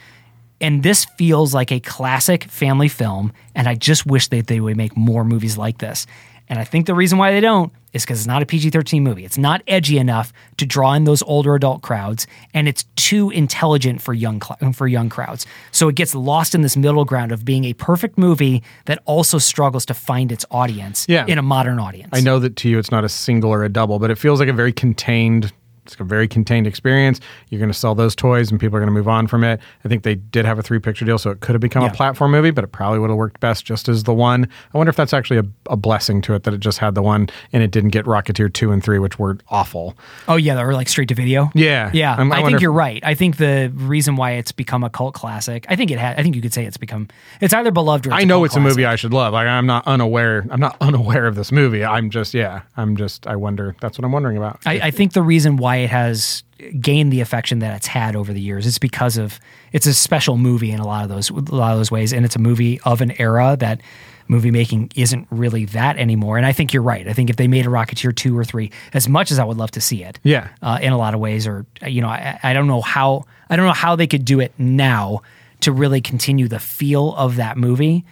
[SPEAKER 2] and this feels like a classic family film, and I just wish that they would make more movies like this. And I think the reason why they don't is because it's not a PG 13 movie. It's not edgy enough to draw in those older adult crowds, and it's too intelligent for young, cl- for young crowds. So it gets lost in this middle ground of being a perfect movie that also struggles to find its audience
[SPEAKER 3] Yeah.
[SPEAKER 2] in a modern audience.
[SPEAKER 3] I know that to you it's not a single or a double, but it feels like a very contained. It's a very contained experience. You're going to sell those toys, and people are going to move on from it. I think they did have a three picture deal, so it could have become
[SPEAKER 2] Yeah.
[SPEAKER 3] a platform movie, but it probably would have worked best just as the one. I wonder if that's actually a, a blessing to it that it just had the one and it didn't get Rocketeer two and three, which were awful.
[SPEAKER 2] Oh yeah, or like straight to video.
[SPEAKER 3] Yeah.
[SPEAKER 2] yeah.
[SPEAKER 3] I'm- I
[SPEAKER 2] I,
[SPEAKER 3] wonder
[SPEAKER 2] think
[SPEAKER 3] if-
[SPEAKER 2] you're right. I think the reason why it's become a cult classic. I think it had. I think you could say it's become. It's either beloved or. It's
[SPEAKER 3] I know
[SPEAKER 2] cult
[SPEAKER 3] it's a movie I should love. Like I'm not unaware. I'm not unaware of this movie. I'm just yeah. I'm just. I wonder. That's what I'm wondering about.
[SPEAKER 2] classic. I, I think the reason why it has gained the affection that it's had over the years is because of it's a special movie in a lot of those a lot of those ways, and it's a movie of an era that movie making isn't really that anymore. And I think you're right. I think if they made a Rocketeer two or three, as much as I would love to see it,
[SPEAKER 3] Yeah.
[SPEAKER 2] uh, in a lot of ways. Or you know, I, I don't know how I don't know how they could do it now to really continue the feel of that movie.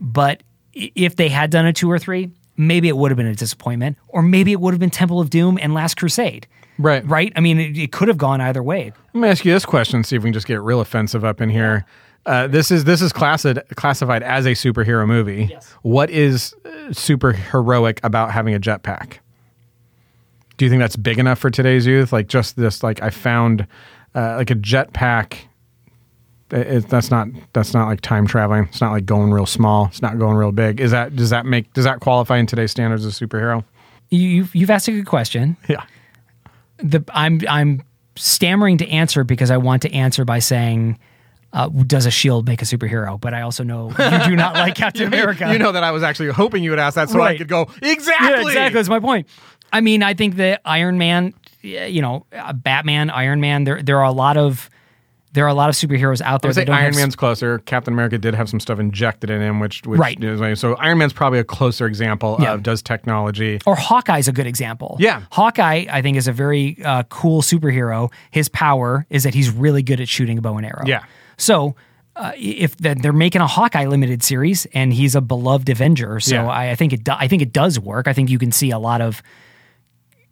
[SPEAKER 2] But i- if they had done a two or three, maybe it would have been a disappointment, or maybe it would have been Temple of Doom and Last Crusade.
[SPEAKER 3] Right.
[SPEAKER 2] Right. I mean, it, it could have gone either way.
[SPEAKER 3] Let me ask you this question. See if we can just get real offensive up in here. Uh, this is this is classi- classified as a superhero movie. What is uh, super heroic about having a jetpack? Do you think that's big enough for today's youth? Like just this, like I found uh, like a jetpack. It, it- that's not that's not like time traveling. It's not like going real small. It's not going real big. Is that does that make does that qualify in today's standards as a superhero?
[SPEAKER 2] You, you've, you've asked a good question.
[SPEAKER 3] Yeah.
[SPEAKER 2] the I'm I'm stammering to answer because I want to answer by saying, uh, "Does a shield make a superhero?" But I also know you do not like Captain America.
[SPEAKER 3] You know that I was actually hoping you would ask that so I
[SPEAKER 2] Right.
[SPEAKER 3] could go exactly.
[SPEAKER 2] yeah, exactly. That's my point. I mean, I think that Iron Man, yeah, you know, uh, Batman, Iron Man. There there are a lot of there are a lot of superheroes out
[SPEAKER 3] I
[SPEAKER 2] there.
[SPEAKER 3] would say
[SPEAKER 2] that don't
[SPEAKER 3] Iron
[SPEAKER 2] have-
[SPEAKER 3] Man's closer. Captain America did have some stuff injected in him, which, which
[SPEAKER 2] Right.
[SPEAKER 3] is- so Iron Man's probably a closer example
[SPEAKER 2] Yeah.
[SPEAKER 3] of does technology.
[SPEAKER 2] or Hawkeye's a good example.
[SPEAKER 3] Yeah.
[SPEAKER 2] Hawkeye, I think, is a very uh, cool superhero. His power is that he's really good at shooting a bow and arrow.
[SPEAKER 3] Yeah.
[SPEAKER 2] So uh, if the, they're making a Hawkeye limited series and he's a beloved Avenger, so
[SPEAKER 3] Yeah.
[SPEAKER 2] I, I think it do, I think it does work. I think you can see a lot of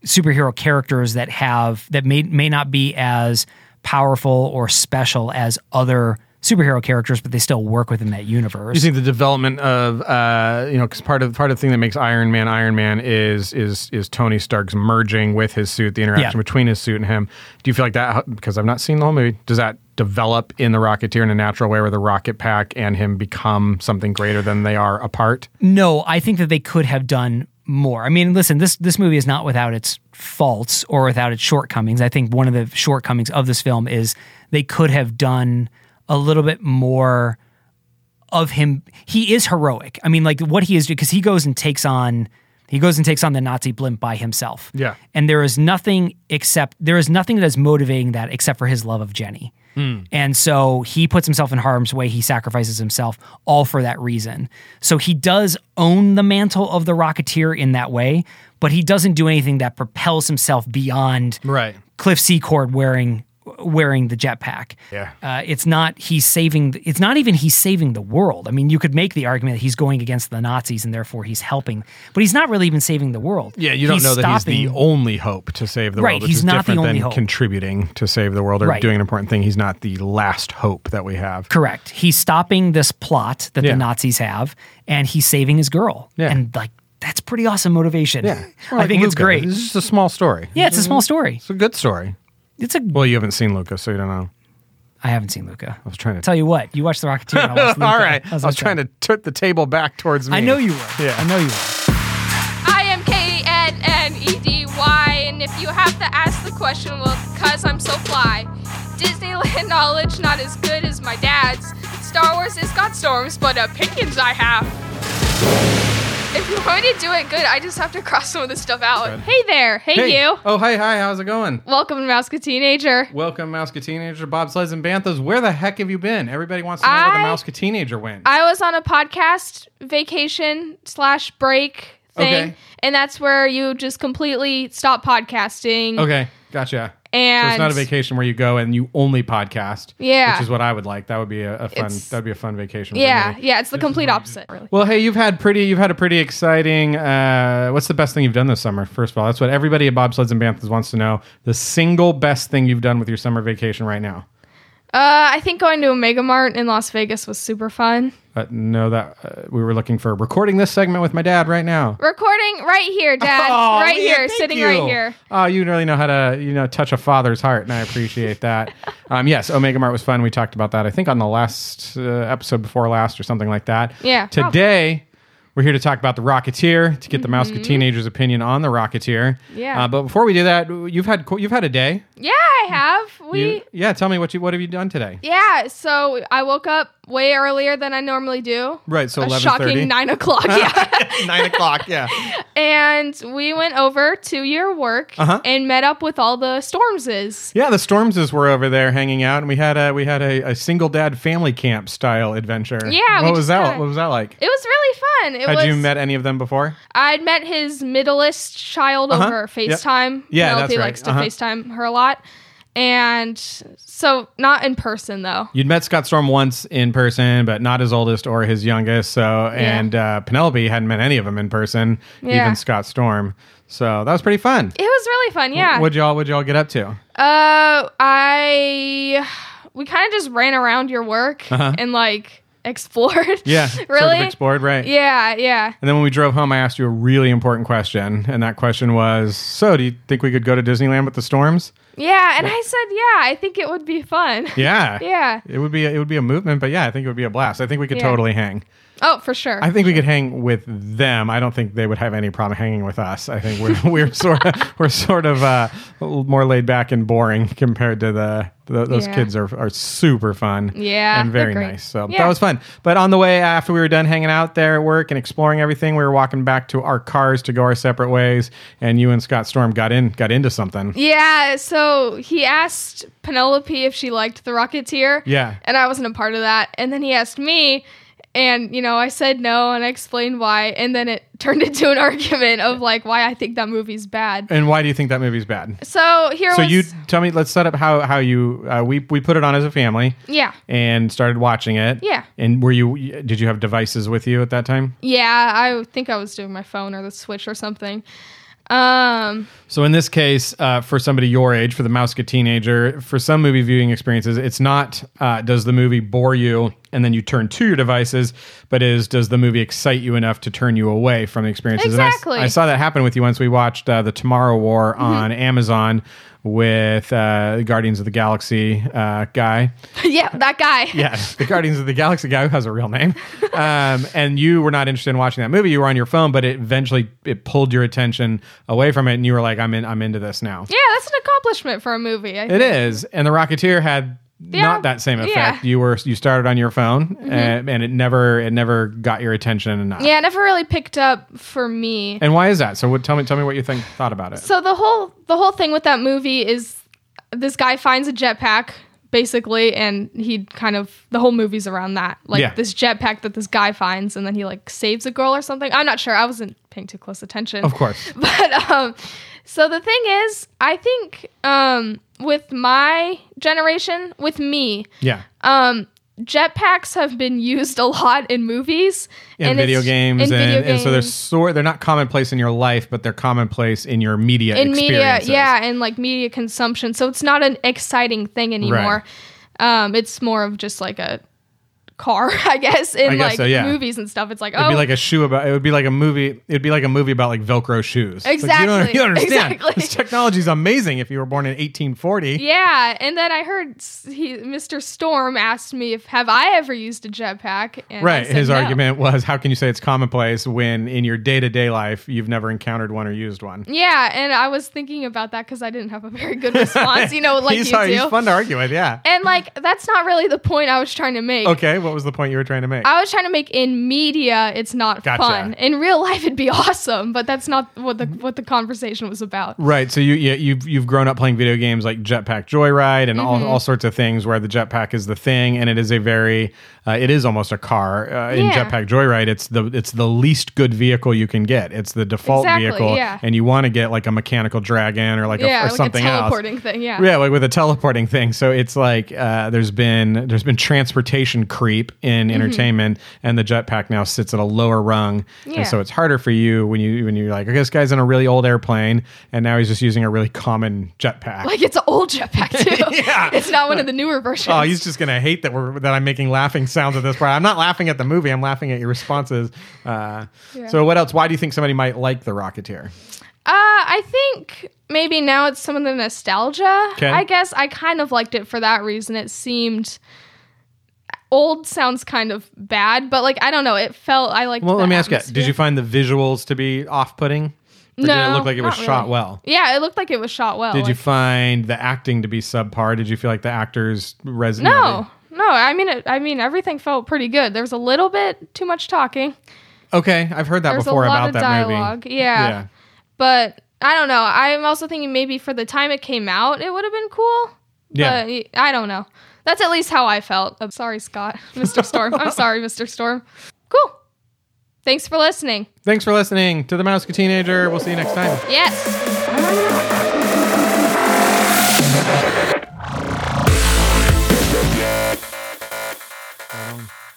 [SPEAKER 2] superhero characters that have that may may not be as powerful or special as other superhero characters, but they still work within that universe.
[SPEAKER 3] You think the development of uh, you know because part of part of the thing that makes Iron Man Iron Man is is is Tony Stark's merging with his suit, the interaction
[SPEAKER 2] Yeah.
[SPEAKER 3] between his suit and him. Do you feel like that because I've not seen the whole movie? Does that develop in the Rocketeer in a natural way, where the Rocket Pack and him become something greater than they are apart?
[SPEAKER 2] No, I think that they could have done more. I mean, listen, this this movie is not without its faults or without its shortcomings. I think one of the shortcomings of this film is they could have done a little bit more of him. He is heroic. I mean, like what he is because he goes and takes on he goes and takes on the Nazi blimp by himself.
[SPEAKER 3] Yeah.
[SPEAKER 2] And there is nothing except there is nothing that is motivating that except for his love of Jenny.
[SPEAKER 3] Hmm.
[SPEAKER 2] And so he puts himself in harm's way. He sacrifices himself all for that reason. So he does own the mantle of the Rocketeer in that way, but he doesn't do anything that propels himself beyond
[SPEAKER 3] Right.
[SPEAKER 2] Cliff Secord wearing wearing the jetpack.
[SPEAKER 3] Yeah.
[SPEAKER 2] Uh, it's not he's saving. It's not even he's saving the world. I mean, you could make the argument that he's going against the Nazis and therefore he's helping, but he's not really even saving the world.
[SPEAKER 3] Yeah, you don't
[SPEAKER 2] He's
[SPEAKER 3] know that he's the
[SPEAKER 2] stopping-
[SPEAKER 3] only hope to save the
[SPEAKER 2] Right,
[SPEAKER 3] world. which
[SPEAKER 2] he's
[SPEAKER 3] is
[SPEAKER 2] not the
[SPEAKER 3] different
[SPEAKER 2] only
[SPEAKER 3] than
[SPEAKER 2] hope.
[SPEAKER 3] contributing to save the world or
[SPEAKER 2] Right.
[SPEAKER 3] doing an important thing. He's not the last hope that we have.
[SPEAKER 2] Correct. He's stopping this plot that
[SPEAKER 3] Yeah.
[SPEAKER 2] the Nazis have, and he's saving his girl.
[SPEAKER 3] Yeah.
[SPEAKER 2] And like that's pretty awesome motivation.
[SPEAKER 3] Yeah,
[SPEAKER 2] I think it's great.
[SPEAKER 3] It's just a small story. Mm-hmm.
[SPEAKER 2] Yeah, it's a small story.
[SPEAKER 3] it's a good story.
[SPEAKER 2] It's a.
[SPEAKER 3] Well, you haven't seen Lucas, so you don't know.
[SPEAKER 2] I haven't seen Luca. I
[SPEAKER 3] was trying to-
[SPEAKER 2] tell you what you watched The Rocketeer. And I watched
[SPEAKER 3] All
[SPEAKER 2] Luca.
[SPEAKER 3] right, I was,
[SPEAKER 2] gonna
[SPEAKER 3] trying to tip the table back towards me.
[SPEAKER 2] I know you were.
[SPEAKER 3] Yeah.
[SPEAKER 2] I know you were.
[SPEAKER 6] I am K N N E D Y, and if you have to ask the question, well, because I'm so fly. Disneyland knowledge not as good as my dad's. Star Wars has got storms, but opinions I have. If you want me to do it good, I just have to cross some of this stuff out. Hey there, hey,
[SPEAKER 3] Hey.
[SPEAKER 6] you.
[SPEAKER 3] Oh, hi, hi. How's it going?
[SPEAKER 6] Welcome to Mouska Teenager.
[SPEAKER 3] Welcome, Mouska Teenager, Bobsleds and Banthas. Where the heck have you been? Everybody wants to know where the
[SPEAKER 6] I-
[SPEAKER 3] Mouska Teenager went.
[SPEAKER 6] I was on a podcast vacation slash break thing,
[SPEAKER 3] Okay.
[SPEAKER 6] and that's where you just completely stop podcasting.
[SPEAKER 3] okay, gotcha.
[SPEAKER 6] And
[SPEAKER 3] So it's not a vacation where you go and you only podcast.
[SPEAKER 6] Yeah.
[SPEAKER 3] which is what I would like. That would be a, a fun.
[SPEAKER 6] It's-
[SPEAKER 3] that'd be a fun vacation. for
[SPEAKER 6] Yeah,
[SPEAKER 3] me.
[SPEAKER 6] yeah, it's the complete opposite. Really.
[SPEAKER 3] Well, hey, you've had pretty. You've had a pretty exciting. Uh, what's the best thing you've done this summer? First of all, that's what everybody at Bobsleds and Banthas wants to know. The single best thing you've done with your summer vacation right now.
[SPEAKER 6] Uh, I think going to a Mega Mart in Las Vegas was super fun.
[SPEAKER 3] But no, that uh, we were looking for recording this segment with my dad right now.
[SPEAKER 6] Recording right here, Dad.
[SPEAKER 3] Oh,
[SPEAKER 6] right
[SPEAKER 3] man,
[SPEAKER 6] here,
[SPEAKER 3] thank
[SPEAKER 6] sitting
[SPEAKER 3] you.
[SPEAKER 6] right here.
[SPEAKER 3] Oh, you really know how to, you know, touch a father's heart, and I appreciate that. um, yes, Omega Mart was fun. We talked about that, I think, on the last uh, episode before last or something like that.
[SPEAKER 6] Yeah, probably.
[SPEAKER 3] Today, we're here to talk about The Rocketeer to get the Mouse Teenager's opinion on The Rocketeer.
[SPEAKER 6] Mm-hmm. Yeah.
[SPEAKER 3] Uh, but before we do that, you've had qu- you've had a day.
[SPEAKER 6] Yeah, I have. We.
[SPEAKER 3] You- yeah. Tell me what you what have you done today?
[SPEAKER 6] yeah, so I woke up way earlier than I normally do.
[SPEAKER 3] Right, so
[SPEAKER 6] a
[SPEAKER 3] 11:30.
[SPEAKER 6] shocking nine o'clock. Yeah,
[SPEAKER 3] Nine o'clock. Yeah.
[SPEAKER 6] and we went over to your work
[SPEAKER 3] Uh-huh.
[SPEAKER 6] and met up with all the Stormses.
[SPEAKER 3] Yeah, the Stormses were over there hanging out, and we had a we had a, a single dad family camp style adventure.
[SPEAKER 6] Yeah, we
[SPEAKER 3] what was
[SPEAKER 6] just
[SPEAKER 3] that?
[SPEAKER 6] kinda-
[SPEAKER 3] What was that like?
[SPEAKER 6] It was really fun. It
[SPEAKER 3] Had
[SPEAKER 6] was.
[SPEAKER 3] you met any of them before?
[SPEAKER 6] I'd met his middleest child
[SPEAKER 3] Uh-huh.
[SPEAKER 6] over
[SPEAKER 3] Yep.
[SPEAKER 6] FaceTime.
[SPEAKER 3] Yeah,
[SPEAKER 6] Penelope
[SPEAKER 3] that's right.
[SPEAKER 6] likes to
[SPEAKER 3] Uh-huh.
[SPEAKER 6] FaceTime her a lot. And so not in person though.
[SPEAKER 3] You'd met Scott Storm once in person, but not his oldest or his youngest. So, and uh, Penelope hadn't met any of them in person,
[SPEAKER 6] Yeah.
[SPEAKER 3] even Scott Storm. So that was pretty fun.
[SPEAKER 6] It was really fun, yeah.
[SPEAKER 3] What'd y'all What'd y'all get up to?
[SPEAKER 6] uh I we kind of just ran around your work and like explored.
[SPEAKER 3] Uh-huh. Yeah, sort of
[SPEAKER 6] really?
[SPEAKER 3] explored, right?
[SPEAKER 6] Yeah, yeah.
[SPEAKER 3] And then when we drove home, I asked you a really important question, and that question was: So, do you think we could go to Disneyland with the storms?
[SPEAKER 6] Yeah, and I said, "Yeah, I think it would be fun."
[SPEAKER 3] Yeah,
[SPEAKER 6] Yeah.
[SPEAKER 3] It would be a, it would be a movement, but yeah, I think it would be a blast. I think we could
[SPEAKER 6] Yeah.
[SPEAKER 3] totally hang.
[SPEAKER 6] Oh, for sure.
[SPEAKER 3] I think we could hang with them. I don't think they would have any problem hanging with us. I think we're we're sort of we're sort of uh, more laid back and boring compared to the, the those
[SPEAKER 6] Yeah.
[SPEAKER 3] kids are are super fun.
[SPEAKER 6] Yeah,
[SPEAKER 3] and
[SPEAKER 6] they're
[SPEAKER 3] very
[SPEAKER 6] great.
[SPEAKER 3] nice. So
[SPEAKER 6] Yeah.
[SPEAKER 3] that was fun. But on the way after we were done hanging out there at work and exploring everything, we were walking back to our cars to go our separate ways. And you and Scott Storm got in got into something.
[SPEAKER 6] Yeah, so he asked Penelope if she liked The Rocketeer.
[SPEAKER 3] Yeah.
[SPEAKER 6] And I wasn't a part of that. And then he asked me, and, you know, I said no, and I explained why. And then it turned into an argument of, like, why I think that movie's bad.
[SPEAKER 3] And why do you think that movie's bad?
[SPEAKER 6] So here
[SPEAKER 3] So
[SPEAKER 6] was.
[SPEAKER 3] you tell me. Let's set up how how you uh, we we put it on as a family.
[SPEAKER 6] Yeah.
[SPEAKER 3] and started watching it.
[SPEAKER 6] Yeah.
[SPEAKER 3] And were you? Did you have devices with you at that time?
[SPEAKER 6] Yeah, I think I was doing my phone or the Switch or something. Um,
[SPEAKER 3] So in this case, uh, for somebody your age, for the Mouska teenager, for some movie viewing experiences, it's not uh, does the movie bore you and then you turn to your devices, but is does the movie excite you enough to turn you away from the experiences? And I s-
[SPEAKER 6] Exactly. Mm-hmm.
[SPEAKER 3] I, saw that happen with you once. We watched uh, the Tomorrow War on Amazon with uh, Guardians of the Galaxy uh, guy.
[SPEAKER 6] yeah, that guy.
[SPEAKER 3] yeah, the Guardians of the Galaxy guy who has a real name. Um, and you were not interested in watching that movie. You were on your phone, but it eventually it pulled your attention away from it, and you were like, "I'm in. I'm into this now."
[SPEAKER 6] Yeah, that's an accomplishment for a movie. I
[SPEAKER 3] It is, and the Rocketeer had. Not that same effect.
[SPEAKER 6] yeah. Mm-hmm.
[SPEAKER 3] You were you started on your phone, uh, and it never it never got your attention enough.
[SPEAKER 6] Yeah, it never really picked up for me.
[SPEAKER 3] And why is that? So what, tell me tell me what you think thought about it.
[SPEAKER 6] So the whole the whole thing with that movie is this guy finds a jetpack basically and he kind of the whole movie's around that. Like
[SPEAKER 3] Yeah.
[SPEAKER 6] this jetpack that this guy finds and then he like saves a girl or something. I'm not sure. I wasn't paying too close attention.
[SPEAKER 3] Of course,
[SPEAKER 6] But um so the thing is, I think um with my generation, with me,
[SPEAKER 3] yeah.
[SPEAKER 6] uh, jetpacks have been used a lot in movies
[SPEAKER 3] in
[SPEAKER 6] it's-
[SPEAKER 3] video games,
[SPEAKER 6] in
[SPEAKER 3] and,
[SPEAKER 6] video
[SPEAKER 3] and so they're
[SPEAKER 6] games.
[SPEAKER 3] sort they're not commonplace in your life, but they're commonplace in your media.
[SPEAKER 6] in media
[SPEAKER 3] experiences.
[SPEAKER 6] yeah and like media consumption so it's not an exciting thing anymore um it's more of just like a car i guess in
[SPEAKER 3] I guess
[SPEAKER 6] like
[SPEAKER 3] so, yeah.
[SPEAKER 6] movies and stuff it's like
[SPEAKER 3] It'd
[SPEAKER 6] oh
[SPEAKER 3] be like a shoe about. It would be like a movie. It'd be like a movie about like Velcro shoes. It's like, you don't-
[SPEAKER 6] Exactly.
[SPEAKER 3] you, don't, understand.
[SPEAKER 6] Exactly.
[SPEAKER 3] This technology is amazing. If you were born in 1840,
[SPEAKER 6] yeah and then i heard s- he, mr storm asked me if have i ever used a jetpack and I
[SPEAKER 3] right?
[SPEAKER 6] said
[SPEAKER 3] His
[SPEAKER 6] no.
[SPEAKER 3] argument was, how can you say it's commonplace when in your day to day life you've never encountered one or used one?
[SPEAKER 6] yeah and i was thinking about that because i didn't have a very good response you know like
[SPEAKER 3] he's,
[SPEAKER 6] you
[SPEAKER 3] he's
[SPEAKER 6] do
[SPEAKER 3] fun to argue with. Yeah.
[SPEAKER 6] and like that's not really the point i was trying to make
[SPEAKER 3] Okay. what was the point you were trying to make?
[SPEAKER 6] I was trying to make in media it's not
[SPEAKER 3] Gotcha.
[SPEAKER 6] fun. In real life it'd be awesome, but that's not what the what the conversation was about.
[SPEAKER 3] Right. So you yeah, you've you've grown up playing video games like Jetpack Joyride and
[SPEAKER 6] Mm-hmm.
[SPEAKER 3] all, all sorts of things where the jetpack is the thing and it is a very uh, it is almost a car. Uh, In
[SPEAKER 6] Yeah.
[SPEAKER 3] Jetpack Joyride, it's the it's the least good vehicle you can get. It's the default
[SPEAKER 6] Exactly,
[SPEAKER 3] vehicle,
[SPEAKER 6] yeah.
[SPEAKER 3] and you want to get like a mechanical dragon or like
[SPEAKER 6] yeah,
[SPEAKER 3] a, or
[SPEAKER 6] like
[SPEAKER 3] something
[SPEAKER 6] a
[SPEAKER 3] else.
[SPEAKER 6] teleporting thing. Yeah.
[SPEAKER 3] Yeah, like with a teleporting thing. So it's like uh, there's been there's been transportation creep in
[SPEAKER 6] Mm-hmm.
[SPEAKER 3] entertainment, and the jetpack now sits at a lower rung,
[SPEAKER 6] Yeah.
[SPEAKER 3] and so it's harder for you when you when you're like, okay, this guy's in a really old airplane, and now he's just using a really common jetpack.
[SPEAKER 6] Like it's an old jetpack too. yeah. It's not one of the newer versions.
[SPEAKER 3] Oh, he's just gonna hate that we're that I'm making laughing sounds at this part. I'm not laughing at the movie. I'm laughing at your responses. Uh, So, what else? Why do you think somebody might like the Rocketeer?
[SPEAKER 6] Uh, I think maybe now it's some of the nostalgia.
[SPEAKER 3] 'Kay.
[SPEAKER 6] I guess I kind of liked it for that reason. It seemed old sounds kind of bad, but like I don't know. It felt I like.
[SPEAKER 3] Well, let me ask you: Did you find the visuals to be off-putting? Or did it
[SPEAKER 6] No,
[SPEAKER 3] look like it was
[SPEAKER 6] not
[SPEAKER 3] shot
[SPEAKER 6] really.
[SPEAKER 3] well?
[SPEAKER 6] Yeah, it looked like it was shot well.
[SPEAKER 3] Did you
[SPEAKER 6] Like-
[SPEAKER 3] find the acting to be subpar? Did you feel like the actors resonated?
[SPEAKER 6] no, no. I mean, it, I mean, everything felt pretty good. There was a little bit too much talking.
[SPEAKER 3] Okay, I've heard that
[SPEAKER 6] There's a
[SPEAKER 3] Uh, before
[SPEAKER 6] lot
[SPEAKER 3] about
[SPEAKER 6] of
[SPEAKER 3] that
[SPEAKER 6] dialogue.
[SPEAKER 3] movie.
[SPEAKER 6] Yeah.
[SPEAKER 3] Yeah.
[SPEAKER 6] but I don't know. I'm also thinking maybe for the time it came out, it would have been cool.
[SPEAKER 3] Yeah.
[SPEAKER 6] But I don't know. That's at least how I felt. I'm sorry, Scott, Mr. Storm. I'm sorry, Mr. Storm. Cool. Thanks for listening.
[SPEAKER 3] Thanks for listening to the Mousky Teenager. We'll see you next time.
[SPEAKER 6] Yes.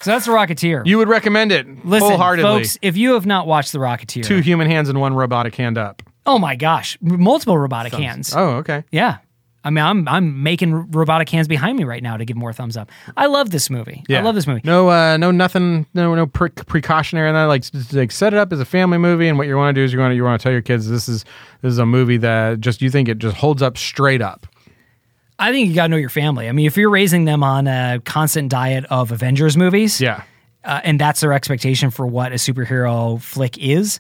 [SPEAKER 2] So that's The Rocketeer.
[SPEAKER 3] You would recommend it
[SPEAKER 2] Listen,
[SPEAKER 3] wholeheartedly.
[SPEAKER 2] folks, if you have not watched The Rocketeer,
[SPEAKER 3] Two human hands and one robotic hand up.
[SPEAKER 2] oh my gosh, r- multiple robotic hands.
[SPEAKER 3] Oh, okay.
[SPEAKER 2] Yeah. I mean, I'm I'm making r- robotic hands behind me right now to give more thumbs up. I love this movie. I love this movie.
[SPEAKER 3] No, uh, no, nothing. No, no pre- precautionary. And I like, s- s- like set it up as a family movie. And what you want to do is you want to you want to tell your kids this is this is a movie that just you think it just holds up straight up.
[SPEAKER 2] I think you got to know your family. I mean, if you're raising them on a constant diet of Avengers movies,
[SPEAKER 3] Yeah.
[SPEAKER 2] uh, and that's their expectation for what a superhero flick is,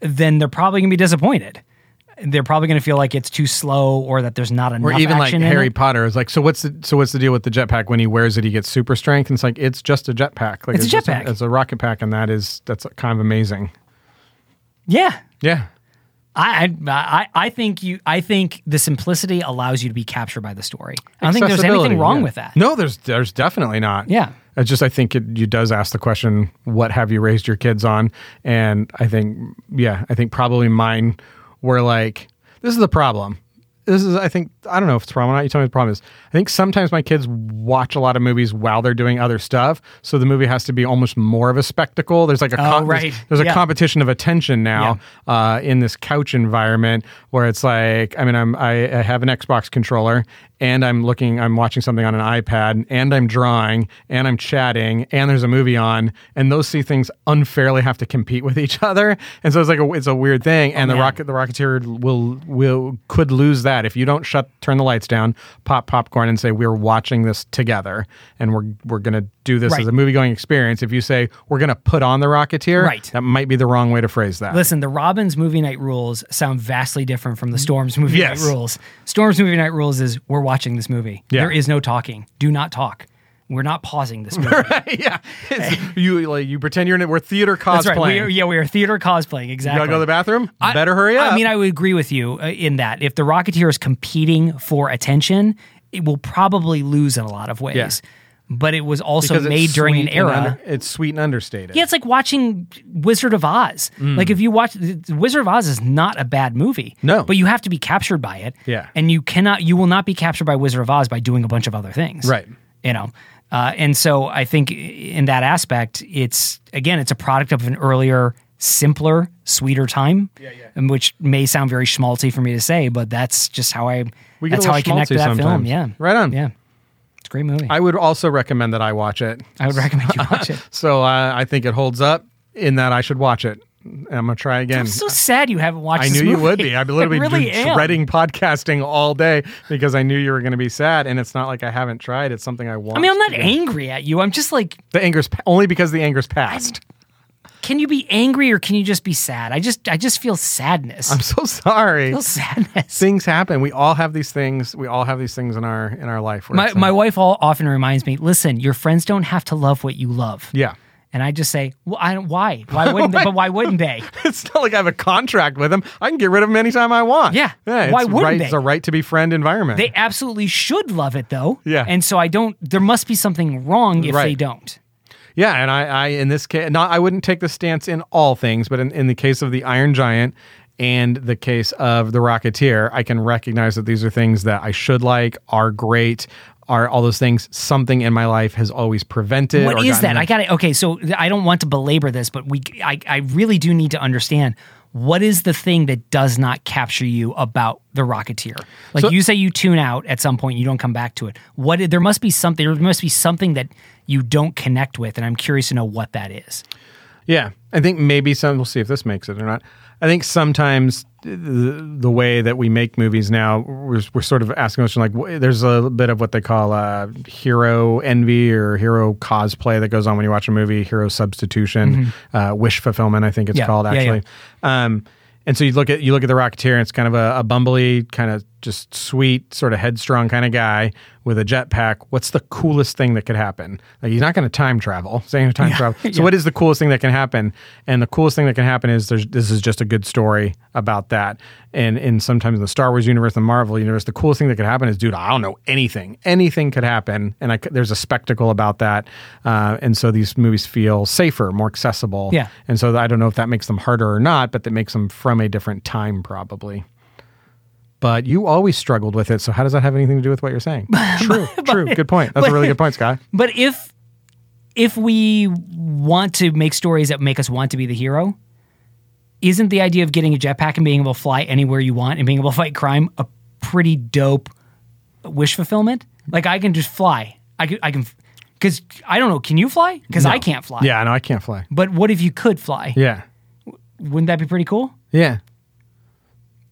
[SPEAKER 2] then they're probably going to be disappointed. They're probably going to feel like it's too slow or that there's not enough
[SPEAKER 3] or even like
[SPEAKER 2] action in
[SPEAKER 3] Harry
[SPEAKER 2] it.
[SPEAKER 3] Potter is like, so what's the so what's the deal with the jetpack? When he wears it, he gets super strength. And it's like it's just a jetpack. Like
[SPEAKER 2] It's a
[SPEAKER 3] just
[SPEAKER 2] jetpack.
[SPEAKER 3] It's a rocket pack, and that is that's kind of amazing.
[SPEAKER 2] Yeah.
[SPEAKER 3] Yeah,
[SPEAKER 2] I, I I I think you I think the simplicity allows you to be captured by the story. I don't think there's anything
[SPEAKER 3] Accessibility,
[SPEAKER 2] wrong
[SPEAKER 3] yeah.
[SPEAKER 2] with that.
[SPEAKER 3] No, there's there's definitely not.
[SPEAKER 2] Yeah.
[SPEAKER 3] It's just I think it you does ask the question, what have you raised your kids on? And I think yeah, I think probably mine were like, this is the problem. This is I think I don't know if it's a problem or not. You tell me what the problem is. I think sometimes my kids watch a lot of movies while they're doing other stuff, so the movie has to be almost more of a spectacle. There's like a
[SPEAKER 2] Oh,
[SPEAKER 3] there's-
[SPEAKER 2] right.
[SPEAKER 3] there's, a
[SPEAKER 2] Yeah.
[SPEAKER 3] competition of attention now uh, in this couch environment where it's like I mean I'm I, I have an Xbox controller and I'm looking I'm watching something on an iPad and I'm drawing and I'm chatting and there's a movie on and those two things unfairly have to compete with each other and so it's like a, it's a weird thing and the
[SPEAKER 2] Oh, man.
[SPEAKER 3] rocket the Rocketeer will will could lose that if you don't shut turn the lights down pop popcorn and say we're watching this together and we're we're gonna do this
[SPEAKER 2] Right.
[SPEAKER 3] as a movie going experience if you say we're gonna put on the Rocketeer
[SPEAKER 2] Right.
[SPEAKER 3] that might be the wrong way to phrase that.
[SPEAKER 2] Listen, the Robbins movie night rules sound vastly different from the Storms movie
[SPEAKER 3] Mm. Yes.
[SPEAKER 2] night rules. Storms movie night rules is we're watching this movie.
[SPEAKER 3] Yeah.
[SPEAKER 2] There is no talking. Do not talk. We're not pausing this movie.
[SPEAKER 3] yeah, It's- you like you pretend you're in it. We're theater cosplaying.
[SPEAKER 2] That's right. We are, yeah, we are theater cosplaying.
[SPEAKER 3] you
[SPEAKER 2] Exactly.
[SPEAKER 3] gotta go to the bathroom. Better hurry up.
[SPEAKER 2] I mean, I would agree with you uh, in that if the Rocketeer is competing for attention, it will probably lose in a lot of ways.
[SPEAKER 3] Yeah.
[SPEAKER 2] But it was also
[SPEAKER 3] Because it's
[SPEAKER 2] made during an
[SPEAKER 3] sweet and
[SPEAKER 2] era.
[SPEAKER 3] under- it's sweet and understated.
[SPEAKER 2] Yeah, it's like watching Wizard of Oz.
[SPEAKER 3] Mm.
[SPEAKER 2] Like if you watch The Wizard of Oz is not a bad movie.
[SPEAKER 3] No.
[SPEAKER 2] But you have to be captured by it.
[SPEAKER 3] Yeah.
[SPEAKER 2] And you cannot you will not be captured by Wizard of Oz by doing a bunch of other things.
[SPEAKER 3] Right.
[SPEAKER 2] You know. Uh, and so I think in that aspect, it's again, it's a product of an earlier, simpler, sweeter time. Yeah, yeah. And which may sound very schmaltzy for me to say, but that's just how I
[SPEAKER 3] We get
[SPEAKER 2] that's
[SPEAKER 3] a
[SPEAKER 2] how I
[SPEAKER 3] little
[SPEAKER 2] connect to
[SPEAKER 3] schmaltzy
[SPEAKER 2] that film.
[SPEAKER 3] sometimes.
[SPEAKER 2] Yeah.
[SPEAKER 3] Right on.
[SPEAKER 2] Yeah. It's a great movie. I,
[SPEAKER 3] I would also recommend that I watch it.
[SPEAKER 2] would recommend you watch it.
[SPEAKER 3] So uh, I think it holds up. In that I should watch it. I'm gonna try again.
[SPEAKER 2] I'm so sad you haven't watched
[SPEAKER 3] I
[SPEAKER 2] this
[SPEAKER 3] knew you
[SPEAKER 2] movie.
[SPEAKER 3] would be. I've literally
[SPEAKER 2] really
[SPEAKER 3] been
[SPEAKER 2] am.
[SPEAKER 3] dreading podcasting all day because I knew you were going to be sad, and it's not like I haven't tried. It's something I want.
[SPEAKER 2] I mean, I'm not angry at you. I'm just like,
[SPEAKER 3] The anger's pa- only because the anger's passed.
[SPEAKER 2] can you be angry or can you just be sad? I just I just feel sadness.
[SPEAKER 3] I'm so sorry.
[SPEAKER 2] I feel sadness.
[SPEAKER 3] Things happen. We all have these things. We all have these things in our in our life. where
[SPEAKER 2] My
[SPEAKER 3] it's like-
[SPEAKER 2] my wife all often reminds me, listen, your friends don't have to love what you love.
[SPEAKER 3] yeah.
[SPEAKER 2] And I just say, well, I don't, why? Why wouldn't they? But why wouldn't they?
[SPEAKER 3] It's not like I have a contract with them. I can get rid of them anytime I want.
[SPEAKER 2] Yeah.
[SPEAKER 3] yeah
[SPEAKER 2] Why
[SPEAKER 3] it's
[SPEAKER 2] wouldn't
[SPEAKER 3] right,
[SPEAKER 2] they?
[SPEAKER 3] It's a right to be friend environment.
[SPEAKER 2] They absolutely should love it though.
[SPEAKER 3] Yeah.
[SPEAKER 2] And so I don't, there must be something wrong if they
[SPEAKER 3] Right.
[SPEAKER 2] don't.
[SPEAKER 3] Yeah, and I, I in this case, not I wouldn't take the stance in all things, but in, in the case of the Iron Giant and the case of the Rocketeer, I can recognize that these are things that I should like, are great, are all those things. Something in my life has always prevented.
[SPEAKER 2] What
[SPEAKER 3] or
[SPEAKER 2] is
[SPEAKER 3] gotten
[SPEAKER 2] that?
[SPEAKER 3] them-
[SPEAKER 2] I got to Okay, so th- I don't want to belabor this, but we, I, I really do need to understand what is the thing that does not capture you about the Rocketeer. Like
[SPEAKER 3] So-
[SPEAKER 2] you say, you tune out at some point, you don't come back to it. What? i- There must be something. There must be something that you don't connect with, and I'm curious to know what that is.
[SPEAKER 3] Yeah, I think maybe some. We'll see if this makes it or not. I think sometimes the, the way that we make movies now, we're, we're sort of asking us like, wh- there's a little bit of what they call uh, hero envy or hero cosplay that goes on when you watch a movie, hero substitution, uh, wish fulfillment. I think it's
[SPEAKER 2] Mm-hmm. Yeah,
[SPEAKER 3] called
[SPEAKER 2] yeah, yeah.
[SPEAKER 3] actually. Um, and so you look at you look at the Rocketeer, and it's kind of a, a bumbly, kind of just sweet, sort of headstrong kind of guy with a jetpack. What's the coolest thing that could happen? Like he's not going to time travel. Saying he's time travel. So what is the coolest thing that can happen? And the coolest thing that can happen is there's this is just a good story about that. And and sometimes in the Star Wars universe, the Marvel universe, the coolest thing that could happen is, dude, I don't know anything. Anything could happen, and I c there's a spectacle about that. Uh, and so these movies feel safer, more accessible.
[SPEAKER 2] Yeah.
[SPEAKER 3] And so I don't know if that makes them harder or not, but that makes them from a different time probably. But you always struggled with it, so how does that have anything to do with what you're saying? True, true. Good point. That's a really good point, Scott.
[SPEAKER 2] But if if we want to make stories that make us want to be the hero, isn't the idea of getting a jetpack and being able to fly anywhere you want and being able to fight crime a pretty dope wish fulfillment? Like I can just fly. I can I can because I don't know. Can you fly? Because I can't fly.
[SPEAKER 3] Yeah, no, I can't fly.
[SPEAKER 2] But what if you could fly?
[SPEAKER 3] Yeah,
[SPEAKER 2] Wouldn't that be pretty cool?
[SPEAKER 3] yeah,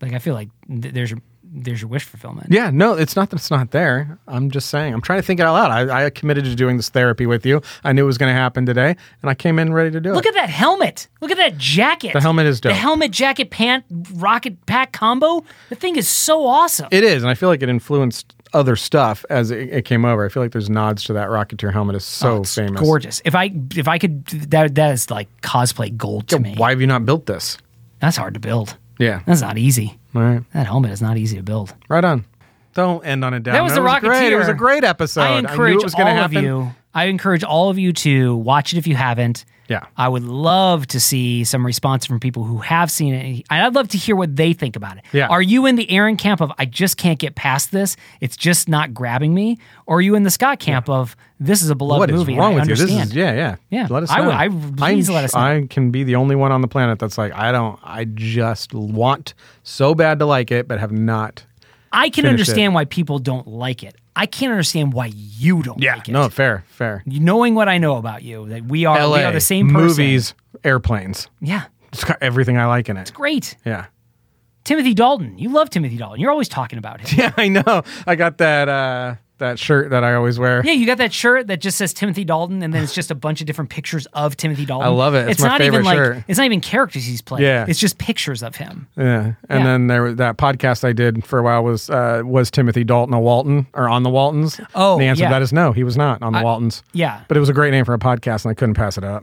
[SPEAKER 2] Like I feel like th- there's your there's your wish fulfillment.
[SPEAKER 3] yeah. No, it's not that it's not there. I'm just saying. I'm trying to think it out loud. I, I committed to doing this therapy with you. I knew it was going to happen today, and I came in ready to do
[SPEAKER 2] Look
[SPEAKER 3] it.
[SPEAKER 2] at that helmet. Look at that jacket.
[SPEAKER 3] The helmet is dope.
[SPEAKER 2] The helmet, jacket, pant, rocket pack combo. The thing is so awesome.
[SPEAKER 3] it is, and I feel like it influenced other stuff as it, it came over. I feel like there's nods to that Rocketeer helmet is so
[SPEAKER 2] Oh, It's
[SPEAKER 3] famous.
[SPEAKER 2] gorgeous. If I if I could that that is like cosplay gold to me.
[SPEAKER 3] Why have you not built this?
[SPEAKER 2] That's hard to build.
[SPEAKER 3] Yeah.
[SPEAKER 2] That's not easy.
[SPEAKER 3] All right.
[SPEAKER 2] That helmet is not easy to build.
[SPEAKER 3] Right on. Don't end on a down.
[SPEAKER 2] That was
[SPEAKER 3] note.
[SPEAKER 2] the
[SPEAKER 3] It great.
[SPEAKER 2] Rocketeer.
[SPEAKER 3] It was a great episode.
[SPEAKER 2] I
[SPEAKER 3] knew it
[SPEAKER 2] encourage
[SPEAKER 3] was
[SPEAKER 2] all
[SPEAKER 3] gonna happen.
[SPEAKER 2] of you. I encourage all of you to watch it if you haven't.
[SPEAKER 3] Yeah.
[SPEAKER 2] I would love to see some response from people who have seen it. And I'd love to hear what they think about it.
[SPEAKER 3] Yeah.
[SPEAKER 2] Are you in the Aaron camp of I just can't get past this? It's just not grabbing me? Or are you in the Scott camp of this is a beloved
[SPEAKER 3] What is
[SPEAKER 2] movie? and
[SPEAKER 3] wrong
[SPEAKER 2] I
[SPEAKER 3] with you?
[SPEAKER 2] understand.
[SPEAKER 3] This is yeah, yeah,
[SPEAKER 2] Yeah.
[SPEAKER 3] Let us
[SPEAKER 2] I
[SPEAKER 3] know.
[SPEAKER 2] would- I- please
[SPEAKER 3] I'm
[SPEAKER 2] let us
[SPEAKER 3] sh-
[SPEAKER 2] know.
[SPEAKER 3] I can be the only one on the planet that's like, I don't. I just want so bad to like it, but have not.
[SPEAKER 2] I can
[SPEAKER 3] Finish
[SPEAKER 2] understand why people don't like it. I can't understand why you don't like it.
[SPEAKER 3] No, fair, fair.
[SPEAKER 2] Knowing what I know about you, that we are, we
[SPEAKER 3] L.A.
[SPEAKER 2] are the same person.
[SPEAKER 3] movies, airplanes.
[SPEAKER 2] Yeah.
[SPEAKER 3] It's got everything I like in it.
[SPEAKER 2] Great.
[SPEAKER 3] Yeah.
[SPEAKER 2] Timothy Dalton. You love Timothy Dalton. You're always talking about him.
[SPEAKER 3] Yeah, I know. I got that uh, that shirt that I always wear.
[SPEAKER 2] Yeah, you got that shirt that just says Timothy Dalton, and then it's just a bunch of different pictures of Timothy Dalton.
[SPEAKER 3] I love it. It's my
[SPEAKER 2] not
[SPEAKER 3] favorite
[SPEAKER 2] even like
[SPEAKER 3] shirt.
[SPEAKER 2] it's not even characters he's playing.
[SPEAKER 3] Yeah.
[SPEAKER 2] it's just pictures of him.
[SPEAKER 3] Yeah, and
[SPEAKER 2] Yeah.
[SPEAKER 3] then there was that podcast I did for a while was uh, was Timothy Dalton a Walton or on the Waltons?
[SPEAKER 2] Oh,
[SPEAKER 3] And the answer
[SPEAKER 2] yeah.
[SPEAKER 3] to that is no. He was not on the Waltons.
[SPEAKER 2] yeah.
[SPEAKER 3] but it was a great name for a podcast, and I couldn't pass it up.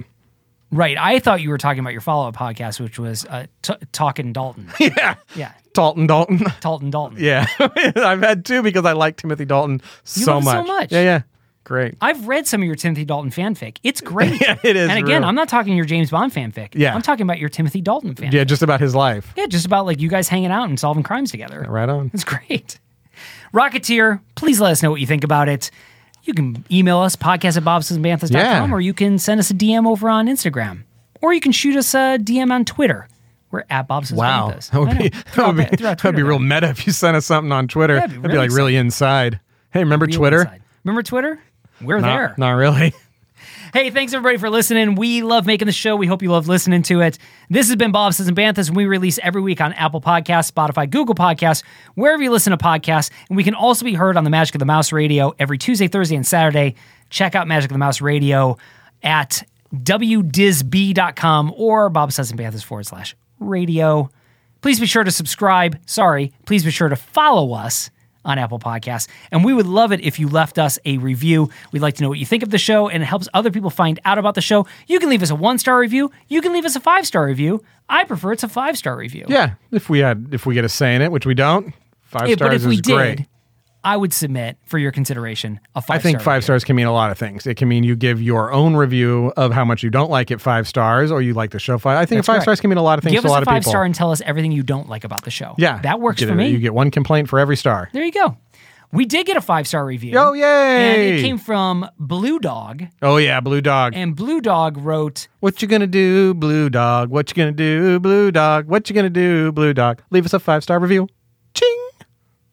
[SPEAKER 2] Right. I thought you were talking about your follow up podcast, which was uh, t- Talking Dalton.
[SPEAKER 3] Yeah,
[SPEAKER 2] yeah,
[SPEAKER 3] Dalton Dalton.
[SPEAKER 2] Dalton Dalton.
[SPEAKER 3] yeah, I've had two because I like Timothy Dalton so
[SPEAKER 2] love it so
[SPEAKER 3] much.
[SPEAKER 2] much.
[SPEAKER 3] Yeah, yeah, great.
[SPEAKER 2] I've read some of your Timothy Dalton fanfic. It's great.
[SPEAKER 3] Yeah, it is
[SPEAKER 2] And again,
[SPEAKER 3] real.
[SPEAKER 2] I'm not talking your James Bond fanfic.
[SPEAKER 3] Yeah.
[SPEAKER 2] I'm talking about your Timothy Dalton fanfic.
[SPEAKER 3] yeah, just about his life.
[SPEAKER 2] Yeah, just about like you guys hanging out and solving crimes together.
[SPEAKER 3] Right on.
[SPEAKER 2] It's great. Rocketeer, please let us know what you think about it. You can email us, podcast at bobsonbanthas.com,
[SPEAKER 3] Yeah.
[SPEAKER 2] or you can send us a DM over on Instagram. Or you can shoot us a DM on Twitter. We're at Bobson's
[SPEAKER 3] Wow,
[SPEAKER 2] Banthas.
[SPEAKER 3] that
[SPEAKER 2] I
[SPEAKER 3] would
[SPEAKER 2] know.
[SPEAKER 3] be
[SPEAKER 2] Throw
[SPEAKER 3] that
[SPEAKER 2] out-
[SPEAKER 3] would be,
[SPEAKER 2] throw out
[SPEAKER 3] that would be
[SPEAKER 2] Twitter
[SPEAKER 3] real
[SPEAKER 2] there.
[SPEAKER 3] meta if you sent us something on Twitter.
[SPEAKER 2] That'd be
[SPEAKER 3] That'd be
[SPEAKER 2] really
[SPEAKER 3] like really inside. Hey, remember
[SPEAKER 2] Real
[SPEAKER 3] Twitter?
[SPEAKER 2] inside. Remember Twitter? We're
[SPEAKER 3] Not-
[SPEAKER 2] there.
[SPEAKER 3] Not really.
[SPEAKER 2] Hey, thanks everybody for listening. We love making the show. We hope you love listening to it. This has been Bob Says and Banthas. We release every week on Apple Podcasts, Spotify, Google Podcasts, wherever you listen to podcasts. And we can also be heard on the Magic of the Mouse Radio every Tuesday, Thursday, and Saturday. Check out Magic of the Mouse Radio at wdisb.com or Bob Says and Panthers forward slash radio. Please be sure to subscribe. Sorry. Please be sure to follow us on Apple Podcasts. And we would love it if you left us a review. We'd like to know what you think of the show, and it helps other people find out about the show. You can leave us a one star review. You can leave us a five star review. I prefer it's a five star review.
[SPEAKER 3] Yeah, if we had, if we get a say in it, which we don't, five
[SPEAKER 2] Yeah,
[SPEAKER 3] stars
[SPEAKER 2] but if we
[SPEAKER 3] is
[SPEAKER 2] did,
[SPEAKER 3] great.
[SPEAKER 2] I would submit for your consideration a
[SPEAKER 3] I
[SPEAKER 2] five.
[SPEAKER 3] think
[SPEAKER 2] star
[SPEAKER 3] five stars can mean a lot of things. It can mean you give your own review of how much you don't like it five stars, or you like the show five. I think five
[SPEAKER 2] right.
[SPEAKER 3] stars can mean a lot of things
[SPEAKER 2] Give
[SPEAKER 3] to a
[SPEAKER 2] us
[SPEAKER 3] lot
[SPEAKER 2] a
[SPEAKER 3] of
[SPEAKER 2] five
[SPEAKER 3] people.
[SPEAKER 2] star and tell us everything you don't like about the show.
[SPEAKER 3] yeah,
[SPEAKER 2] that works
[SPEAKER 3] You get
[SPEAKER 2] for
[SPEAKER 3] a-
[SPEAKER 2] me.
[SPEAKER 3] You get one complaint for every star.
[SPEAKER 2] there you go. We did get a five star review.
[SPEAKER 3] Oh, yay!
[SPEAKER 2] And it came from Blue Dog,
[SPEAKER 3] Oh yeah, Blue Dog.
[SPEAKER 2] and Blue Dog wrote,
[SPEAKER 3] What you gonna do, Blue Dog? What you gonna do, Blue Dog? What you gonna do, Blue Dog? Leave us a five star review. Ching.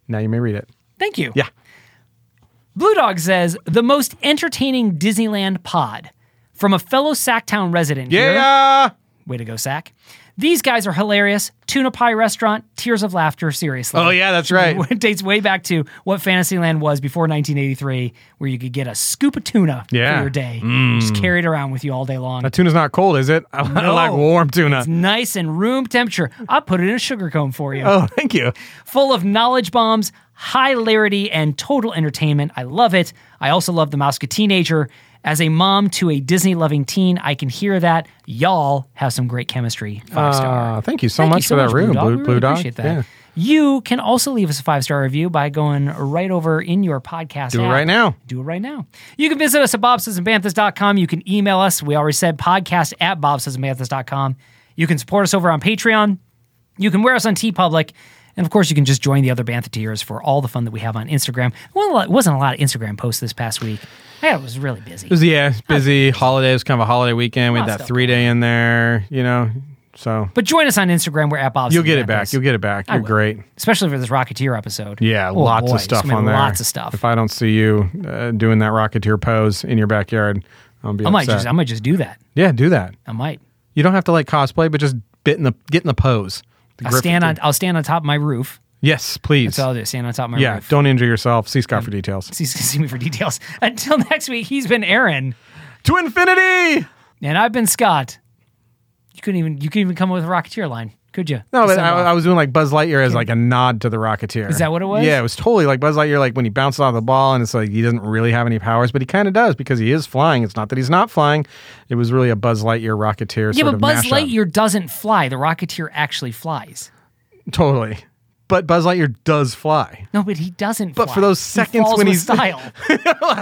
[SPEAKER 3] Now you may read it.
[SPEAKER 2] "Thank you."
[SPEAKER 3] Yeah.
[SPEAKER 2] Blue Dog says the most entertaining Disneyland pod from a fellow Sacktown resident. here.
[SPEAKER 3] Yeah.
[SPEAKER 2] way to go, Sack. These guys are hilarious. Tuna Pie Restaurant, Tears of Laughter. Seriously.
[SPEAKER 3] Oh yeah, that's right.
[SPEAKER 2] it dates way back to what Fantasyland was before 1983, where you could get a scoop of tuna
[SPEAKER 3] Yeah. Mm.
[SPEAKER 2] for your day, just carry it around with you all day long.
[SPEAKER 3] That tuna's not cold, is it? I like warm tuna.
[SPEAKER 2] nice and room temperature. I'll put it in a sugar cone for you.
[SPEAKER 3] Oh, thank you.
[SPEAKER 2] Full of knowledge bombs, hilarity, and total entertainment. I love it. I also love the Mouse Teenager. As a mom to a Disney loving teen, I can hear that. Y'all have some great chemistry. Five star.
[SPEAKER 3] Uh, thank you so
[SPEAKER 2] Thank you
[SPEAKER 3] much for that
[SPEAKER 2] Blue
[SPEAKER 3] room,
[SPEAKER 2] Dog.
[SPEAKER 3] Blue,
[SPEAKER 2] We
[SPEAKER 3] Blue
[SPEAKER 2] really
[SPEAKER 3] Dog.
[SPEAKER 2] Appreciate that.
[SPEAKER 3] Yeah.
[SPEAKER 2] You can also leave us a five star review by going right over in your podcast.
[SPEAKER 3] Do it
[SPEAKER 2] app.
[SPEAKER 3] right now.
[SPEAKER 2] Do it right now. You can visit us at bobsesandbanthas.com. You can email us. We already said podcast at bobsesandbanthas.com. You can support us over on Patreon. You can wear us on T Public. And of course, you can just join the other Bantheteers for all the fun that we have on Instagram. Well, it wasn't a lot of Instagram posts this past week. I was really busy.
[SPEAKER 3] It was yeah, it's busy holiday. It was kind of a holiday weekend. We had
[SPEAKER 2] Lots
[SPEAKER 3] that
[SPEAKER 2] of
[SPEAKER 3] three day in there, you know. So
[SPEAKER 2] But join us on Instagram. We're at Bob's.
[SPEAKER 3] you'll get it back. You'll get it back. You're
[SPEAKER 2] will.
[SPEAKER 3] great.
[SPEAKER 2] especially for this Rocketeer episode.
[SPEAKER 3] Yeah,
[SPEAKER 2] Oh,
[SPEAKER 3] lots
[SPEAKER 2] boy.
[SPEAKER 3] of stuff
[SPEAKER 2] I mean,
[SPEAKER 3] on there.
[SPEAKER 2] Lots of stuff.
[SPEAKER 3] If I don't see you uh, doing that Rocketeer pose in your backyard, I'll be
[SPEAKER 2] I might
[SPEAKER 3] upset.
[SPEAKER 2] just I might just do that.
[SPEAKER 3] yeah, do that.
[SPEAKER 2] I might.
[SPEAKER 3] You don't have to like cosplay, but just bit in the get in the pose. The
[SPEAKER 2] I'll
[SPEAKER 3] grip-
[SPEAKER 2] stand on I'll stand on top of my roof.
[SPEAKER 3] Yes, please.
[SPEAKER 2] So I'll just stand on top of my
[SPEAKER 3] yeah,
[SPEAKER 2] roof.
[SPEAKER 3] don't injure yourself. See Scott for details.
[SPEAKER 2] See, see me for details. Until next week, he's been Aaron.
[SPEAKER 3] To infinity.
[SPEAKER 2] And I've been Scott. You couldn't even you couldn't even come up with a Rocketeer line, could you? uh,
[SPEAKER 3] No,
[SPEAKER 2] To
[SPEAKER 3] but
[SPEAKER 2] send
[SPEAKER 3] I,
[SPEAKER 2] off.
[SPEAKER 3] I was doing like Buzz Lightyear as like a nod to the Rocketeer.
[SPEAKER 2] Is that what it was?
[SPEAKER 3] Yeah, it was totally like Buzz Lightyear, like when he bounces off the ball and it's like he doesn't really have any powers, but he kind of does because he is flying. It's not that he's not flying. It was really a Buzz Lightyear Rocketeer.
[SPEAKER 2] yeah,
[SPEAKER 3] sort
[SPEAKER 2] but
[SPEAKER 3] of
[SPEAKER 2] Buzz
[SPEAKER 3] mashup.
[SPEAKER 2] Lightyear doesn't fly. The Rocketeer actually flies.
[SPEAKER 3] Totally. But Buzz Lightyear does fly.
[SPEAKER 2] No, but he doesn't.
[SPEAKER 3] But
[SPEAKER 2] fly.
[SPEAKER 3] for those
[SPEAKER 2] He
[SPEAKER 3] seconds
[SPEAKER 2] falls
[SPEAKER 3] when
[SPEAKER 2] with
[SPEAKER 3] he's-
[SPEAKER 2] style,